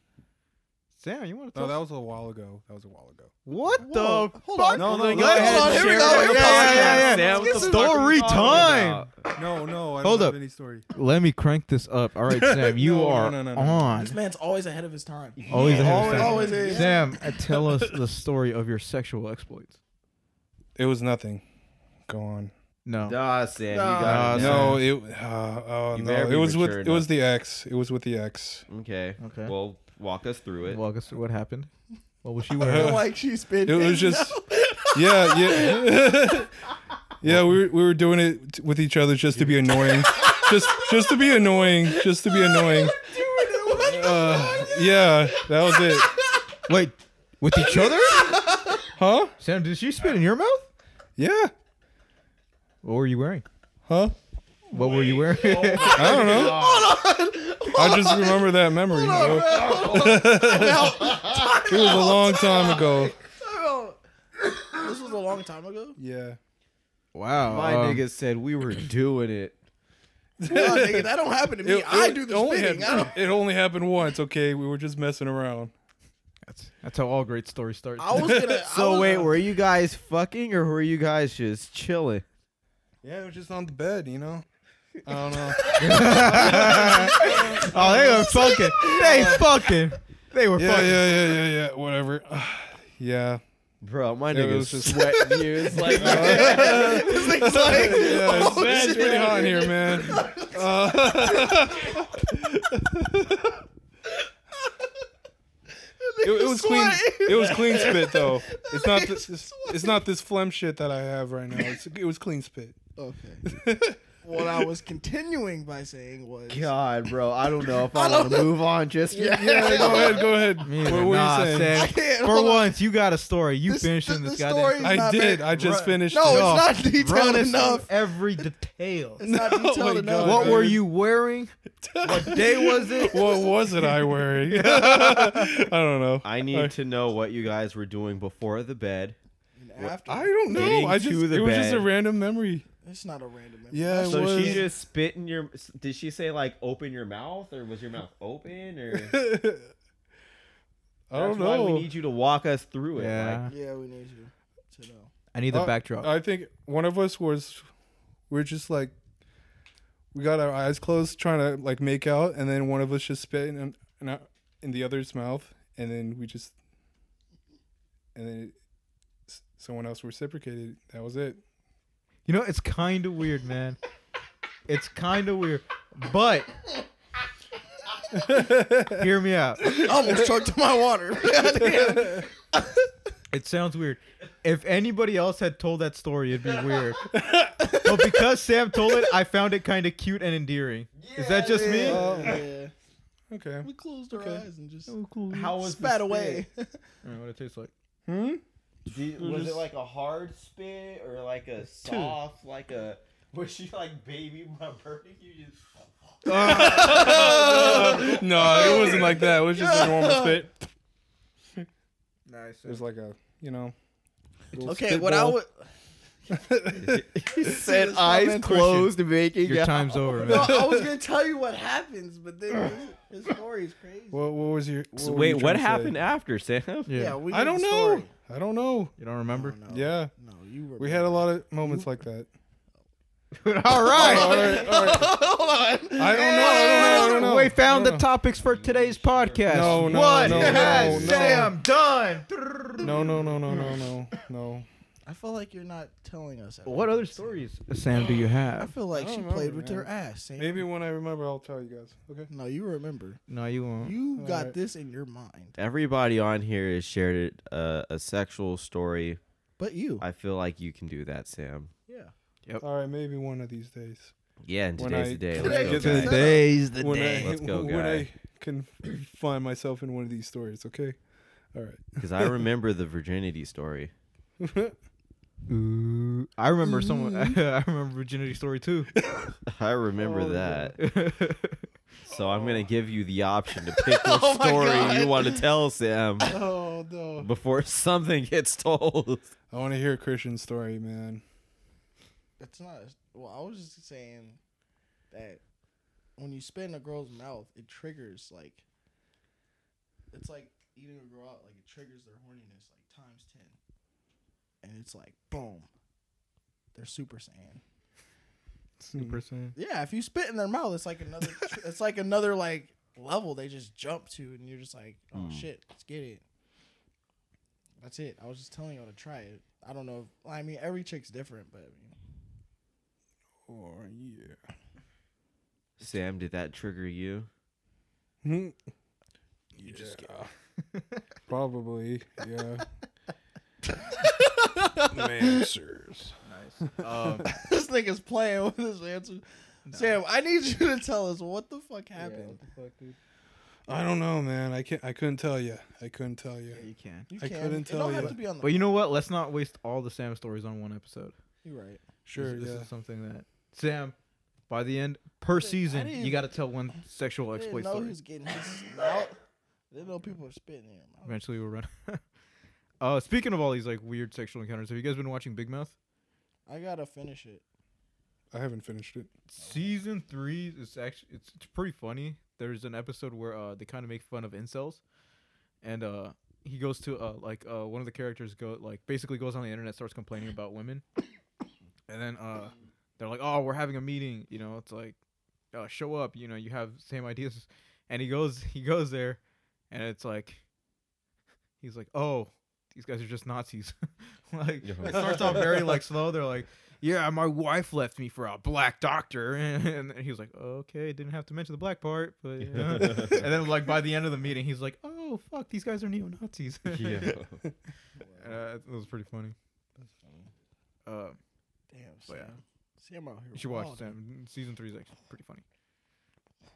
A: Sam, you want to
D: No,
A: talk?
D: that was a while ago. That was a while ago.
A: what
B: Whoa,
A: the?
B: hold on.
C: No, no,
A: go ahead
B: Hold on.
A: and
B: Here we
A: share
B: go.
A: it. Yeah,
B: We're
A: yeah,
B: pausing.
A: yeah,
C: Sam,
A: yeah.
C: what the
B: Let's get
C: fuck are
A: story
C: we talking
A: time.
C: about?
D: No, no. I
A: Hold
D: don't
A: up.
D: Have any story.
A: Let me crank this up. All right, Sam, you
D: No, no,
A: are
D: no, no, no.
A: on.
B: This man's always ahead of his time.
A: Always ahead of
B: Always-
A: time.
B: always is.
A: Sam, uh, tell us the story of your sexual exploits.
D: It was nothing. Go on.
A: No.
C: Nah, Sam,
B: Nah.
C: you got it.
A: Nah,
D: no, it. Uh, oh
C: You better
D: no,
C: be
D: it was with.
C: mature
D: It was the ex. It was with the ex.
C: Okay.
A: Okay.
C: Well, walk us through it.
A: Walk us through what happened. What was she
B: I
A: wearing?
B: feel like she's been.
D: It was just. Yeah, yeah. yeah, we were, we were doing it t- with each other just to be annoying. just just to be annoying. Just to be annoying. Uh, yeah, that was it.
A: Wait, with each other?
D: Huh?
A: Sam, did she spit in your mouth?
D: Yeah.
A: What were you wearing?
D: Huh?
A: What were you wearing?
D: I don't know. I just remember that memory. you know? it was a long time ago.
B: This was a long time ago.
D: Yeah.
A: wow.
C: My
A: um,
C: nigga said we were doing it.
B: Hold on, nigga, that don't happen to me. I do the
D: only
B: spitting. I
D: happened-
B: don't-
D: it only happened once, okay? We were just messing around.
A: That's, that's how all great stories start.
B: I was gonna. I
C: So
B: was,
C: wait, were you guys fucking or were you guys just chilling?
D: Yeah, it was just on the bed, you know? I don't know.
A: oh, they were fucking. They fucking. They were
D: yeah,
A: fucking.
D: yeah, yeah, yeah, yeah. Whatever. yeah.
C: Bro, my
D: It
C: nigga's
D: was just-
C: sweating years like
B: This thing's like,
D: Yeah, it's,
B: oh,
D: it's
B: shit.
D: pretty hot in here, man. Uh, it, it was clean. It was clean spit though. It's not this. It's, it's not this phlegm shit that I have right now. It's, it was clean spit.
B: Okay. what I was continuing by saying was
C: God, bro, I don't know if
B: I
C: I,
B: don't
C: want to
B: know.
C: move on just
B: Yeah.
C: yet.
D: Yeah, go ahead, go ahead.
A: Me
D: What
A: either.
D: were
A: Nah,
D: you saying?
A: Sam.
B: I can't,
A: For
B: hold on.
A: once, you got a story. You
B: This-
A: finished in
B: the-
A: this
B: the
A: goddamn.
B: story-
A: thing.
D: I
B: Not
D: did.
B: bad.
D: I just
A: Run-
D: finished.
B: No,
D: it.
B: it's not detailed
A: Run us
B: enough.
A: through every detail.
B: It's not
D: Oh my
B: detailed enough.
D: God,
A: What were
D: dude.
A: you wearing? What day was it?
D: What was it I wearing? I don't know.
C: I need to know what you guys were doing before the bed.
B: And After,
D: I don't know.
C: Getting
D: I just
C: to the
D: it was just a
C: bed.
D: random memory.
B: it's not a random. memory.
D: Yeah, it
C: so
D: was.
C: she just spit in your. Did she say like open your mouth or was your mouth open or?
D: I
C: That's
D: don't
C: why
D: know.
C: we need you to walk us through it.
A: Yeah.
C: Like,
B: yeah, we need you to know.
A: I need the
D: Uh,
A: backdrop.
D: I think one of us was we're just like we got our eyes closed trying to like make out, and then one of us just spit in in, our- in the other's mouth, and then we just and then s- someone else reciprocated. That was it.
A: you know, it's kind of weird, man. It's kind of weird, but hear me out.
B: I almost choked on my water. Goddamn.
A: It sounds weird. If anybody else had told that story, it'd be weird. but because Sam told it, I found it kind of cute and endearing. Is that just me?
D: Oh.
B: Yeah.
D: Okay.
B: We closed our
D: Okay.
B: eyes and just
D: Oh,
C: How was the
B: spat away.
A: I don't know what it tastes like.
D: Hmm.
C: spit? Did- was it like a hard spit or like a soft, like a? Was she like baby my burning you? Just
D: no, it wasn't like that. It was just a normal spit.
A: Nice.
D: It was like a you know. little
B: Okay, what I
D: spitball.
B: would
C: said
D: eyes closed,
C: making
A: Your time's over,
B: no,
A: man.
B: I was gonna tell you what happens, but then this, this story is crazy.
D: What, what was your? What were you
C: Wait, what
D: trying to say?
C: happened after Sam?
A: Yeah.
B: we
D: I
B: need
D: don't
B: the
D: know.
B: story. Oh,
D: I don't know.
A: You don't remember?
B: No,
D: Yeah,
B: No, you were.
D: we had a lot of moments like that.
A: All
D: All
A: right.
D: right, all right.
B: Hold on.
D: I don't know. I don't know. I don't know.
A: We found
D: I
A: the
D: don't
A: topics for today's podcast.
D: No, no,
A: What
D: no, no,
A: has
D: no.
A: Sam done?
D: know. No, no, no, no, no, no, no.
B: I feel like you're not telling us.
A: What
B: everything,
A: other
B: Sam.
A: stories, Sam, do you
B: I
A: have?
B: feel like
D: I
B: she
D: don't
B: played
D: remember,
B: with her ass. Sam.
D: Maybe when I remember, I'll tell you guys. Okay.
B: No, you remember.
A: No, you
D: Mm-hmm.
A: won't.
B: You got
D: Alright.
B: this in your mind,
C: Everybody on here has shared uh, a sexual story.
B: but you.
C: I feel like you can do that, Sam.
B: yeah.
D: All right. Maybe one of these days.
C: Yeah, and
D: When
C: today's
D: I-
C: the day.
B: Today is
C: Let's go,
B: the day.
C: guys.
A: Today's the
D: when I,
C: Let's go,
D: when
C: guy.
D: I can find myself in one of these stories. Okay. All right.
C: Because I remember the virginity story.
A: Ooh, I remember someone. I remember virginity story too.
C: I remember
D: Oh,
C: that. So I'm gonna give you the option to pick what
B: Oh my
C: story
B: God.
C: you want to tell, Sam,
D: oh no.
C: before something gets told.
D: I want to hear Christian's story, man.
B: It's not. Well, I was just saying that when you spit in a girl's mouth, it triggers like it's like eating a girl out. Like it triggers their horniness like times ten, and it's like boom, they're super saiyan.
A: Super Sam.
B: Yeah, if you spit in their mouth, it's like another. tr- it's like another like level they just jump to, and you're just like, oh
C: Mm.
B: shit, let's get it. That's it. I was just telling y'all to try it. I don't know. If, I mean, every chick's different, but you know.
D: Oh yeah.
C: Sam, did that trigger you?
D: you just probably yeah. man, sirs.
A: Um,
B: this nigga's playing with his answers. Sam, I need you to tell us what the fuck happened.
D: I don't know, man. I can't. I couldn't tell you. I couldn't tell you.
A: you can.
B: You
D: I
B: can.
D: couldn't
B: It
D: tell
B: don't have
D: you.
B: to be on the.
A: But you know what? Let's not waste all the Sam stories on one episode.
B: You're right.
D: Sure.
A: This, this
D: yeah.
A: is something that Sam, by the end per season, you
B: didn't-
A: got to tell one sexual
B: I didn't
A: exploit
B: know
A: story.
B: who's getting his mouth. They know people are spitting in your mouth.
A: Eventually, we'll run. uh, speaking of all these like weird sexual encounters, have you guys been watching Big Mouth?
B: I gotta finish it.
D: I haven't finished it.
A: Season three is actually it's, it's pretty funny. There's an episode where uh they kind of make fun of incels, and uh he goes to uh like uh one of the characters go like basically goes on the internet starts complaining about women, and then uh they're like oh we're having a meeting you know it's like uh, show up you know you have same ideas, and he goes he goes there, and it's like he's like oh these guys are just Nazis like it starts off very like slow they're like yeah, my wife left me for a black doctor, and, he was like, okay, didn't have to mention the black part, but you know. and then like by the end of the meeting, he's like, oh fuck, these guys are neo Nazis. uh, it was pretty funny.
B: That's funny.
A: Uh,
B: Damn.
A: But yeah.
B: Sam. Sam out here.
A: You should watch
B: wild.
A: Sam. Season three is actually pretty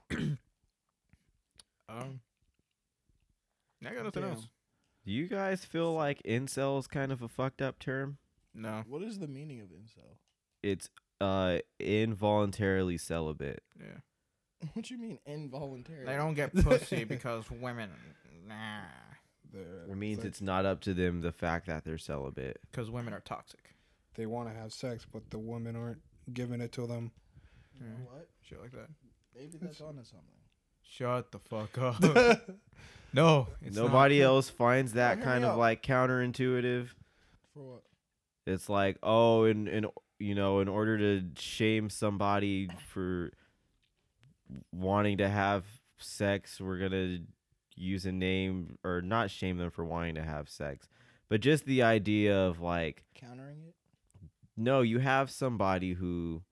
A: funny. um, I got nothing
B: Damn.
A: else.
C: Do you guys feel like incel is kind of a fucked up term?
A: No,
B: What is the meaning of incel?
C: It's uh involuntarily celibate.
A: yeah,
B: What you mean involuntary?
A: they don't get pussy because women, nah,
D: They're-
C: It means it's not up to them the fact that they're celibate.
A: because women are toxic,
D: they want to have sex, but the women aren't giving it to them.
B: You know what?
A: shit like that.
B: Maybe that's onto something.
A: Shut the fuck up. no, it's not.
C: Nobody else finds that
B: hear
C: kind
B: me
C: of
B: out.
C: like counterintuitive.
B: For what?
C: It's like, oh, and and you know, in order to shame somebody for wanting to have sex, we're gonna use a name or not shame them for wanting to have sex, but just the idea of like,
B: Countering it?
C: no, you have somebody who.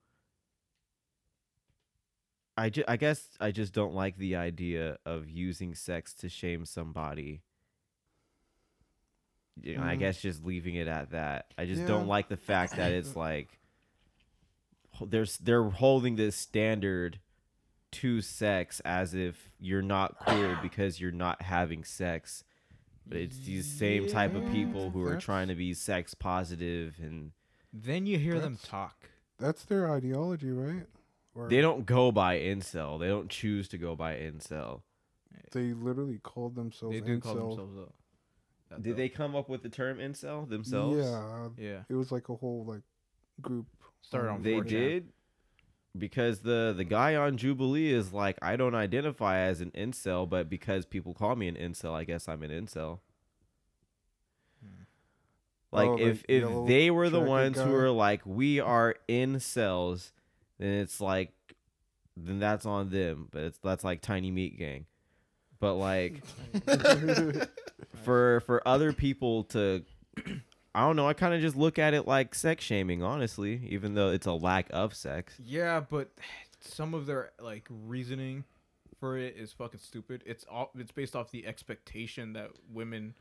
C: I, ju- I guess I just don't like the idea of using sex to shame somebody. You know, I
D: Mhm.
C: guess just leaving it at that. I just don't
D: Yeah.
C: like the fact that it's like ho- there's they're holding this standard to sex as if you're not cool because you're not having sex. But it's these same type of people who are
D: that's-
C: trying to be sex positive and
A: Then you hear them
D: That's-
A: talk.
D: That's their ideology, right? Or
C: They don't go by incel. They don't choose to go by incel.
D: They literally called themselves.
A: They do call
D: incel.
A: themselves up. That
C: Did
A: though.
C: they come up with the term incel themselves?
D: Yeah,
A: Yeah,
D: it was like a whole like group. Um,
A: started on.
C: They
A: 4chan.
C: did because the the guy on Jubilee is like, I don't identify as an incel, but because people call me an incel, I guess I'm an incel. Like
D: Hmm. Oh, the
C: if if
D: yellow
C: they were the
D: jacket
C: ones
D: guy.
C: who are like, we are incels, then it's like, then that's on them. But it's that's like tiny meat gang. But like. for for other people to I don't know, I kind of just look at it like sex shaming, honestly, even though it's a lack of sex.
A: Yeah, but some of their like reasoning for it is fucking stupid. It's all it's based off the expectation that women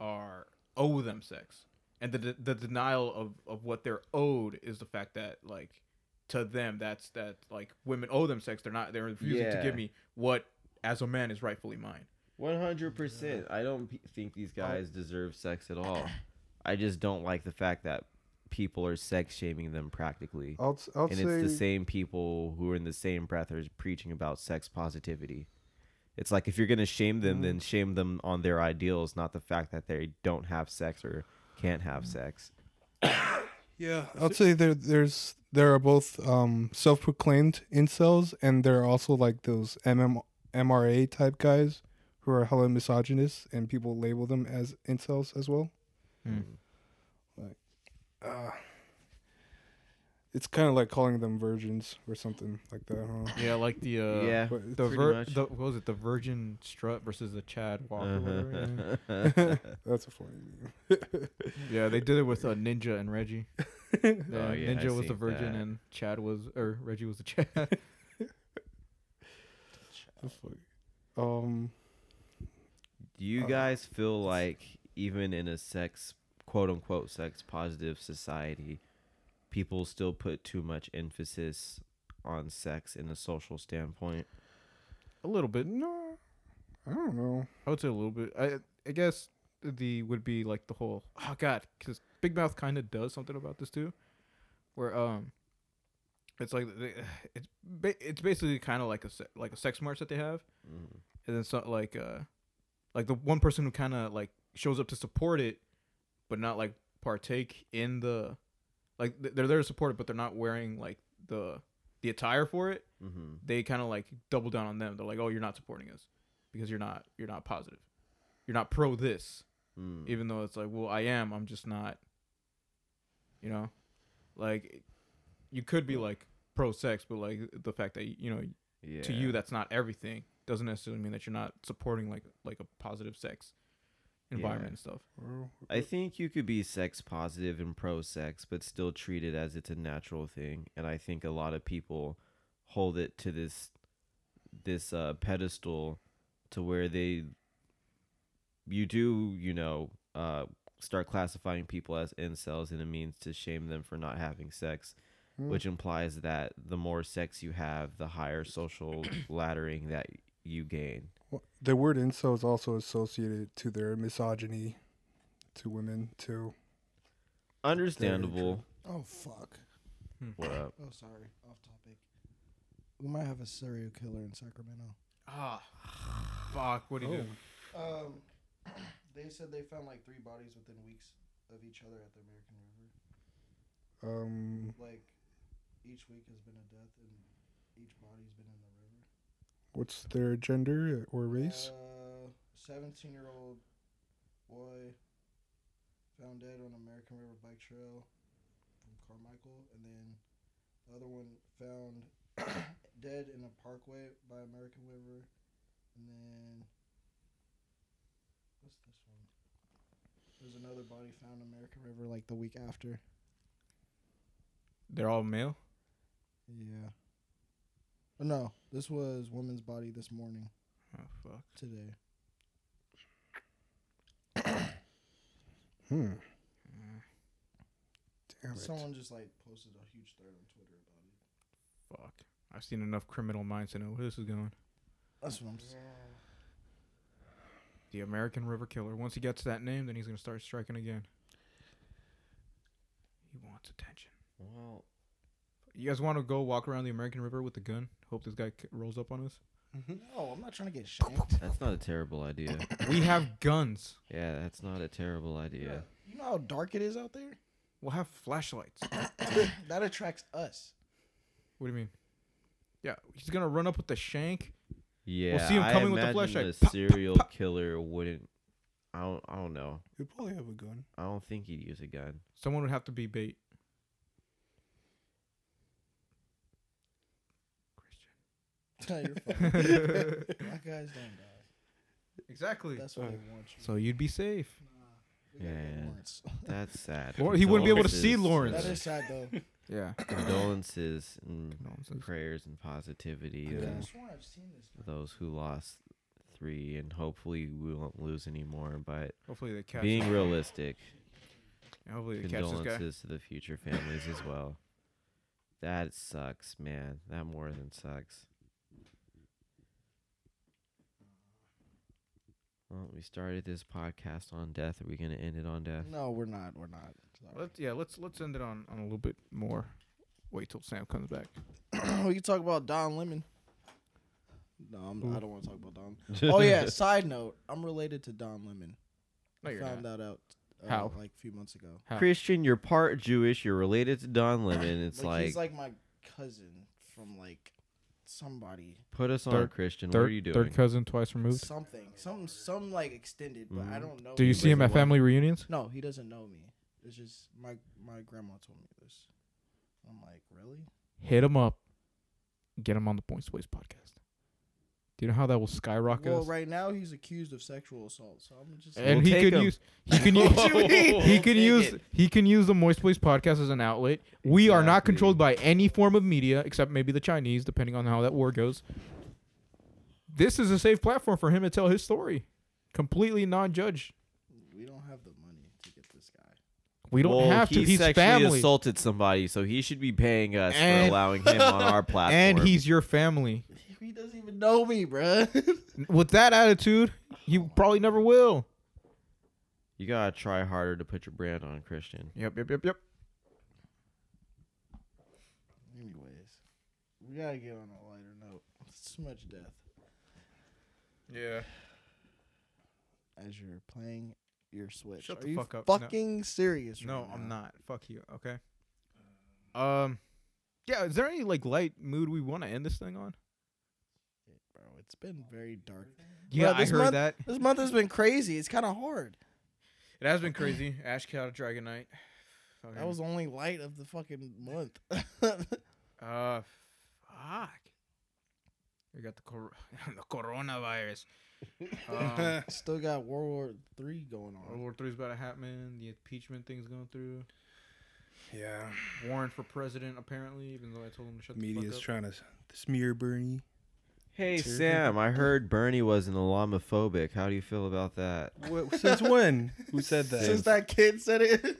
A: are owe them sex, and the de- the denial of of what they're owed is the fact that like to them that's that like women owe them sex. They're not they're refusing to
C: Yeah.
A: give me what as a man is rightfully mine.
C: 100%. I don't p- think these guys deserve sex at all. I just don't like the fact that people are sex shaming them practically.
D: I'll s- I'll
C: and
D: say
C: it's the same people who are in the same breath are preaching about sex positivity. It's like if you're going to shame them, then
D: Mm.
C: shame them on their ideals, not the fact that they don't have sex or can't have sex.
D: Yeah, I'll say there there's there are both um, self-proclaimed incels and there are also like those MM, MRA type guys who are hella misogynists and people label them as incels as well. Like, uh, it's kind of like calling them virgins or something like that. Huh?
A: Yeah, like the uh,
C: yeah.
D: But it's-
A: The,
C: Pretty
A: vir-
C: much. Uh-huh.
A: the what was it? The Virgin Strut versus the Chad Walker. whatever, yeah.
D: that's a funny name.
A: Yeah, they did it with uh, Ninja and Reggie. Yeah,
C: Oh, yeah, I
A: Ninja was the
C: seen
A: virgin
C: that.
A: and Chad was, or Reggie was the Chad.
D: That's funny. Um,
C: Do you
D: Uh,
C: guys feel like even in a sex quote unquote sex positive society, people still put too much emphasis on sex in a social standpoint?
A: a little bit.
D: no, I don't know.
A: I would say a little bit. I I guess the would be like the whole oh god, because Big Mouth kind of does something about this too, where um, it's like they, it's ba- it's basically kind of like a se- like a sex march that they have, and then so like uh, like the one person who kind of like shows up to support it, but not like partake in the, like th- they're there to support it, but they're not wearing like the the attire for it
C: Mm-hmm.
A: they kind of like double down on them. They're like, "Oh, you're not supporting us because you're not you're not positive. You're not pro this."
C: Mm.
A: Even though it's like, "Well, I am. I'm just not." You know, like you could be like pro sex, but like the fact that you know
C: Yeah.
A: to you that's not everything doesn't necessarily mean that you're not supporting like like a positive sex environment
C: Yeah.
A: and stuff.
D: Well,
C: I think you could be sex positive and pro sex, but still treat it as it's a natural thing. And I think a lot of people hold it to this this uh, pedestal to where they you do you know uh, start classifying people as incels, and it means to shame them for not having sex. which implies that the more sex you have, the higher social laddering that you gain.
D: Well, The word incel is also associated to their misogyny to women too.
C: Understandable.
B: Oh fuck.
C: What up?
B: Oh sorry. Off topic. We might have a serial killer in Sacramento.
A: Ah, fuck. What do you do?
B: Um, they said they found like three bodies within weeks of each other at the American River.
D: Um,
B: Like, each week has been a death, and each body's been in the river.
D: what's their gender or race?
B: Uh, seventeen-year-old boy found dead on American River bike trail from Carmichael, and then the other one found dead in a parkway by American River, and then what's this one? There's another body found in American River like the week after.
A: They're all male.
B: Yeah. Oh, no, this was woman's body this morning
A: Oh fuck.
B: today.
D: Hmm. Damn it.
B: Someone just like posted a huge thread on Twitter about it.
A: Fuck. I've seen enough Criminal Minds to know where this is going.
B: That's what I'm saying.
A: The American River Killer. Once he gets that name, then he's gonna start striking again. He wants attention.
C: Well,
A: You guys want to go walk around the American River with a gun? Hope this guy k- rolls up on us. Mm-hmm.
B: No, I'm not trying to get shanked.
C: that's not a terrible idea.
A: We have guns.
C: Yeah, that's not a terrible idea.
B: You know how dark it is out there?
A: We'll have flashlights.
B: that attracts us.
A: What do you mean? Yeah, he's gonna run up with the shank.
C: Yeah,
A: see him
C: I
A: coming with the
C: imagine
A: flashlight.
C: a
A: Pop, pop,
C: serial killer wouldn't. I don't. I don't know.
D: You'd probably have a gun.
C: I don't think he'd use a gun.
A: Someone would have to be bait.
B: You're funny.
A: Christian.
B: Black guys don't die.
A: exactly.
B: That's what they want you.
A: So you'd be safe.
B: We gotta get
C: Yeah.
B: Lawrence.
C: That's sad.
A: Or he wouldn't be able to see
C: Condolences.
B: That
A: Lawrence.
B: is sad though.
A: Yeah.
C: Condolences and
A: Nonsense.
C: prayers and positivity
B: I could
C: to
B: have sworn I've seen this. guy.
C: those who lost three, and hopefully we won't lose anymore. But
A: Hopefully they catch.
C: being realistic,
A: hopefully they catch this guy.
C: condolences to the future families as well. That sucks, man. That more than sucks. Well, we started this podcast on death. Are we gonna end it on death?
B: No, we're not. We're not. Sorry.
A: Let's yeah. Let's let's end it on on a little bit more. Wait till Sam comes back.
B: we can talk about Don Lemon. No, I'm, I don't want to talk about Don. oh yeah. Side note: I'm related to Don Lemon.
A: No,
B: I
A: you're
B: found
A: not.
B: that out. Uh,
A: How?
B: Like a few months ago.
A: How?
C: Christian, you're part Jewish. You're related to Don Lemon. It's
B: Like,
C: like,
B: he's like my cousin from like somebody,
C: put us on,
A: Third-
C: Christian.
A: Third,
C: what are you doing?
A: third cousin twice removed.
B: something, some some like extended, but
C: Mm-hmm.
B: I don't know.
A: Do you
B: him.
A: see him at family reunions?
B: No, he doesn't know me. It's just my my grandma told me this. I'm like, really?
A: Hit him up. Get him on the Points Waste podcast. Do you know how that will skyrocket
B: well,
A: us?
B: right now he's accused of sexual assault, so I'm just.
A: And
C: We'll
A: he
C: take
A: could
C: 'em.
A: use he can use he can use he can use the Moist Boys podcast as an outlet. We are not
C: Exactly.
A: controlled by any form of media except maybe the Chinese, depending on how that war goes. This is a safe platform for him to tell his story, completely non-judged.
B: we don't have the money to get this guy.
A: We don't
C: Well,
A: have to.
C: He
A: He's
C: sexually
A: family,
C: assaulted somebody, so he should be paying us
A: And-
C: for allowing him on our platform.
A: and he's your family.
B: He doesn't even know me, bruh.
A: With that attitude, you probably never will.
C: You gotta try harder to put your brand on, Christian.
A: Yep, yep, yep, yep.
B: Anyways, we gotta get on a lighter note. It's too much death.
A: Yeah.
B: As you're playing your Switch,
A: Shut
B: are
A: the
B: you
A: fuck up. No.
B: fucking serious?
A: No,
B: right
A: I'm
B: now?
A: not. Fuck you. Okay. Um. Yeah. Is there any like light mood we want to end this thing on?
B: bro. It's been very dark.
A: Yeah,
B: Bro,
A: I
B: this
A: heard
B: month-
A: that.
B: This month has been crazy. It's kind of hard.
A: It has been crazy. Ash Cow to Dragon Knight.
D: Oh,
B: That was the only light of the fucking month.
A: uh, fuck. We got the cor- the coronavirus. Um,
B: Still got World War Three going on.
A: World War Three's about to happen. The impeachment thing's going through.
D: yeah.
A: Warren for president, apparently. Even though I told him to shut the fuck
D: Media's
A: up.
D: trying to s- smear Bernie.
C: Hey Sam, I heard Bernie was an Islamophobic. How do you feel about that?
D: What, Oh, since when? Who said that?
B: Since that kid said it,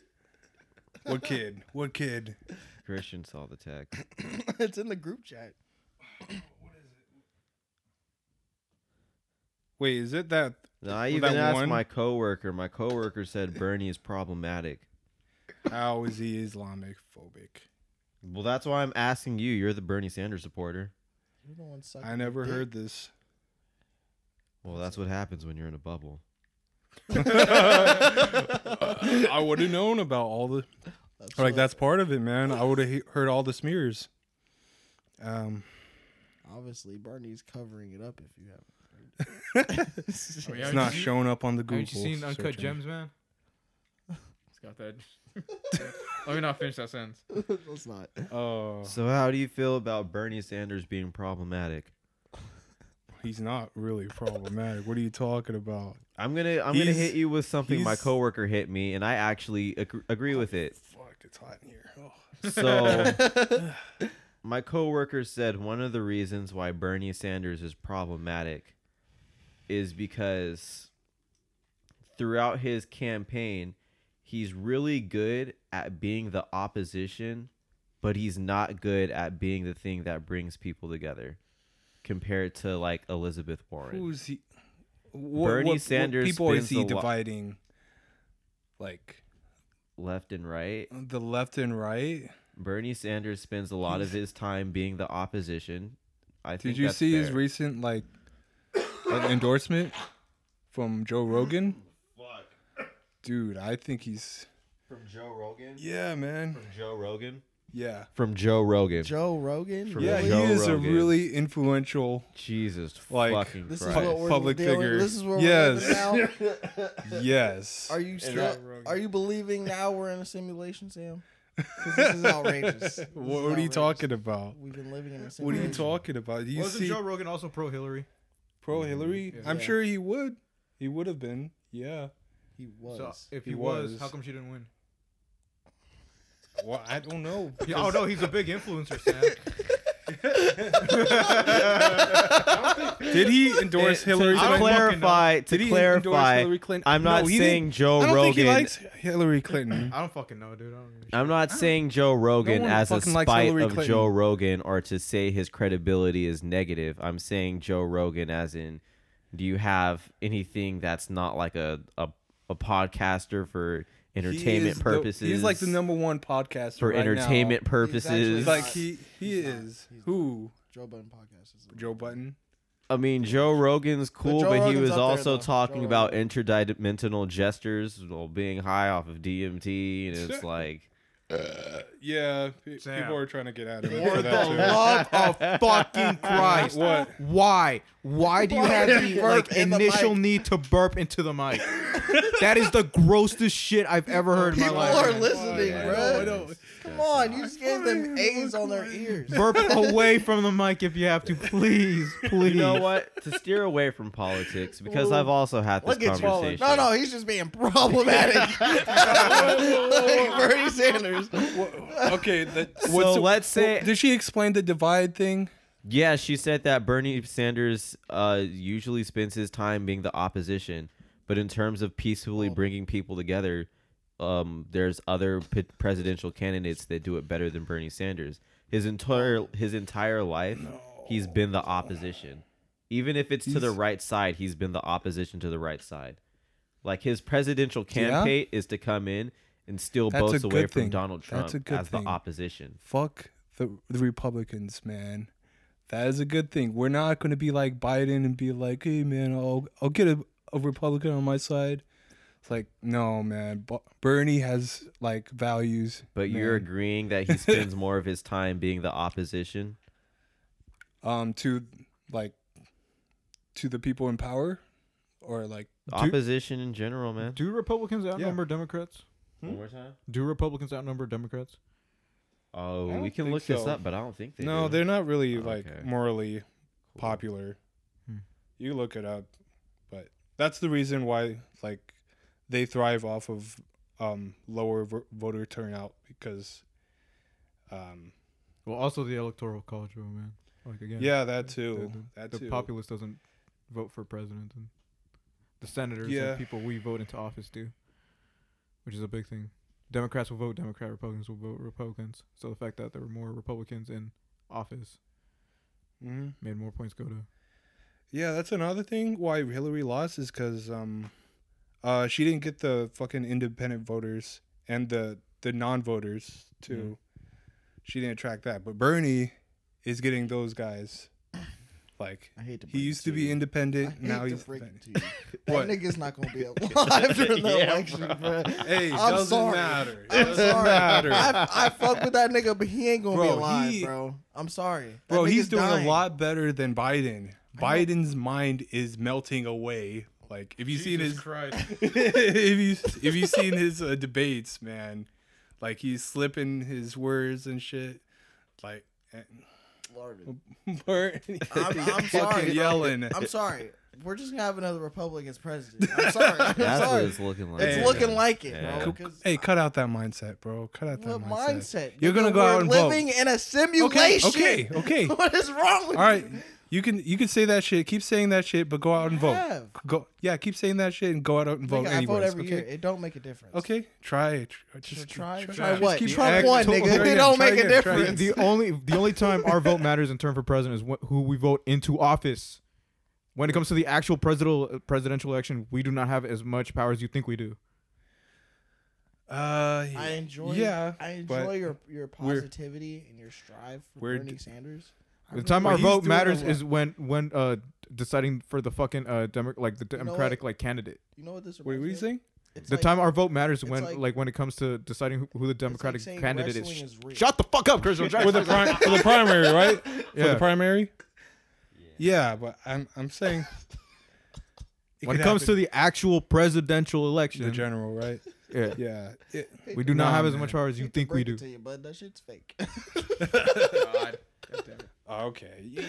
D: What kid? What kid?
C: Christian saw the text.
B: it's in the group chat.
D: Wait, is it that?
C: No, I
D: Well,
C: even
D: that
C: asked
D: one-
C: my coworker. My coworker said Bernie is problematic.
D: How is he Islamic phobic?
C: Well, that's why I'm asking you. You're the Bernie Sanders supporter.
B: You're the one sucking
D: I never
B: the dick.
D: heard this.
C: Well, that's what happens when you're in a bubble.
D: I would have known about all the
B: That's
D: like
B: what-
D: that's part of it, man. I would have he- heard all the smears. Um,
B: obviously Barney's covering it up. If you haven't,
A: I mean,
D: it's
A: haven't
D: not
A: you seen-
D: showing up on the Google.
A: Haven't you seen Uncut
D: search engine.
A: Gems, man? It's got that. Let me not finish that sentence.
B: let's not.
D: Oh,
C: So, how do you feel about Bernie Sanders being problematic?
D: he's not really problematic. What are you talking about?
C: I'm gonna I'm gonna
D: He's-
C: hit you with something my
D: he's-
C: coworker hit me, and I actually ag- agree with it.
D: Fuck, it's hot in here. Oh.
C: So, my coworker said one of the reasons why Bernie Sanders is problematic is because throughout his campaign, he's really good at being the opposition, but he's not good at being the thing that brings people together. Compared to like Elizabeth Warren,
D: Who's he? What,
C: Bernie
D: what- what
C: Sanders
D: people is
C: spends
D: he
C: a lot-
D: dividing? Like
C: left and right.
D: the left and right.
C: Bernie Sanders spends a lot of his time being the opposition. I think
D: Did you
C: that's
D: see his
C: fair.
D: recent like endorsement from Joe Rogan? Dude, I think he's
C: from Joe Rogan?
D: yeah, man.
C: From Joe Rogan?
D: Yeah,
C: From Joe Rogan.
B: Joe Rogan.
C: For
D: yeah.
C: real.
D: He
C: Joe
D: is a
C: Rogan.
D: really influential.
C: Jesus
D: Like,
C: fucking
B: This
C: Christ.
B: is what we're
D: Public
B: dealing,
D: figure.
B: This is where
D: Yes.
B: we're living now.
D: Yes.
B: Are you stra-
A: Rogan.
B: Are you believing now we're in a simulation, Sam? 'Cause this is outrageous. This
D: Wha-
B: is
D: what, are you
B: outrageous.
D: talking about?
B: We've been living in a
D: What are
B: simulation.
D: you talking about? Do you
A: Wasn't
D: see
A: Joe Rogan also pro Hillary?
D: pro Hillary?
A: Yeah.
D: I'm
B: Yeah.
D: sure he would. He would have been. Yeah.
B: He was.
A: So if he,
D: He
A: was,
D: was.
A: how come she didn't win?
D: Well, I don't know.
A: Yeah, oh no, he's a big influencer, Sam.
D: Did he endorse
C: To-
D: Hillary?
C: to
A: Clinton?
C: clarify, to
D: Did he endorse
C: clarify,
D: Hillary Clinton?
C: I'm
D: No,
C: not
D: he
C: saying Joe
D: I don't
C: Rogan.
D: think he likes Hillary Clinton.
A: I don't fucking know, dude. I don't give a shit.
C: I'm not saying Joe Rogan
D: one
C: as a
D: fucking likes
C: spite
D: Hillary
C: of
D: Clinton.
C: Joe Rogan or to say his credibility is negative. I'm saying Joe Rogan as in, do you have anything that's not like a a, a podcaster for
D: He
C: entertainment
D: is the-
C: purposes?
D: he's like the number one podcaster
C: for
D: right now.
C: entertainment purposes.
D: It's Like he he
B: He's not.
D: is
B: He's not.
D: who
B: Joe Budden podcast is
D: Joe Button.
C: I mean, Joe Rogan's cool,
B: Joe
C: but he
B: Rogan's
C: was
B: up there,
C: also
B: though. Joe
C: talking
B: Rogan.
C: about interdimensional gestures while being high off of DMT, and it's like
D: Yeah, pe-
A: Sam.
D: people are trying to get at him
A: For
D: for
A: the
D: that too.
A: love of fucking Christ,
D: What?
A: Why? Why do you have the
B: Burp
A: like
B: in the
A: initial
B: mic.
A: need to burp into the mic? that is the grossest shit I've ever heard in my
B: People
A: life.
B: are
A: man.
B: listening,
C: Yeah,
B: bro.
C: I know, I know.
B: Come on, you just gave them A's on their ears.
A: Burp away from the mic if you have to, please, please.
C: you know what? to steer away from politics because I've also had this
B: Look at you.
C: conversation.
B: No, no, he's just being problematic. like Bernie Sanders.
D: Wha- okay, that,
C: So
D: what's-
C: let's say-
D: did she explain the divide thing?
C: Yeah, she said that Bernie Sanders uh, usually spends his time being the opposition, but in terms of peacefully
D: Oh.
C: bringing people together, um, there's other p- presidential candidates that do it better than Bernie Sanders. His entire his entire life, he's been the opposition. Even if it's to the
D: He's-
C: right side, he's been the opposition to the right side. Like his presidential campaign is to come in and steal
D: That's a
C: votes away
D: good
C: from
D: thing.
C: Donald Trump
D: That's a good
C: as
D: thing.
C: the opposition.
D: Fuck the the Republicans, man. That is a good thing. We're not going to be like Biden and be like, "Hey, man, I'll I'll get a, a Republican on my side." It's like, no, man. Bu- Bernie has like values.
C: But you're
D: man.
C: agreeing that he spends more of his time being the opposition.
D: um to like to the people in power or like
C: opposition in general, man.
A: Do Republicans outnumber Democrats?
D: Hmm?
C: One more time.
A: Do Republicans outnumber Democrats?
C: Oh,
D: don't
C: we can
D: think
C: look this
D: so.
C: up, but I don't think they.
D: no
C: do. Oh,
D: they're not really like
C: Okay.
D: morally popular
A: Hmm.
D: you look it up but that's the reason why like they thrive off of um lower v- voter turnout because um
A: Well, also the electoral college, vote, man. Like again,
D: yeah that
A: the,
D: too
A: the-
D: that
A: the
D: too
A: populace doesn't vote for president, and the senators
D: Yeah.
A: and people we vote into office do, which is a big thing. Democrats will vote Democrat, Republicans will vote Republicans. So the fact that there were more Republicans in office
D: Mm-hmm.
A: made more points go to.
D: Yeah, that's another thing why Hillary lost is because um, uh, she didn't get the fucking independent voters and the the non voters too. She didn't attract that, but Bernie is getting those guys. Like
B: I hate to.
D: he
B: break it
D: used to
B: you.
D: be
B: I
D: independent,
B: hate
D: now
B: to
D: he's
B: break
D: independent.
B: it to you. That
D: What?
B: nigga's not gonna be alive during the
C: Yeah,
B: election,
C: bro.
B: bro.
D: Hey,
B: I'm
D: doesn't
B: sorry.
D: matter.
B: I'm
D: Doesn't
B: sorry.
D: matter.
B: I, I fuck with that nigga, but he ain't gonna be
D: Bro,
B: alive,
D: he-
B: bro. I'm sorry, That
D: Bro, he's
B: nigga's
D: doing
B: dying.
D: a lot better than Biden. Biden's mind is melting away. Like if you seen his if you if you seen his uh, debates, man, like he's slipping his words and shit. Like Bert,
B: I'm, I'm sorry.
D: fucking yelling.
B: I'm sorry. We're just gonna have another Republican as president. I'm sorry. I'm
C: That's what
B: sorry.
C: it's looking like.
B: It's looking like it,
C: Yeah.
B: bro. 'cause
D: hey, cut out that mindset, bro. Cut out that
B: What
D: mindset.
B: mindset?
D: You're gonna
B: Nigga,
D: go out
B: we're
D: and vote.
B: living in a
D: Okay,
B: simulation.
D: okay, okay. All
B: what is wrong with
D: right,
B: you?
D: you can you can say that shit. Keep saying that shit, but go out and vote.
B: have.
D: Go, yeah, keep saying that shit and go out and vote.
B: Nigga, I
D: anyways,
B: vote every
D: okay?
B: year. It don't make a difference.
D: Okay, try it. Tr- Just
B: try-
D: keep-
B: try
D: just
B: what?
D: keep
B: Trump
D: act-
B: won,
D: try
B: nigga.
D: again,
B: It don't
D: try
B: make a
D: again, try
B: difference.
D: again.
A: the only the only time our vote matters in turn for president is wh- who we vote into office. When it comes to the actual presidential presidential election, we do not have as much power as you think we do.
D: Uh,
B: I enjoy.
D: Yeah,
B: I
D: but
B: enjoy your your
D: we're-
B: positivity and your strive for
D: we're
B: Bernie
D: d-
B: Sanders. I
A: The time
B: really
A: our
D: he's
A: vote
D: doing
A: matters
D: a lot.
A: is when when uh deciding for the fucking uh demo- like the
B: know
A: democratic like candidate.
B: You know what this?
D: Wait, what are you
B: reminds me of?
D: saying?
B: It's
A: The
B: like-
A: time our vote matters
B: it's
A: when
B: like-
A: like, when it comes to deciding who, who the
B: it's like
A: democratic
B: saying
A: candidate is.
B: wrestling
A: Sh-
B: real.
A: Shut the fuck up, Chris.
D: For the, prim- for the primary, right? For
A: Yeah.
D: the primary? Yeah, but I'm I'm saying
A: when it comes to the actual presidential
D: the
A: election,
D: general, right?
A: yeah,
D: Yeah. It-
A: we do not
D: Nah,
A: have as
D: man.
A: much power as
B: Hate
A: you
B: to
A: think we
B: break
A: do.
B: it To you, bud, that shit's fake.
D: Oh, okay. yeah.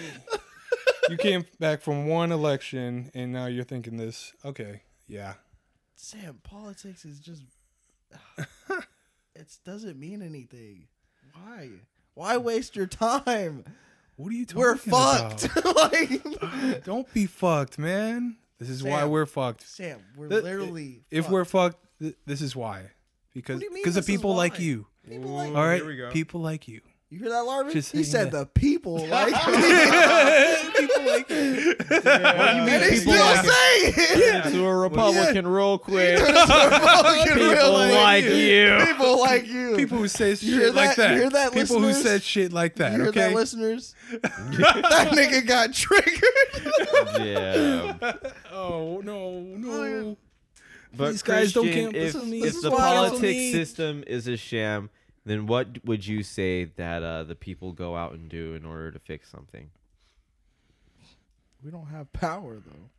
D: you came back from one election and now you're thinking this. Okay. Yeah.
B: Sam, politics is just. it doesn't mean anything. Why? Why waste your time?
D: What are you talking
B: We're
D: about?
B: fucked. like,
D: Don't be fucked, man. This is why
B: Sam.
D: we're fucked.
B: Sam, we're
D: Th-
B: literally.
D: If
B: fucked.
D: we're fucked, th- this is why. Because
B: do you mean
D: because of
B: this is
D: people like
B: why? Oh,
D: you.
B: people like
D: All right?
A: here we go.
D: People like you.
B: You hear that, Larvin?
D: Just
B: He
D: saying
B: said the people like.
D: people like you.
B: and he's
D: people
B: still
D: like-
B: saying it.
E: to a Republican real quick.
B: Fucking
E: People
B: real
E: like you.
B: People like you.
D: People who say shit
B: You hear
D: like
B: that-
D: that.
B: you hear that,
D: people who
B: listeners?
D: said shit like that.
B: You hear
D: okay.
B: that, listeners? that nigga got triggered.
C: yeah.
D: oh no, no.
C: But
D: These guys don't
C: Christian,
D: count-
C: If,
D: this is me.
B: This
C: if
B: is
C: the
B: why I don't
C: politics
D: need-
C: system is a sham, then what would you say that uh, the people go out and do in order to fix something?
B: We don't have power though.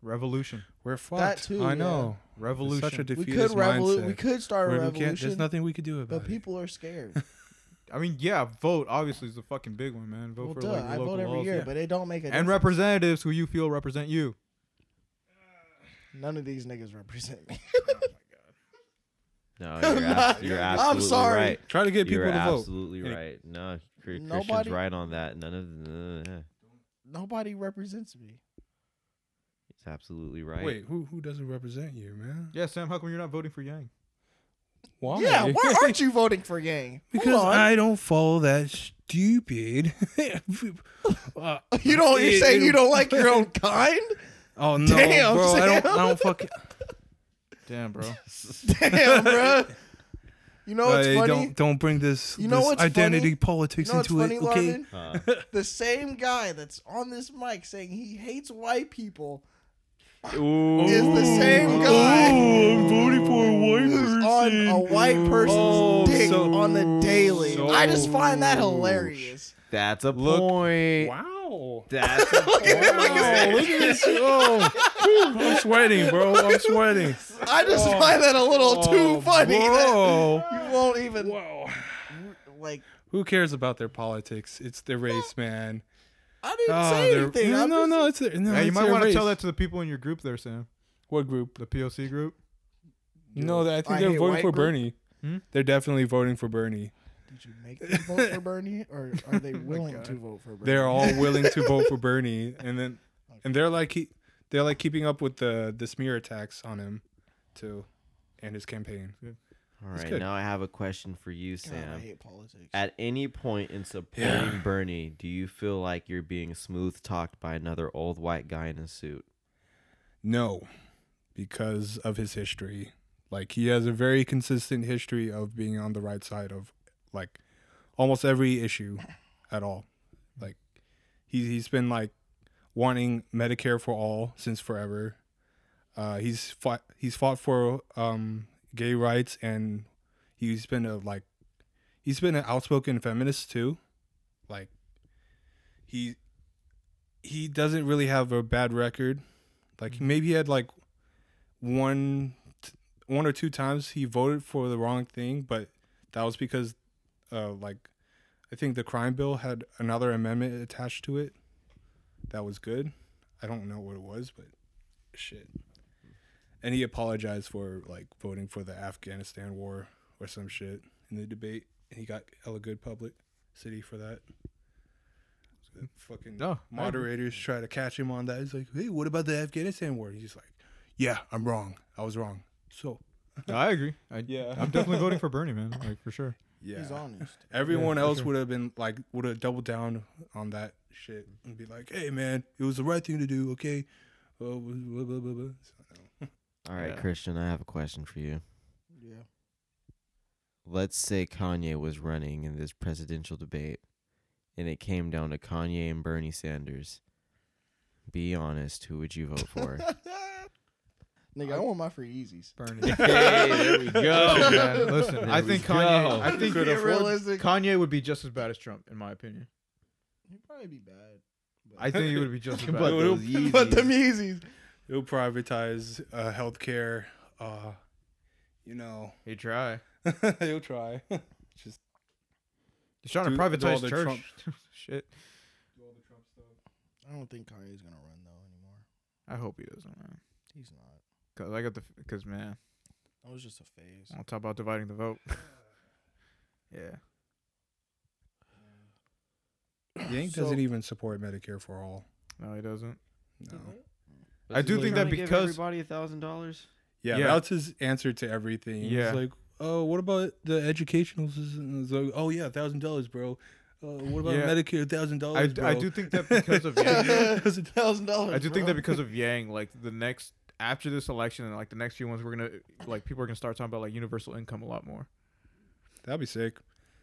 A: Revolution,
D: We're fucked.
B: too,
D: I
B: yeah.
D: know. It's
A: revolution.
D: Such a
B: We
D: defeatist
B: could
D: mindset.
B: revolution. We could start a
D: Where we can't- there's
B: revolution,
D: nothing we could do about
B: but
D: it.
B: people are scared.
A: I mean, yeah, vote obviously is the fucking big one, man. Vote
B: well,
A: for
B: duh,
A: like your
B: I
A: local
B: vote every
A: laws.
B: year, but it don't make a
A: and
B: difference.
A: representatives who you feel represent you.
B: None of these niggas represent me.
C: No, you're,
B: not-
C: abs- you're
B: I'm
C: absolutely
B: sorry.
C: right.
D: Try to get people
C: You're
D: to vote.
C: absolutely
D: Yeah.
C: right. No, Cr- Christian's
B: Nobody-
C: right on that. None of the. uh,
B: Nobody represents me.
C: he's absolutely right.
D: Wait, who who doesn't represent you, man?
A: Yeah, Sam, how come you're not voting for Yang?
D: Why?
B: Yeah, why aren't you voting for Yang?
D: Oh, because
B: Hold on.
D: I don't follow that stupid. Uh,
B: you don't. You're
D: it-
B: saying
D: it-
B: you don't like your own kind?
D: Oh no,
B: Damn,
D: bro! I don't.
B: Sam.
D: I don't fucking.
A: Damn, bro.
B: Damn, bruh. You know what's
D: Hey,
B: funny?
D: don't don't bring this,
B: You know
D: this
B: what's
D: identity
B: funny?
D: politics
B: You know what's
D: into
B: funny,
D: it. Okay.
B: Larvin?
C: Uh,
B: The same guy that's on this mic saying he hates white people is the same guy
D: I'm voting for a white
B: who's on a white person's
D: Oh,
B: dick
D: so-
B: on the daily.
D: so-
B: I just find that hilarious.
C: that's a
D: Look-
C: point.
D: Wow.
C: That's a point.
D: Oh, look at this. Oh, whew, I'm sweating, bro. I'm sweating.
B: I just find that a little
D: Oh,
B: too funny. that
D: Whoa.
B: you won't even
D: Whoa.
B: like.
D: Who cares about their politics? It's their race, man.
B: I didn't
D: Oh,
B: say
D: their-
B: anything.
D: No,
B: I'm
D: no,
B: just-
D: no. It's their. No,
A: Yeah, you
D: it's
A: might
D: their
A: want to
D: race.
A: tell that to the people in your group there, Sam.
D: What group?
A: The POC group.
D: No, I think
B: I
D: they're
B: hate
D: voting
B: white
D: for
B: group.
D: Bernie.
A: Hmm?
D: They're definitely voting for Bernie.
B: Did you make them vote for Bernie, or are they willing to vote for Bernie?
D: They're all willing to vote for Bernie, and then and they're like he, they're like keeping up with the the smear attacks on him, too, and his campaign.
C: All
D: That's
C: right,
D: good.
C: now I have a question for you,
B: God, I
C: Sam.
B: hate politics.
C: At any point in supporting Bernie, do you feel like you're being smooth talked by another old white guy in a suit?
D: No, because of his history. Like he has a very consistent history of being on the right side of like almost every issue at all. Like he's he's been like wanting Medicare for all since forever. Uh, he's fought he's fought for um, gay rights and he's been a like he's been an outspoken feminist too. Like he he doesn't really have a bad record. Like maybe he had like one, t- one or two times he voted for the wrong thing, but that was because, uh, like, I think the crime bill had another amendment attached to it. That was good. I don't know what it was, but shit. And he apologized for like voting for the Afghanistan war or some shit in the debate, and he got hella good public city for that. The fucking
A: No, I agree.
D: moderators try to catch him on that. He's like, "Hey, what about the Afghanistan war?" He's just like, "Yeah, I'm wrong. I was wrong." So
A: No, I agree. I,
D: Yeah.
A: I'm definitely voting for Bernie, man. Like for sure.
D: yeah,
B: He's honest.
D: Everyone
A: Yeah, for
D: else
A: sure.
D: would have been like, would have doubled down on that shit and be like, "Hey, man, it was the right thing to do." Okay. Uh, blah, blah, blah, blah, blah. So, no.
C: All right,
A: Yeah.
C: Christian, I have a question for you.
B: Yeah.
C: Let's say Kanye was running in this presidential debate and it came down to Kanye and Bernie Sanders. Be honest, who would you vote for?
B: Nigga, I want my free Yeezys.
A: Bernie.
C: hey, there we
A: Listen,
C: go.
A: man, listen,
C: There
A: I
C: we
A: think
C: go.
A: Kanye. I think
B: Get realistic.
A: Kanye would be just as bad as Trump, in my opinion.
B: He'd probably be bad. but-
A: I think he would be just as
C: But
A: bad.
C: those
B: but
C: Yeezys.
B: them Yeezys.
D: It'll privatize uh, healthcare. Uh, you know,
A: He try.
D: he'll try. Just
A: He's trying to
D: Do- do all
A: privatize
D: the
A: church.
D: Trump-
A: Shit.
B: I don't think Kanye's gonna run though anymore.
A: I hope he doesn't, man.
B: He's not.
A: Cause I got the. Cause man,
B: That was just a phase.
A: on top about dividing the vote. yeah.
D: Yank
B: So-
D: doesn't even support Medicare for all.
A: No, he doesn't.
D: No.
A: I do think that because-
C: everybody a thousand dollars.
D: Yeah,
A: Yeah.
D: that's his answer to everything.
A: Yeah.
D: He's like, oh, what about the educational system? It's like, oh yeah, thousand dollars, bro. Uh, what about
A: Yeah.
D: Medicare? Thousand
A: I,
D: dollars,
A: d-
D: bro.
A: I do think that because of Yang,
B: thousand dollars.
A: I do think that because of Yang, like the next after this election and like the next few ones, we're gonna like people are gonna start talking about like universal income a lot more.
D: That'd be sick.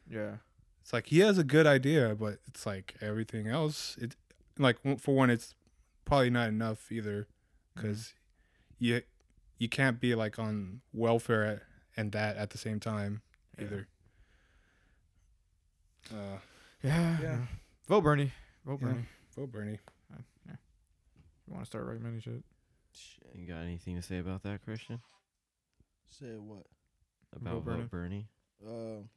A: Yeah.
D: It's like he has a good idea, but it's like everything else. It like w- for one, it's probably not enough either,
A: Mm-hmm.
D: because you you can't be like on welfare at, and that at the same time
A: Yeah.
D: either. Uh,
A: Yeah.
D: Yeah.
A: yeah. Vote Bernie. Vote
D: Yeah.
A: Bernie.
D: vote Bernie.
A: You want to start recommending shit?
B: Shit.
C: You got anything to say about that, Christian?
B: Said what?
C: About
A: Bernie.
C: vote Bernie?
B: Um,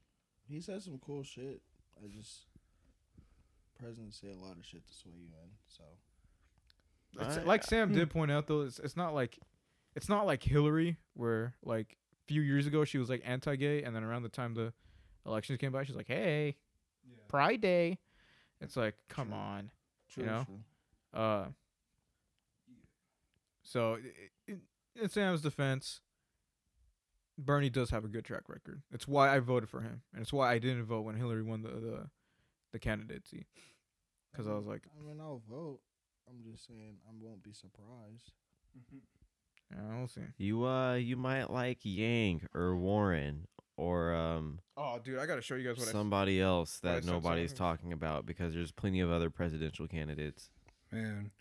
B: he said some cool shit. I just presidents say a lot of shit to sway you in. So
A: It's,
C: I-
A: like Sam did point out though, it's, it's not like it's not like Hillary where like a few years ago she was like anti-gay and then around the time the elections came by she's like, "Hey, Pride Day." It's like, "Come
B: True.
A: on." You know?
B: true.
A: Uh So i- i- in Sam's defense, Bernie does have a good track record. It's why I voted for him, and it's why I didn't vote when Hillary won the the, the candidacy. Because I was like,
B: I mean, I'll vote. I'm just saying, I won't be surprised.
A: yeah, we'll see.
C: You uh you might like Yang or Warren or um
A: Oh, dude, I gotta show you guys what
C: somebody else
A: what I
C: that
A: said, so I
C: nobody's
A: don't-
C: talking about because there's plenty of other presidential candidates.
D: Man,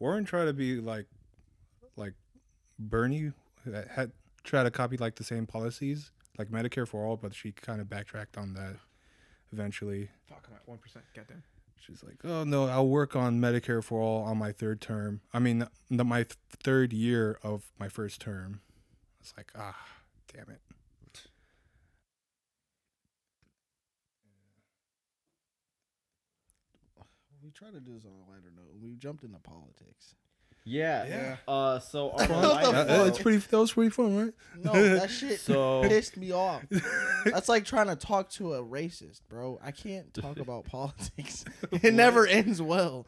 D: Warren tried to be like, like Bernie that had tried to copy like the same policies, like Medicare for all, but she kind of backtracked on that eventually.
A: I. Fuck, I'm at one percent. Goddamn.
D: She's like, "Oh no, I'll work on Medicare for all on my third term. I mean, the, my th- third year of my first term." It's like, ah, damn it.
B: We try to do this on a lighter note. We jumped into politics.
C: Yeah.
D: Yeah.
C: Uh so on
B: What the
D: That-
B: fuck?
D: that's pretty. That was pretty fun, right?
B: No, that shit
C: So-
B: pissed me off. That's like trying to talk to a racist, bro. I can't talk about politics. It never ends well.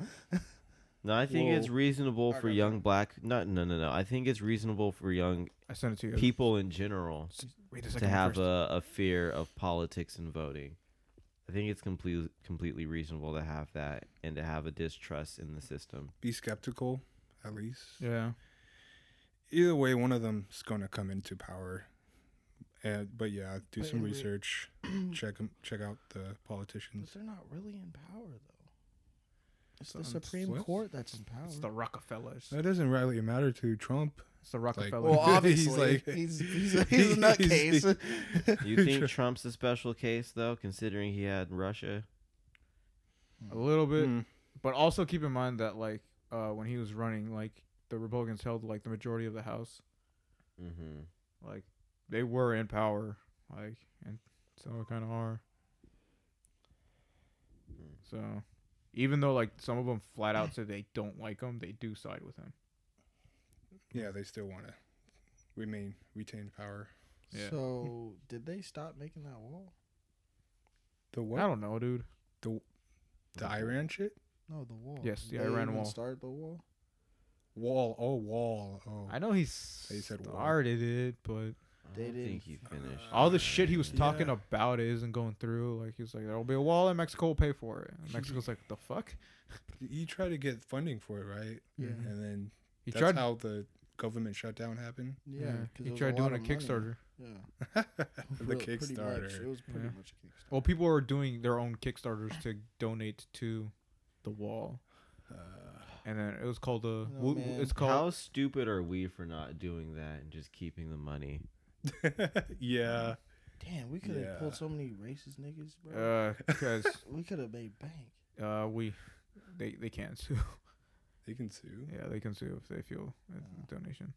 C: No, I think it's
D: Whoa.
C: reasonable for
D: Okay.
C: young black. Not no no no. I think it's reasonable for young
A: I sent it to you. guys.
C: people in general
A: Wait a second.
C: to have
A: first.
C: a, a fear of politics and voting. I think it's completely completely reasonable to have that and to have a distrust in the system.
D: Be skeptical, at least.
A: yeah.
D: Either way, one of them's gonna come into power. And, but yeah, do
B: But
D: some
B: in re-
D: research. check 'em- check out the politicians.
B: But they're not really in power though. It's the
D: Um,
B: Supreme
D: what?
B: Court that's in power.
E: It's the Rockefellers.
D: Oh. That doesn't really matter to Trump.
E: It's the Rockefellers.
B: well, obviously, he's he's,
D: He's like-
B: he's, a- he's a
D: He's-
B: nutcase.
C: You think Trump's a special case though, considering he had Russia?
A: A little bit.
D: Hmm.
A: But also keep in mind that like uh, when he was running, like the Republicans held like the majority of the House.
C: Mm-hmm.
A: Like they were in power. Like and so kind of are. So even though like some of them flat out said they don't like him, they do side with him.
D: Yeah, they still want to remain retain power.
A: Yeah.
B: So did they stop making that wall?
D: The
A: I
D: what?
A: don't know, dude.
D: The Iran shit?
B: No, the wall.
A: Yes, the
B: Did they
A: Iran
B: even
A: wall.
B: Start the wall.
D: Wall? Oh, wall. Oh,
A: I know he
D: They said war.
A: started it, but
C: I
B: They
C: don't think
B: didn't- uh,
C: he finished.
A: all the shit he was talking
D: Yeah.
A: about isn't going through. Like he's like, there'll be a wall and Mexico will pay for it. And Mexico's like, the fuck?
D: you try to get funding for it, right?
B: Yeah.
D: And then
A: Mm-hmm. He
D: that's
A: tried.
D: how the government shutdown happened.
B: Yeah, because
A: he tried doing a Kickstarter.
B: Yeah,
D: the
B: Really, pretty much. It
D: Kickstarter.
B: was pretty
A: Yeah.
B: much a Kickstarter.
A: Well, people are doing their own Kickstarters to donate to the wall,
D: Uh,
A: and then it was called the.
B: No,
A: w- w-
B: man.
A: it's called.
C: How stupid are we for not doing that and just keeping the money?
A: Mm-hmm.
D: yeah.
B: Damn, we could have
D: Yeah.
B: pulled so many racist niggas, bro.
A: Uh, because
B: we could have made bank.
A: uh, we, they they can sue.
D: They can sue.
A: yeah, they can sue if they feel a
B: Oh.
A: donation.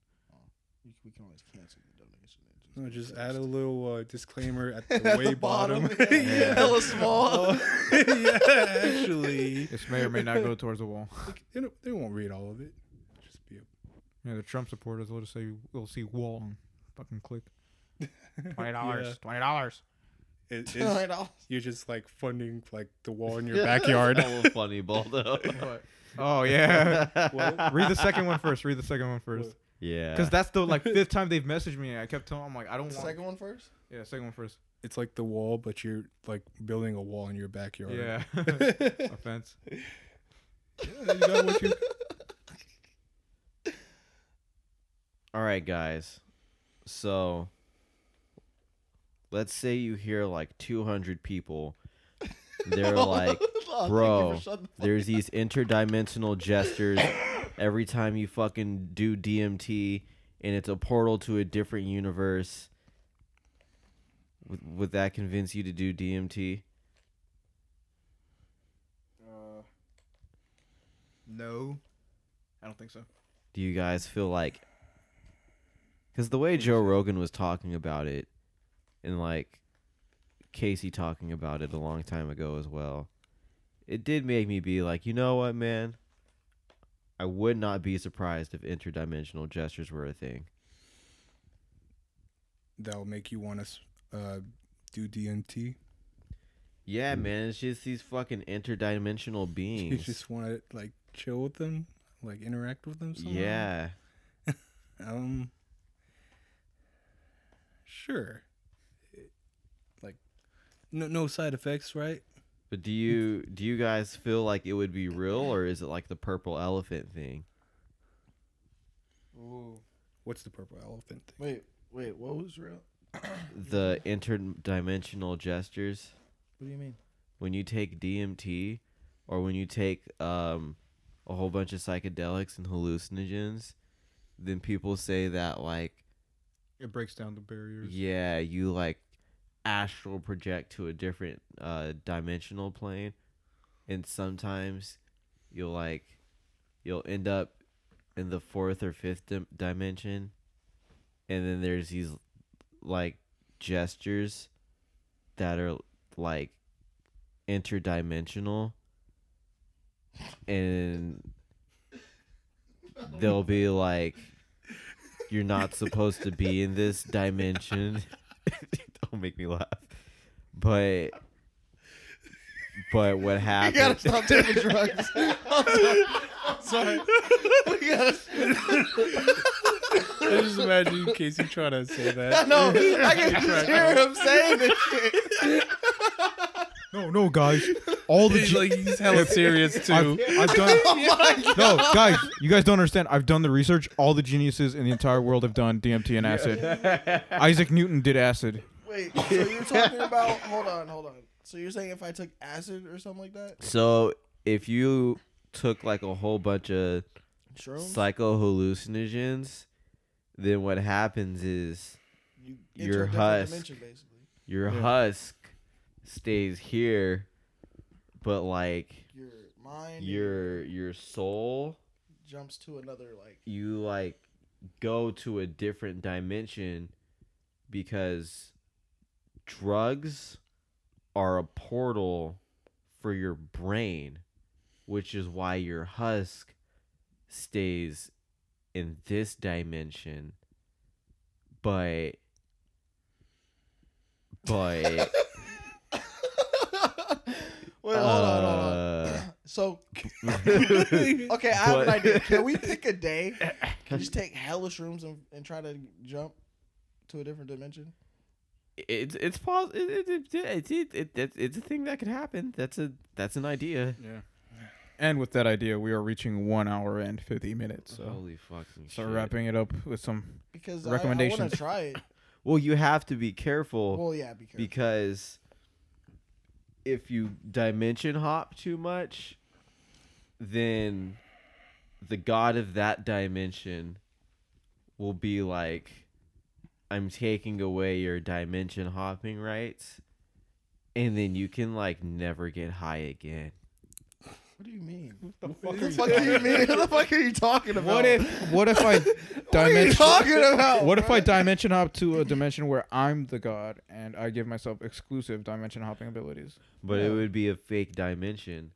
B: We, we can always cancel the donation.
D: No, just
B: go
D: add a
B: next.
D: little uh, disclaimer at the
B: At the
D: way bottom.
B: bottom, yeah. Hella small.
D: Oh, yeah, actually,
A: This may or may not go towards the wall.
D: Like, they, don't- they won't read all of it. Just be a,
A: Yeah, the Trump supporters will just say we'll see wall and fucking click. Twenty dollars.
D: Yeah.
A: Twenty dollars.
D: it- it's-
B: Right off.
D: you're just like funding like the wall in your backyard.
C: That was funny, Baldo.
A: Oh yeah. read the second one first. Read the second one first.
C: yeah.
A: Because that's the like fifth time they've messaged me. and I kept telling them like I don't
B: The
A: want.
B: second one first.
A: Yeah, second one first.
D: it's like the wall, but you're like building a wall in your backyard.
A: Yeah. Offense.
D: you got what you-
C: All right, guys. So let's say you hear like 200 people. They're like, bro, there's these interdimensional gestures every time you fucking do DMT, and it's a portal to a different universe. Would, would that convince you to do DMT?
D: Uh,
A: No, I don't think so.
C: do you guys feel like because the way joe rogan was talking about it and like casey talking about it a long time ago as well it did make me be like you know what man i would not be surprised if interdimensional gestures were a thing
D: That'll make you want to uh, do DMT.
C: yeah man it's just these fucking interdimensional
B: Hmm.
D: You
C: beings
D: just want to like chill with them, like interact with them. Somehow.
C: yeah
D: Um. Sure. Like, no no side effects, right?
C: but do you do you guys feel like it would be real or is it like the purple elephant thing
D: What's the purple elephant thing?
B: Wait, wait. What was real?
C: the interdimensional gestures
B: What do you mean?
C: when you take DMT or when you take um, a whole bunch of psychedelics and hallucinogens, then people say that like
A: It breaks down the barriers.
C: yeah, you like astral project to a different uh, dimensional plane, and sometimes you'll like you'll end up in the fourth or fifth dim- dimension, and then there's these like gestures that are like interdimensional, and they'll be like you're not supposed to be in this dimension. Don't make me laugh. But but what
B: We gotta
C: happened?
B: stop taking drugs. I'm sorry. I'm sorry. We gotta.
D: I just imagine Casey trying to say
B: I
D: that.
B: know. I can just hear him saying this shit.
A: No, no, guys. All the
D: He's
A: G-
D: like he's hella serious
A: I've,
D: too. Oh
A: I've done. no, guys, you guys don't understand. I've done the research. All the geniuses in the entire world have done DMT and acid. Isaac Newton did acid.
B: Wait, so you're talking about? Hold on, hold on. So you're saying if I took acid or something like that?
C: So if you took like a whole bunch of
B: Shrooms?
C: psycho hallucinogens, then what happens is
B: you
C: your
B: enter a different
C: husk.
B: dimension, basically.
C: your husk stays here, but like
B: Your mind
C: your your soul,
B: jumps to another like.
C: you like go to a different dimension because drugs are a portal for your brain, which is why your husk stays in this dimension. But but
B: Wait, hold on, hold on. So
C: Uh,
B: okay, I have an
C: But-
B: idea. Can we pick a day? Can just take hellish rooms and, and try to jump to a different dimension?
C: it's it's pos- it, it, it, it, it, it, it, it's a thing that could happen. That's a that's an idea.
A: Yeah. And with that idea, we are reaching one hour and fifty minutes. So,
C: Holy fucking
A: so
C: shit.
A: wrapping it up with some.
B: Because I, I want
A: Recommendations.
B: to try it.
C: Well, you have to be careful
B: Well, yeah, be careful.
C: because if you dimension hop too much, then the god of that dimension will be like, I'm taking away your dimension hopping rights. And then you can like never get high again.
B: what do you mean? What the fuck do you mean? What the fuck are you talking about?
A: What if what if I
B: What are you
A: dimension?
B: talking about?
A: What if I
B: bruh?
A: dimension hop to a dimension where I'm the god and I give myself exclusive dimension hopping abilities?
C: But it would be a fake dimension.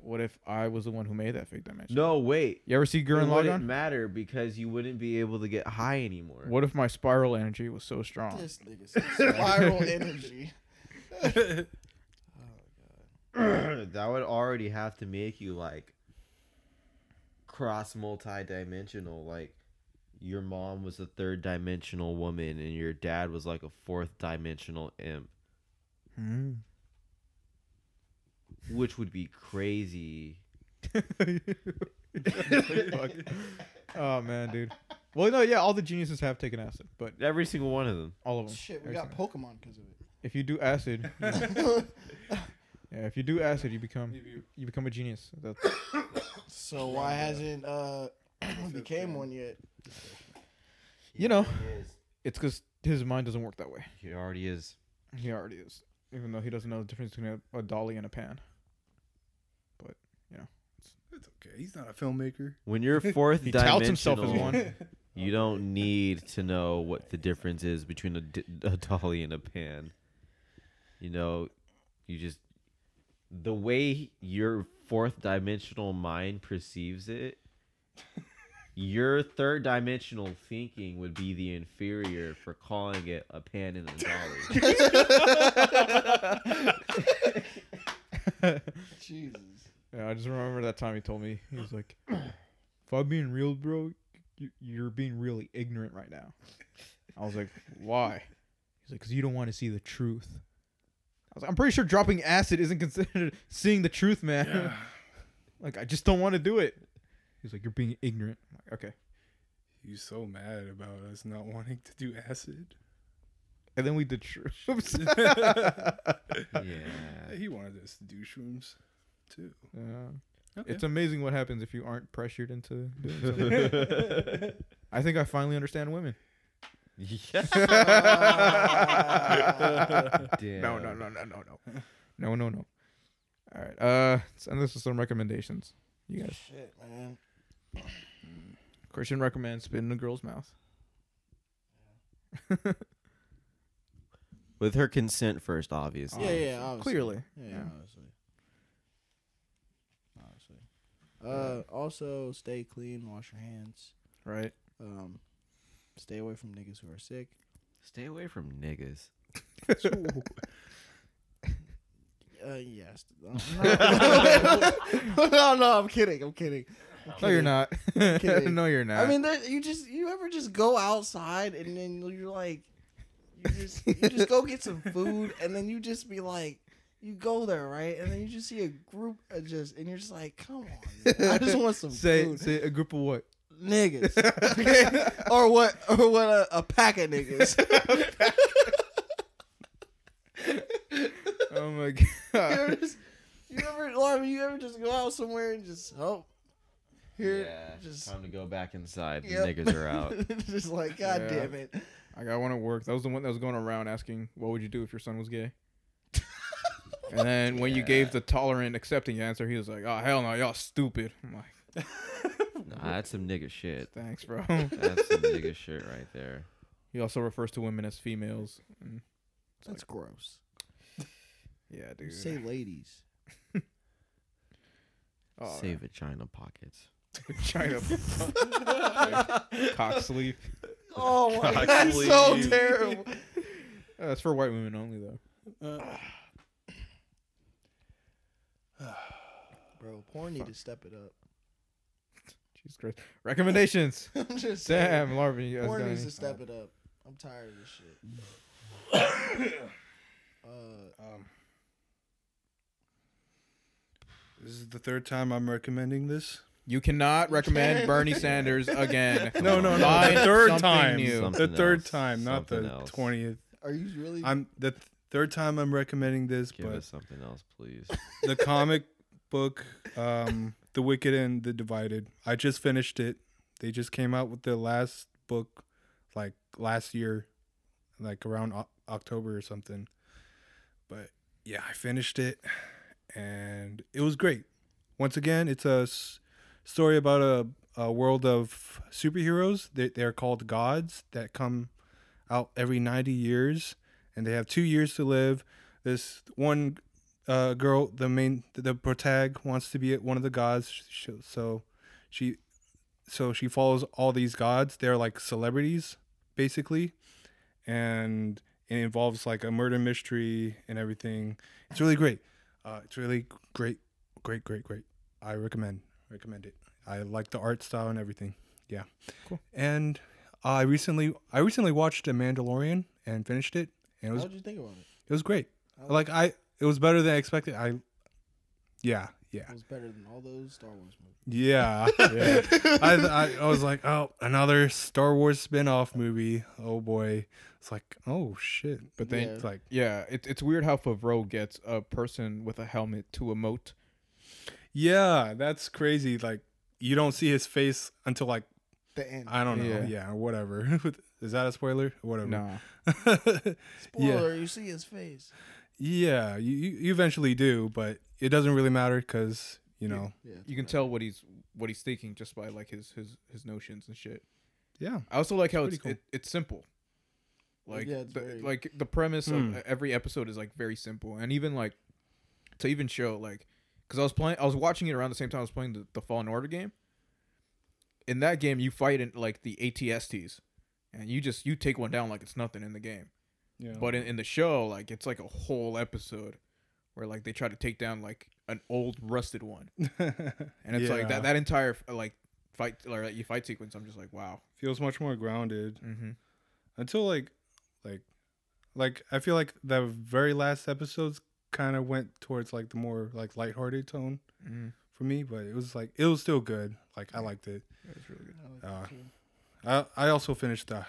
A: What if I was the one who made that fake dimension?
C: No, wait.
A: You ever see
C: It
A: Gurren
C: wouldn't
A: Lagann?
C: matter because you wouldn't be able to get high anymore.
A: What if my spiral energy was so strong?
B: This nigga said spiral energy.
C: that would already have to make you like cross multi-dimensional like your mom was a third dimensional woman and your dad was like a fourth dimensional imp
A: Hmm.
C: which would be crazy
A: Fuck. Oh man, dude. Well, no, yeah, all the geniuses have taken acid, but
C: every single one of them
A: all of them.
B: Shit, we
A: Every
B: got
A: single-
B: Pokemon because
A: if you do acid, yeah,
B: of it.
A: if you do acid, you become you become a genius. That's,
B: so why hasn't uh became one yet?
A: you know, it's because his mind doesn't work that way.
C: he already is
A: He already is, even though he doesn't know the difference between a, a dolly and a pan.
D: It's okay. He's not a filmmaker.
C: when you're fourth
A: He
C: dimensional
A: touts himself as one.
C: you don't need to know what the difference is between a, d- a dolly and a pan you know you just the way your fourth dimensional mind perceives it your third dimensional thinking would be the inferior for calling it a pan and a dolly
B: Jesus.
A: Yeah, I just remember that time he told me he was like, "If I'm being real, bro, you- you're being really ignorant right now." I was like, "Why?" He's like, "Cause you don't want to see the truth." I was like, "I'm pretty sure dropping acid isn't considered seeing the truth, man." like, I just don't want to do it. He's like, "You're being ignorant." I'm like, okay.
D: He's so mad about us not wanting to do acid.
A: And then we did shrooms.
C: yeah
D: He wanted us to do shrooms too.
A: yeah.
D: Okay.
A: It's amazing what happens if you aren't pressured into doing something. I think I finally understand women.
B: Ah.
A: No, no, no, no,
C: Damn.
A: no, no. No, no, no. All right. Uh, and this is some recommendations. You guys,
B: Shit, man.
A: Christian recommends spit in a girl's mouth.
C: with her consent first obviously
B: Yeah, yeah, obviously.
A: Clearly.
B: Yeah,
A: Yeah.
B: obviously. Obviously. Uh, also, stay clean, wash your hands.
A: Right.
B: Um, stay away from niggas who are sick.
C: stay away from niggas
B: Uh, yes. No, no, no, I'm kidding. I'm kidding.
G: No, you're not.
B: kidding.
G: no, you're not.
B: I mean, there, you just you ever just go outside and then you're like, you just you just go get some food and then you just be like, you go there right, and then you just see a group of just and you're just like, come on, man. I just want some
G: say
B: food,
G: say a group of what?
B: niggas, okay? or what or what a, a pack of niggas.
G: Oh my
B: you, ever
G: god.
B: just, you ever, Lauren, you ever just go out somewhere and just oh, here, just
C: Time to go back inside.
B: yep.
C: The niggas are out.
B: just like, god
A: Yeah.
B: damn it.
A: I got one at work. That was the one that was going around asking, "What would you do if your son was gay?" and then when you gave the tolerant, accepting answer, he was like, "Oh hell no, y'all stupid." I'm like,
C: Nah, that's some nigga shit.
A: "Thanks, bro."
C: That's some nigga shit right there.
A: he also refers to women as females. And
B: That's gross.
A: yeah, dude.
B: Say ladies.
A: Oh,
C: Save vagina pockets.
A: China cock sleeve.
B: Oh my god, that's so terrible.
A: Uh, that's for white women only, though.
B: Bro, porn need to step it up.
A: Jesus Christ. Recommendations.
B: I'm just saying.
A: Damn, Larvin, you guys
B: porn
A: got
B: needs
A: any?
B: to step it up. I'm tired of this shit. uh,
D: Um, this is the third time I'm recommending this.
A: You cannot recommend Bernie Sanders again.
D: No, no, no.
A: Find
D: The third
A: something
D: time.
A: new.
D: The
C: Something
D: third
C: else.
D: time, not
C: Something
D: the
C: else.
D: twentieth.
B: are you really?
D: I'm the th- third time I'm recommending this,
C: Give
D: but
C: us something else, please.
D: the comic book, um, The Wicked and the Divided. I just finished it. They just came out with their last book, like last year, like around o- October or something. But yeah, I finished it, and it was great. Once again, it's a s- story about a, a world of superheroes. They they're called gods that come out every ninety years, and they have two years to live. This one uh, girl, the main, the protag wants to be one of the gods. Sh- sh- So she, so she follows all these gods. They're like celebrities, basically, and it involves like a murder mystery and everything. It's really great. Uh, it's really great, great, great, great. I recommend, recommend it. I like the art style and everything. Yeah. Cool. And I recently, I recently watched The Mandalorian and finished it, and it was
B: How'd you think about it?
D: it was great.
B: I
D: Like I, it was better than I expected. I, yeah, yeah,
B: It was better than all those Star Wars movies.
D: yeah. yeah. I, I, I was like, oh, another Star Wars spin-off movie. Oh boy, it's like, oh shit. But then
B: Yeah.
D: it's like,
A: Yeah, it, it's weird how Favreau gets a person with a helmet to emote.
D: yeah, that's crazy. Like you don't see his face until like
B: The end.
D: I don't know.
A: Yeah.
D: Yeah, whatever. Is that a spoiler?
G: Um,
D: Whatever.
A: Nah.
D: yeah.
B: Spoiler, you see his face.
D: Yeah, you, you you eventually do, but it doesn't really matter because you know,
B: Yeah.
G: you can tell what he's what he's thinking just by like his his his notions and shit.
D: yeah.
G: I also like how
D: Pretty
G: it's
D: cool.
G: it, it's simple. Like
B: Yeah, it's
G: the,
B: very-
G: like the premise
D: Hmm.
G: of e, every episode is like very simple, and even like to even show like because I was playing, I was watching it around the same time I was playing the, the Fallen Order game. In that game, you fight in like the ATSTs, and you just you take one down like it's nothing in the game.
D: Yeah.
G: But in, in the show, like it's like a whole episode where like they try to take down like an old rusted one, and it's like
D: Yeah.
G: that that entire like fight or like, you fight sequence. I'm just like wow.
D: feels much more grounded.
G: Mm-hmm.
D: until like like like I feel like the very last episodes kind of went towards like the more like lighthearted tone
G: Mhm.
D: for me, but it was like it was still good. Like I liked it.
G: That's really good.
B: I like
D: Uh,
B: that too.
D: I I also finished the,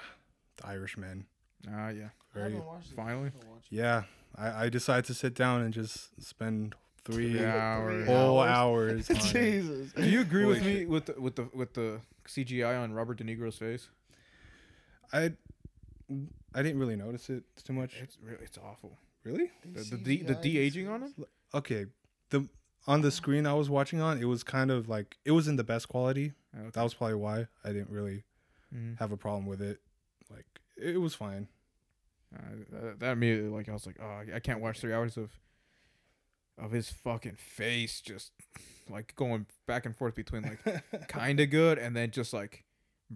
D: the Irishman.
G: Ah, yeah.
B: I
D: Very
B: haven't watched it.
G: finally.
B: I haven't watched it.
D: yeah. I I decided to sit down and just spend three
G: Yeah.
B: Three
D: whole
B: hours.
D: hours. on it.
B: Jesus.
G: Do you agree with
D: Holy
G: me with the, with the with the CGI on Robert De Niro's face?
D: I I didn't really notice it too much.
G: It's real. It's awful.
D: Really?
G: The the de, the
B: CGI
G: de aging on him.
D: Okay. The on the screen I was watching on, it was kind of like it was in the best quality. That was probably why I didn't really
G: Mhm.
D: have a problem with it. Like it was fine.
G: Uh, that, that immediately, like, I was like, oh, I- I can't watch three hours of of his fucking face just like going back and forth between like kind of good and then just like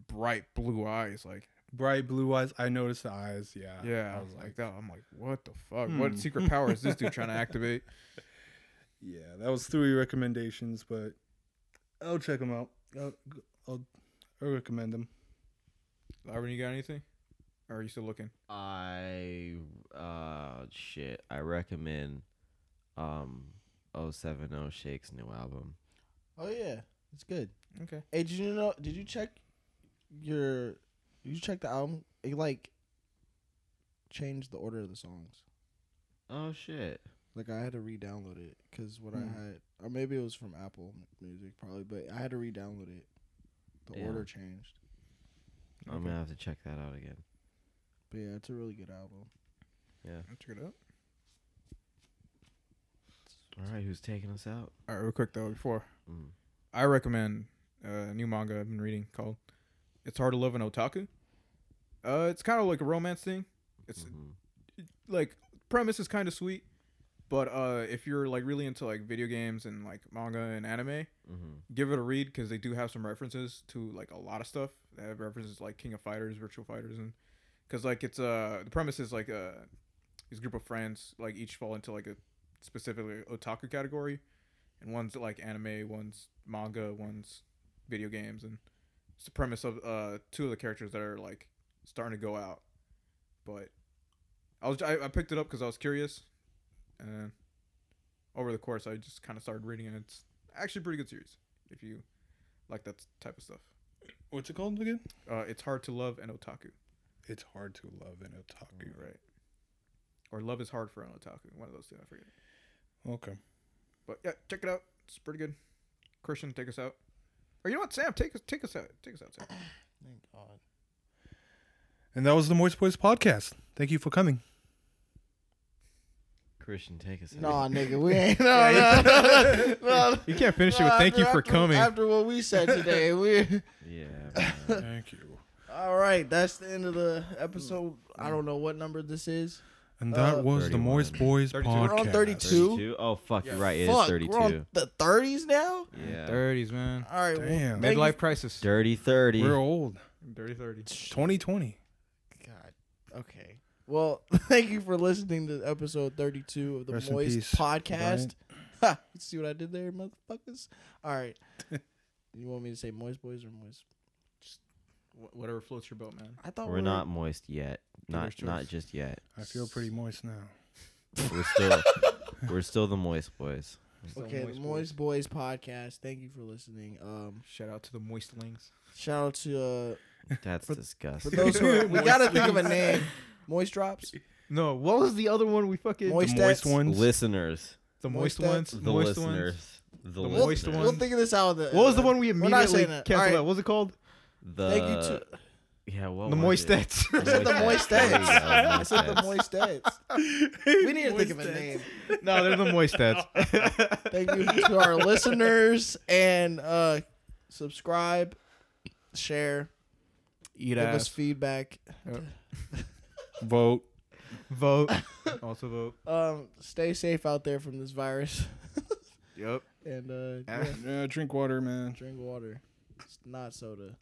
G: bright blue eyes. Like,
D: Bright blue eyes. I noticed the eyes. Yeah.
G: yeah,
D: I was like,
G: that. I'm like, what the fuck? What
D: Hmm.
G: secret power is this dude trying to activate?
D: yeah, that was three recommendations, but I'll check them out. I'll, I'll, I recommend them.
A: Lauren, you got anything? Or are you still looking?
C: I uh shit. I recommend um 070 Shake's new album.
B: Oh yeah, it's good.
G: Okay.
B: Hey, did you know? Did you check your? Did you check the album? It like changed the order of the songs.
C: Oh shit.
B: Like I had to re-download it because what I
G: Hmm.
B: had, or maybe it was from Apple Music, probably. But I had to re-download it. The
C: Yeah.
B: order changed.
C: I'm gonna have to check that out again.
B: But yeah, it's a really good album.
G: I'll check it out.
C: All right, who's taking us out?
A: All right, real quick though, before
C: Mm.
A: I recommend uh, a new manga I've been reading called "It's Hard to Love an Otaku." Uh, it's kind of like a romance thing. It's
D: Hmm.
C: Mhm.
A: like premise is kind of sweet, but uh, if you're like really into like video games and like manga and anime,
C: Mhm.
A: give it a read because they do have some references to like a lot of stuff. They have references to, like King of Fighters, Virtual Fighters, and because like it's uh the premise is like uh these group of friends like each fall into like a specifically otaku category, and one's like anime, one's manga, one's video games, and it's the premise of uh two of the characters that are like starting to go out, but I was I, I picked it up because I was curious, and over the course I just kind of started reading it. It's actually a pretty good series if you like that type of stuff.
D: What's it called again?
A: Uh, it's hard to love an otaku,
D: It's hard to love an otaku.
A: right? Or love is hard for an otaku. One of those two, I forget.
D: Okay.
A: But yeah, check it out. It's pretty good. Christian, take us out. Or you know what, Sam, take us, take us out, take us out, Sam.
D: Oh,
B: Thank God.
D: And that was the Moist Boys podcast. Thank you for coming.
C: Christian, take us out.
B: Nah, nigga, we ain't. No, no, no, no, no.
A: You can't finish
B: No, after- after- After what we said today, we.
C: Yeah. man.
D: Thank you.
B: All right, that's the end of the episode. I don't know what number this is.
D: And that
B: Uh,
D: was the
C: 31.
D: Moist Boys
A: 32.
D: podcast.
B: We're on 32.
C: 32? Oh fuck, you're right. It is
B: Fuck, we're on
C: 32.
B: the thirties now.
C: Yeah.
A: Thirties, man.
B: All right, well,
D: Damn.
B: thank you-
A: Midlife crisis.
C: Dirty 30.
D: We're old.
A: Dirty thirty.
D: 2020.
B: God. Okay. Well, thank you for listening to episode 32 of the
D: Rest in
B: Moist
D: peace,
B: Podcast. Ha, you see what I did there, motherfuckers? All right. you want me to say Moist Boys or Moist?
A: Whatever floats your boat, man.
B: I thought
C: We're
B: we were-
C: not moist yet. Not
A: Dealer's
C: not
A: choice.
C: just yet.
D: I feel pretty moist now.
C: We're still we're still the moist boys.
B: Okay, the Moist Boys Podcast. Thank you for listening. Um,
A: Shout out to the moistlings.
B: shout out to uh,
C: That's
B: For- for
C: disgusting.
B: those who are, we gotta think of a name. Moist Drops,
A: No, what was the other one we fucking
B: Moist
D: the moist
B: Stats.
D: ones.
C: listeners.
A: the moist
B: Moist
A: ones,
C: The
A: moist
C: listeners.
A: ones.
C: The,
A: The
B: We'll,
A: moist
C: listeners.
B: we'll
A: ones.
B: think of this out. The,
A: What was the one we
B: We're not
A: immediately
B: saying that.
A: canceled
B: All right.
A: out? What was it called?
C: The,
B: Thank you to
C: yeah, what
A: the
C: was
A: moist
C: it?
A: stats.
B: I said the
C: Moist
B: Moist
C: Stats.
B: Eds.
C: There you go,
B: I said the
C: Moist
B: Moist Eds. We need to think of a name.
A: no, they're the moist stats.
B: Thank you to our listeners and uh subscribe, share,
A: Eat
B: give us feedback.
D: Vote.
A: Vote. also vote.
B: Um, stay safe out there from this virus,
A: Yep.
B: and uh, yeah,
D: Yeah, drink water, man.
B: drink water. It's not soda.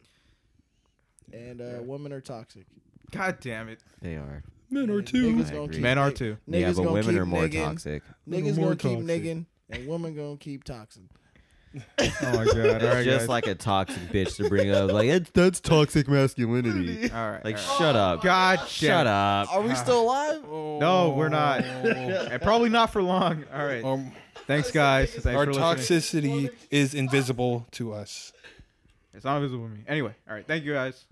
B: And uh, women are toxic.
A: God damn it.
C: They are.
D: Men are
B: And
D: too.
B: Niggas
C: I
B: gonna
C: agree.
B: keep
A: Men are
B: nigg-
A: too.
B: Niggas
C: yeah, but
B: gonna
C: women
B: keep
C: are more
B: nigging,
C: toxic.
B: Niggas
D: More
B: gonna keep
D: toxic.
B: nigging, and women gonna keep toxic.
D: Oh my god.
C: It's
D: All right,
C: just
D: guys.
C: like a toxic bitch to bring up. Like it's, that's toxic masculinity.
A: All right.
C: Like
A: all right.
C: shut up.
A: God
C: Shut up.
B: Are we still alive?
A: No, we're not. And probably not for long. All right.
D: Oh.
C: Oh.
D: Um,
A: Thanks, guys. Thanks
D: our
A: for listening.
D: toxicity is invisible to us.
A: It's not visible to me. Anyway, all right. Thank you, guys.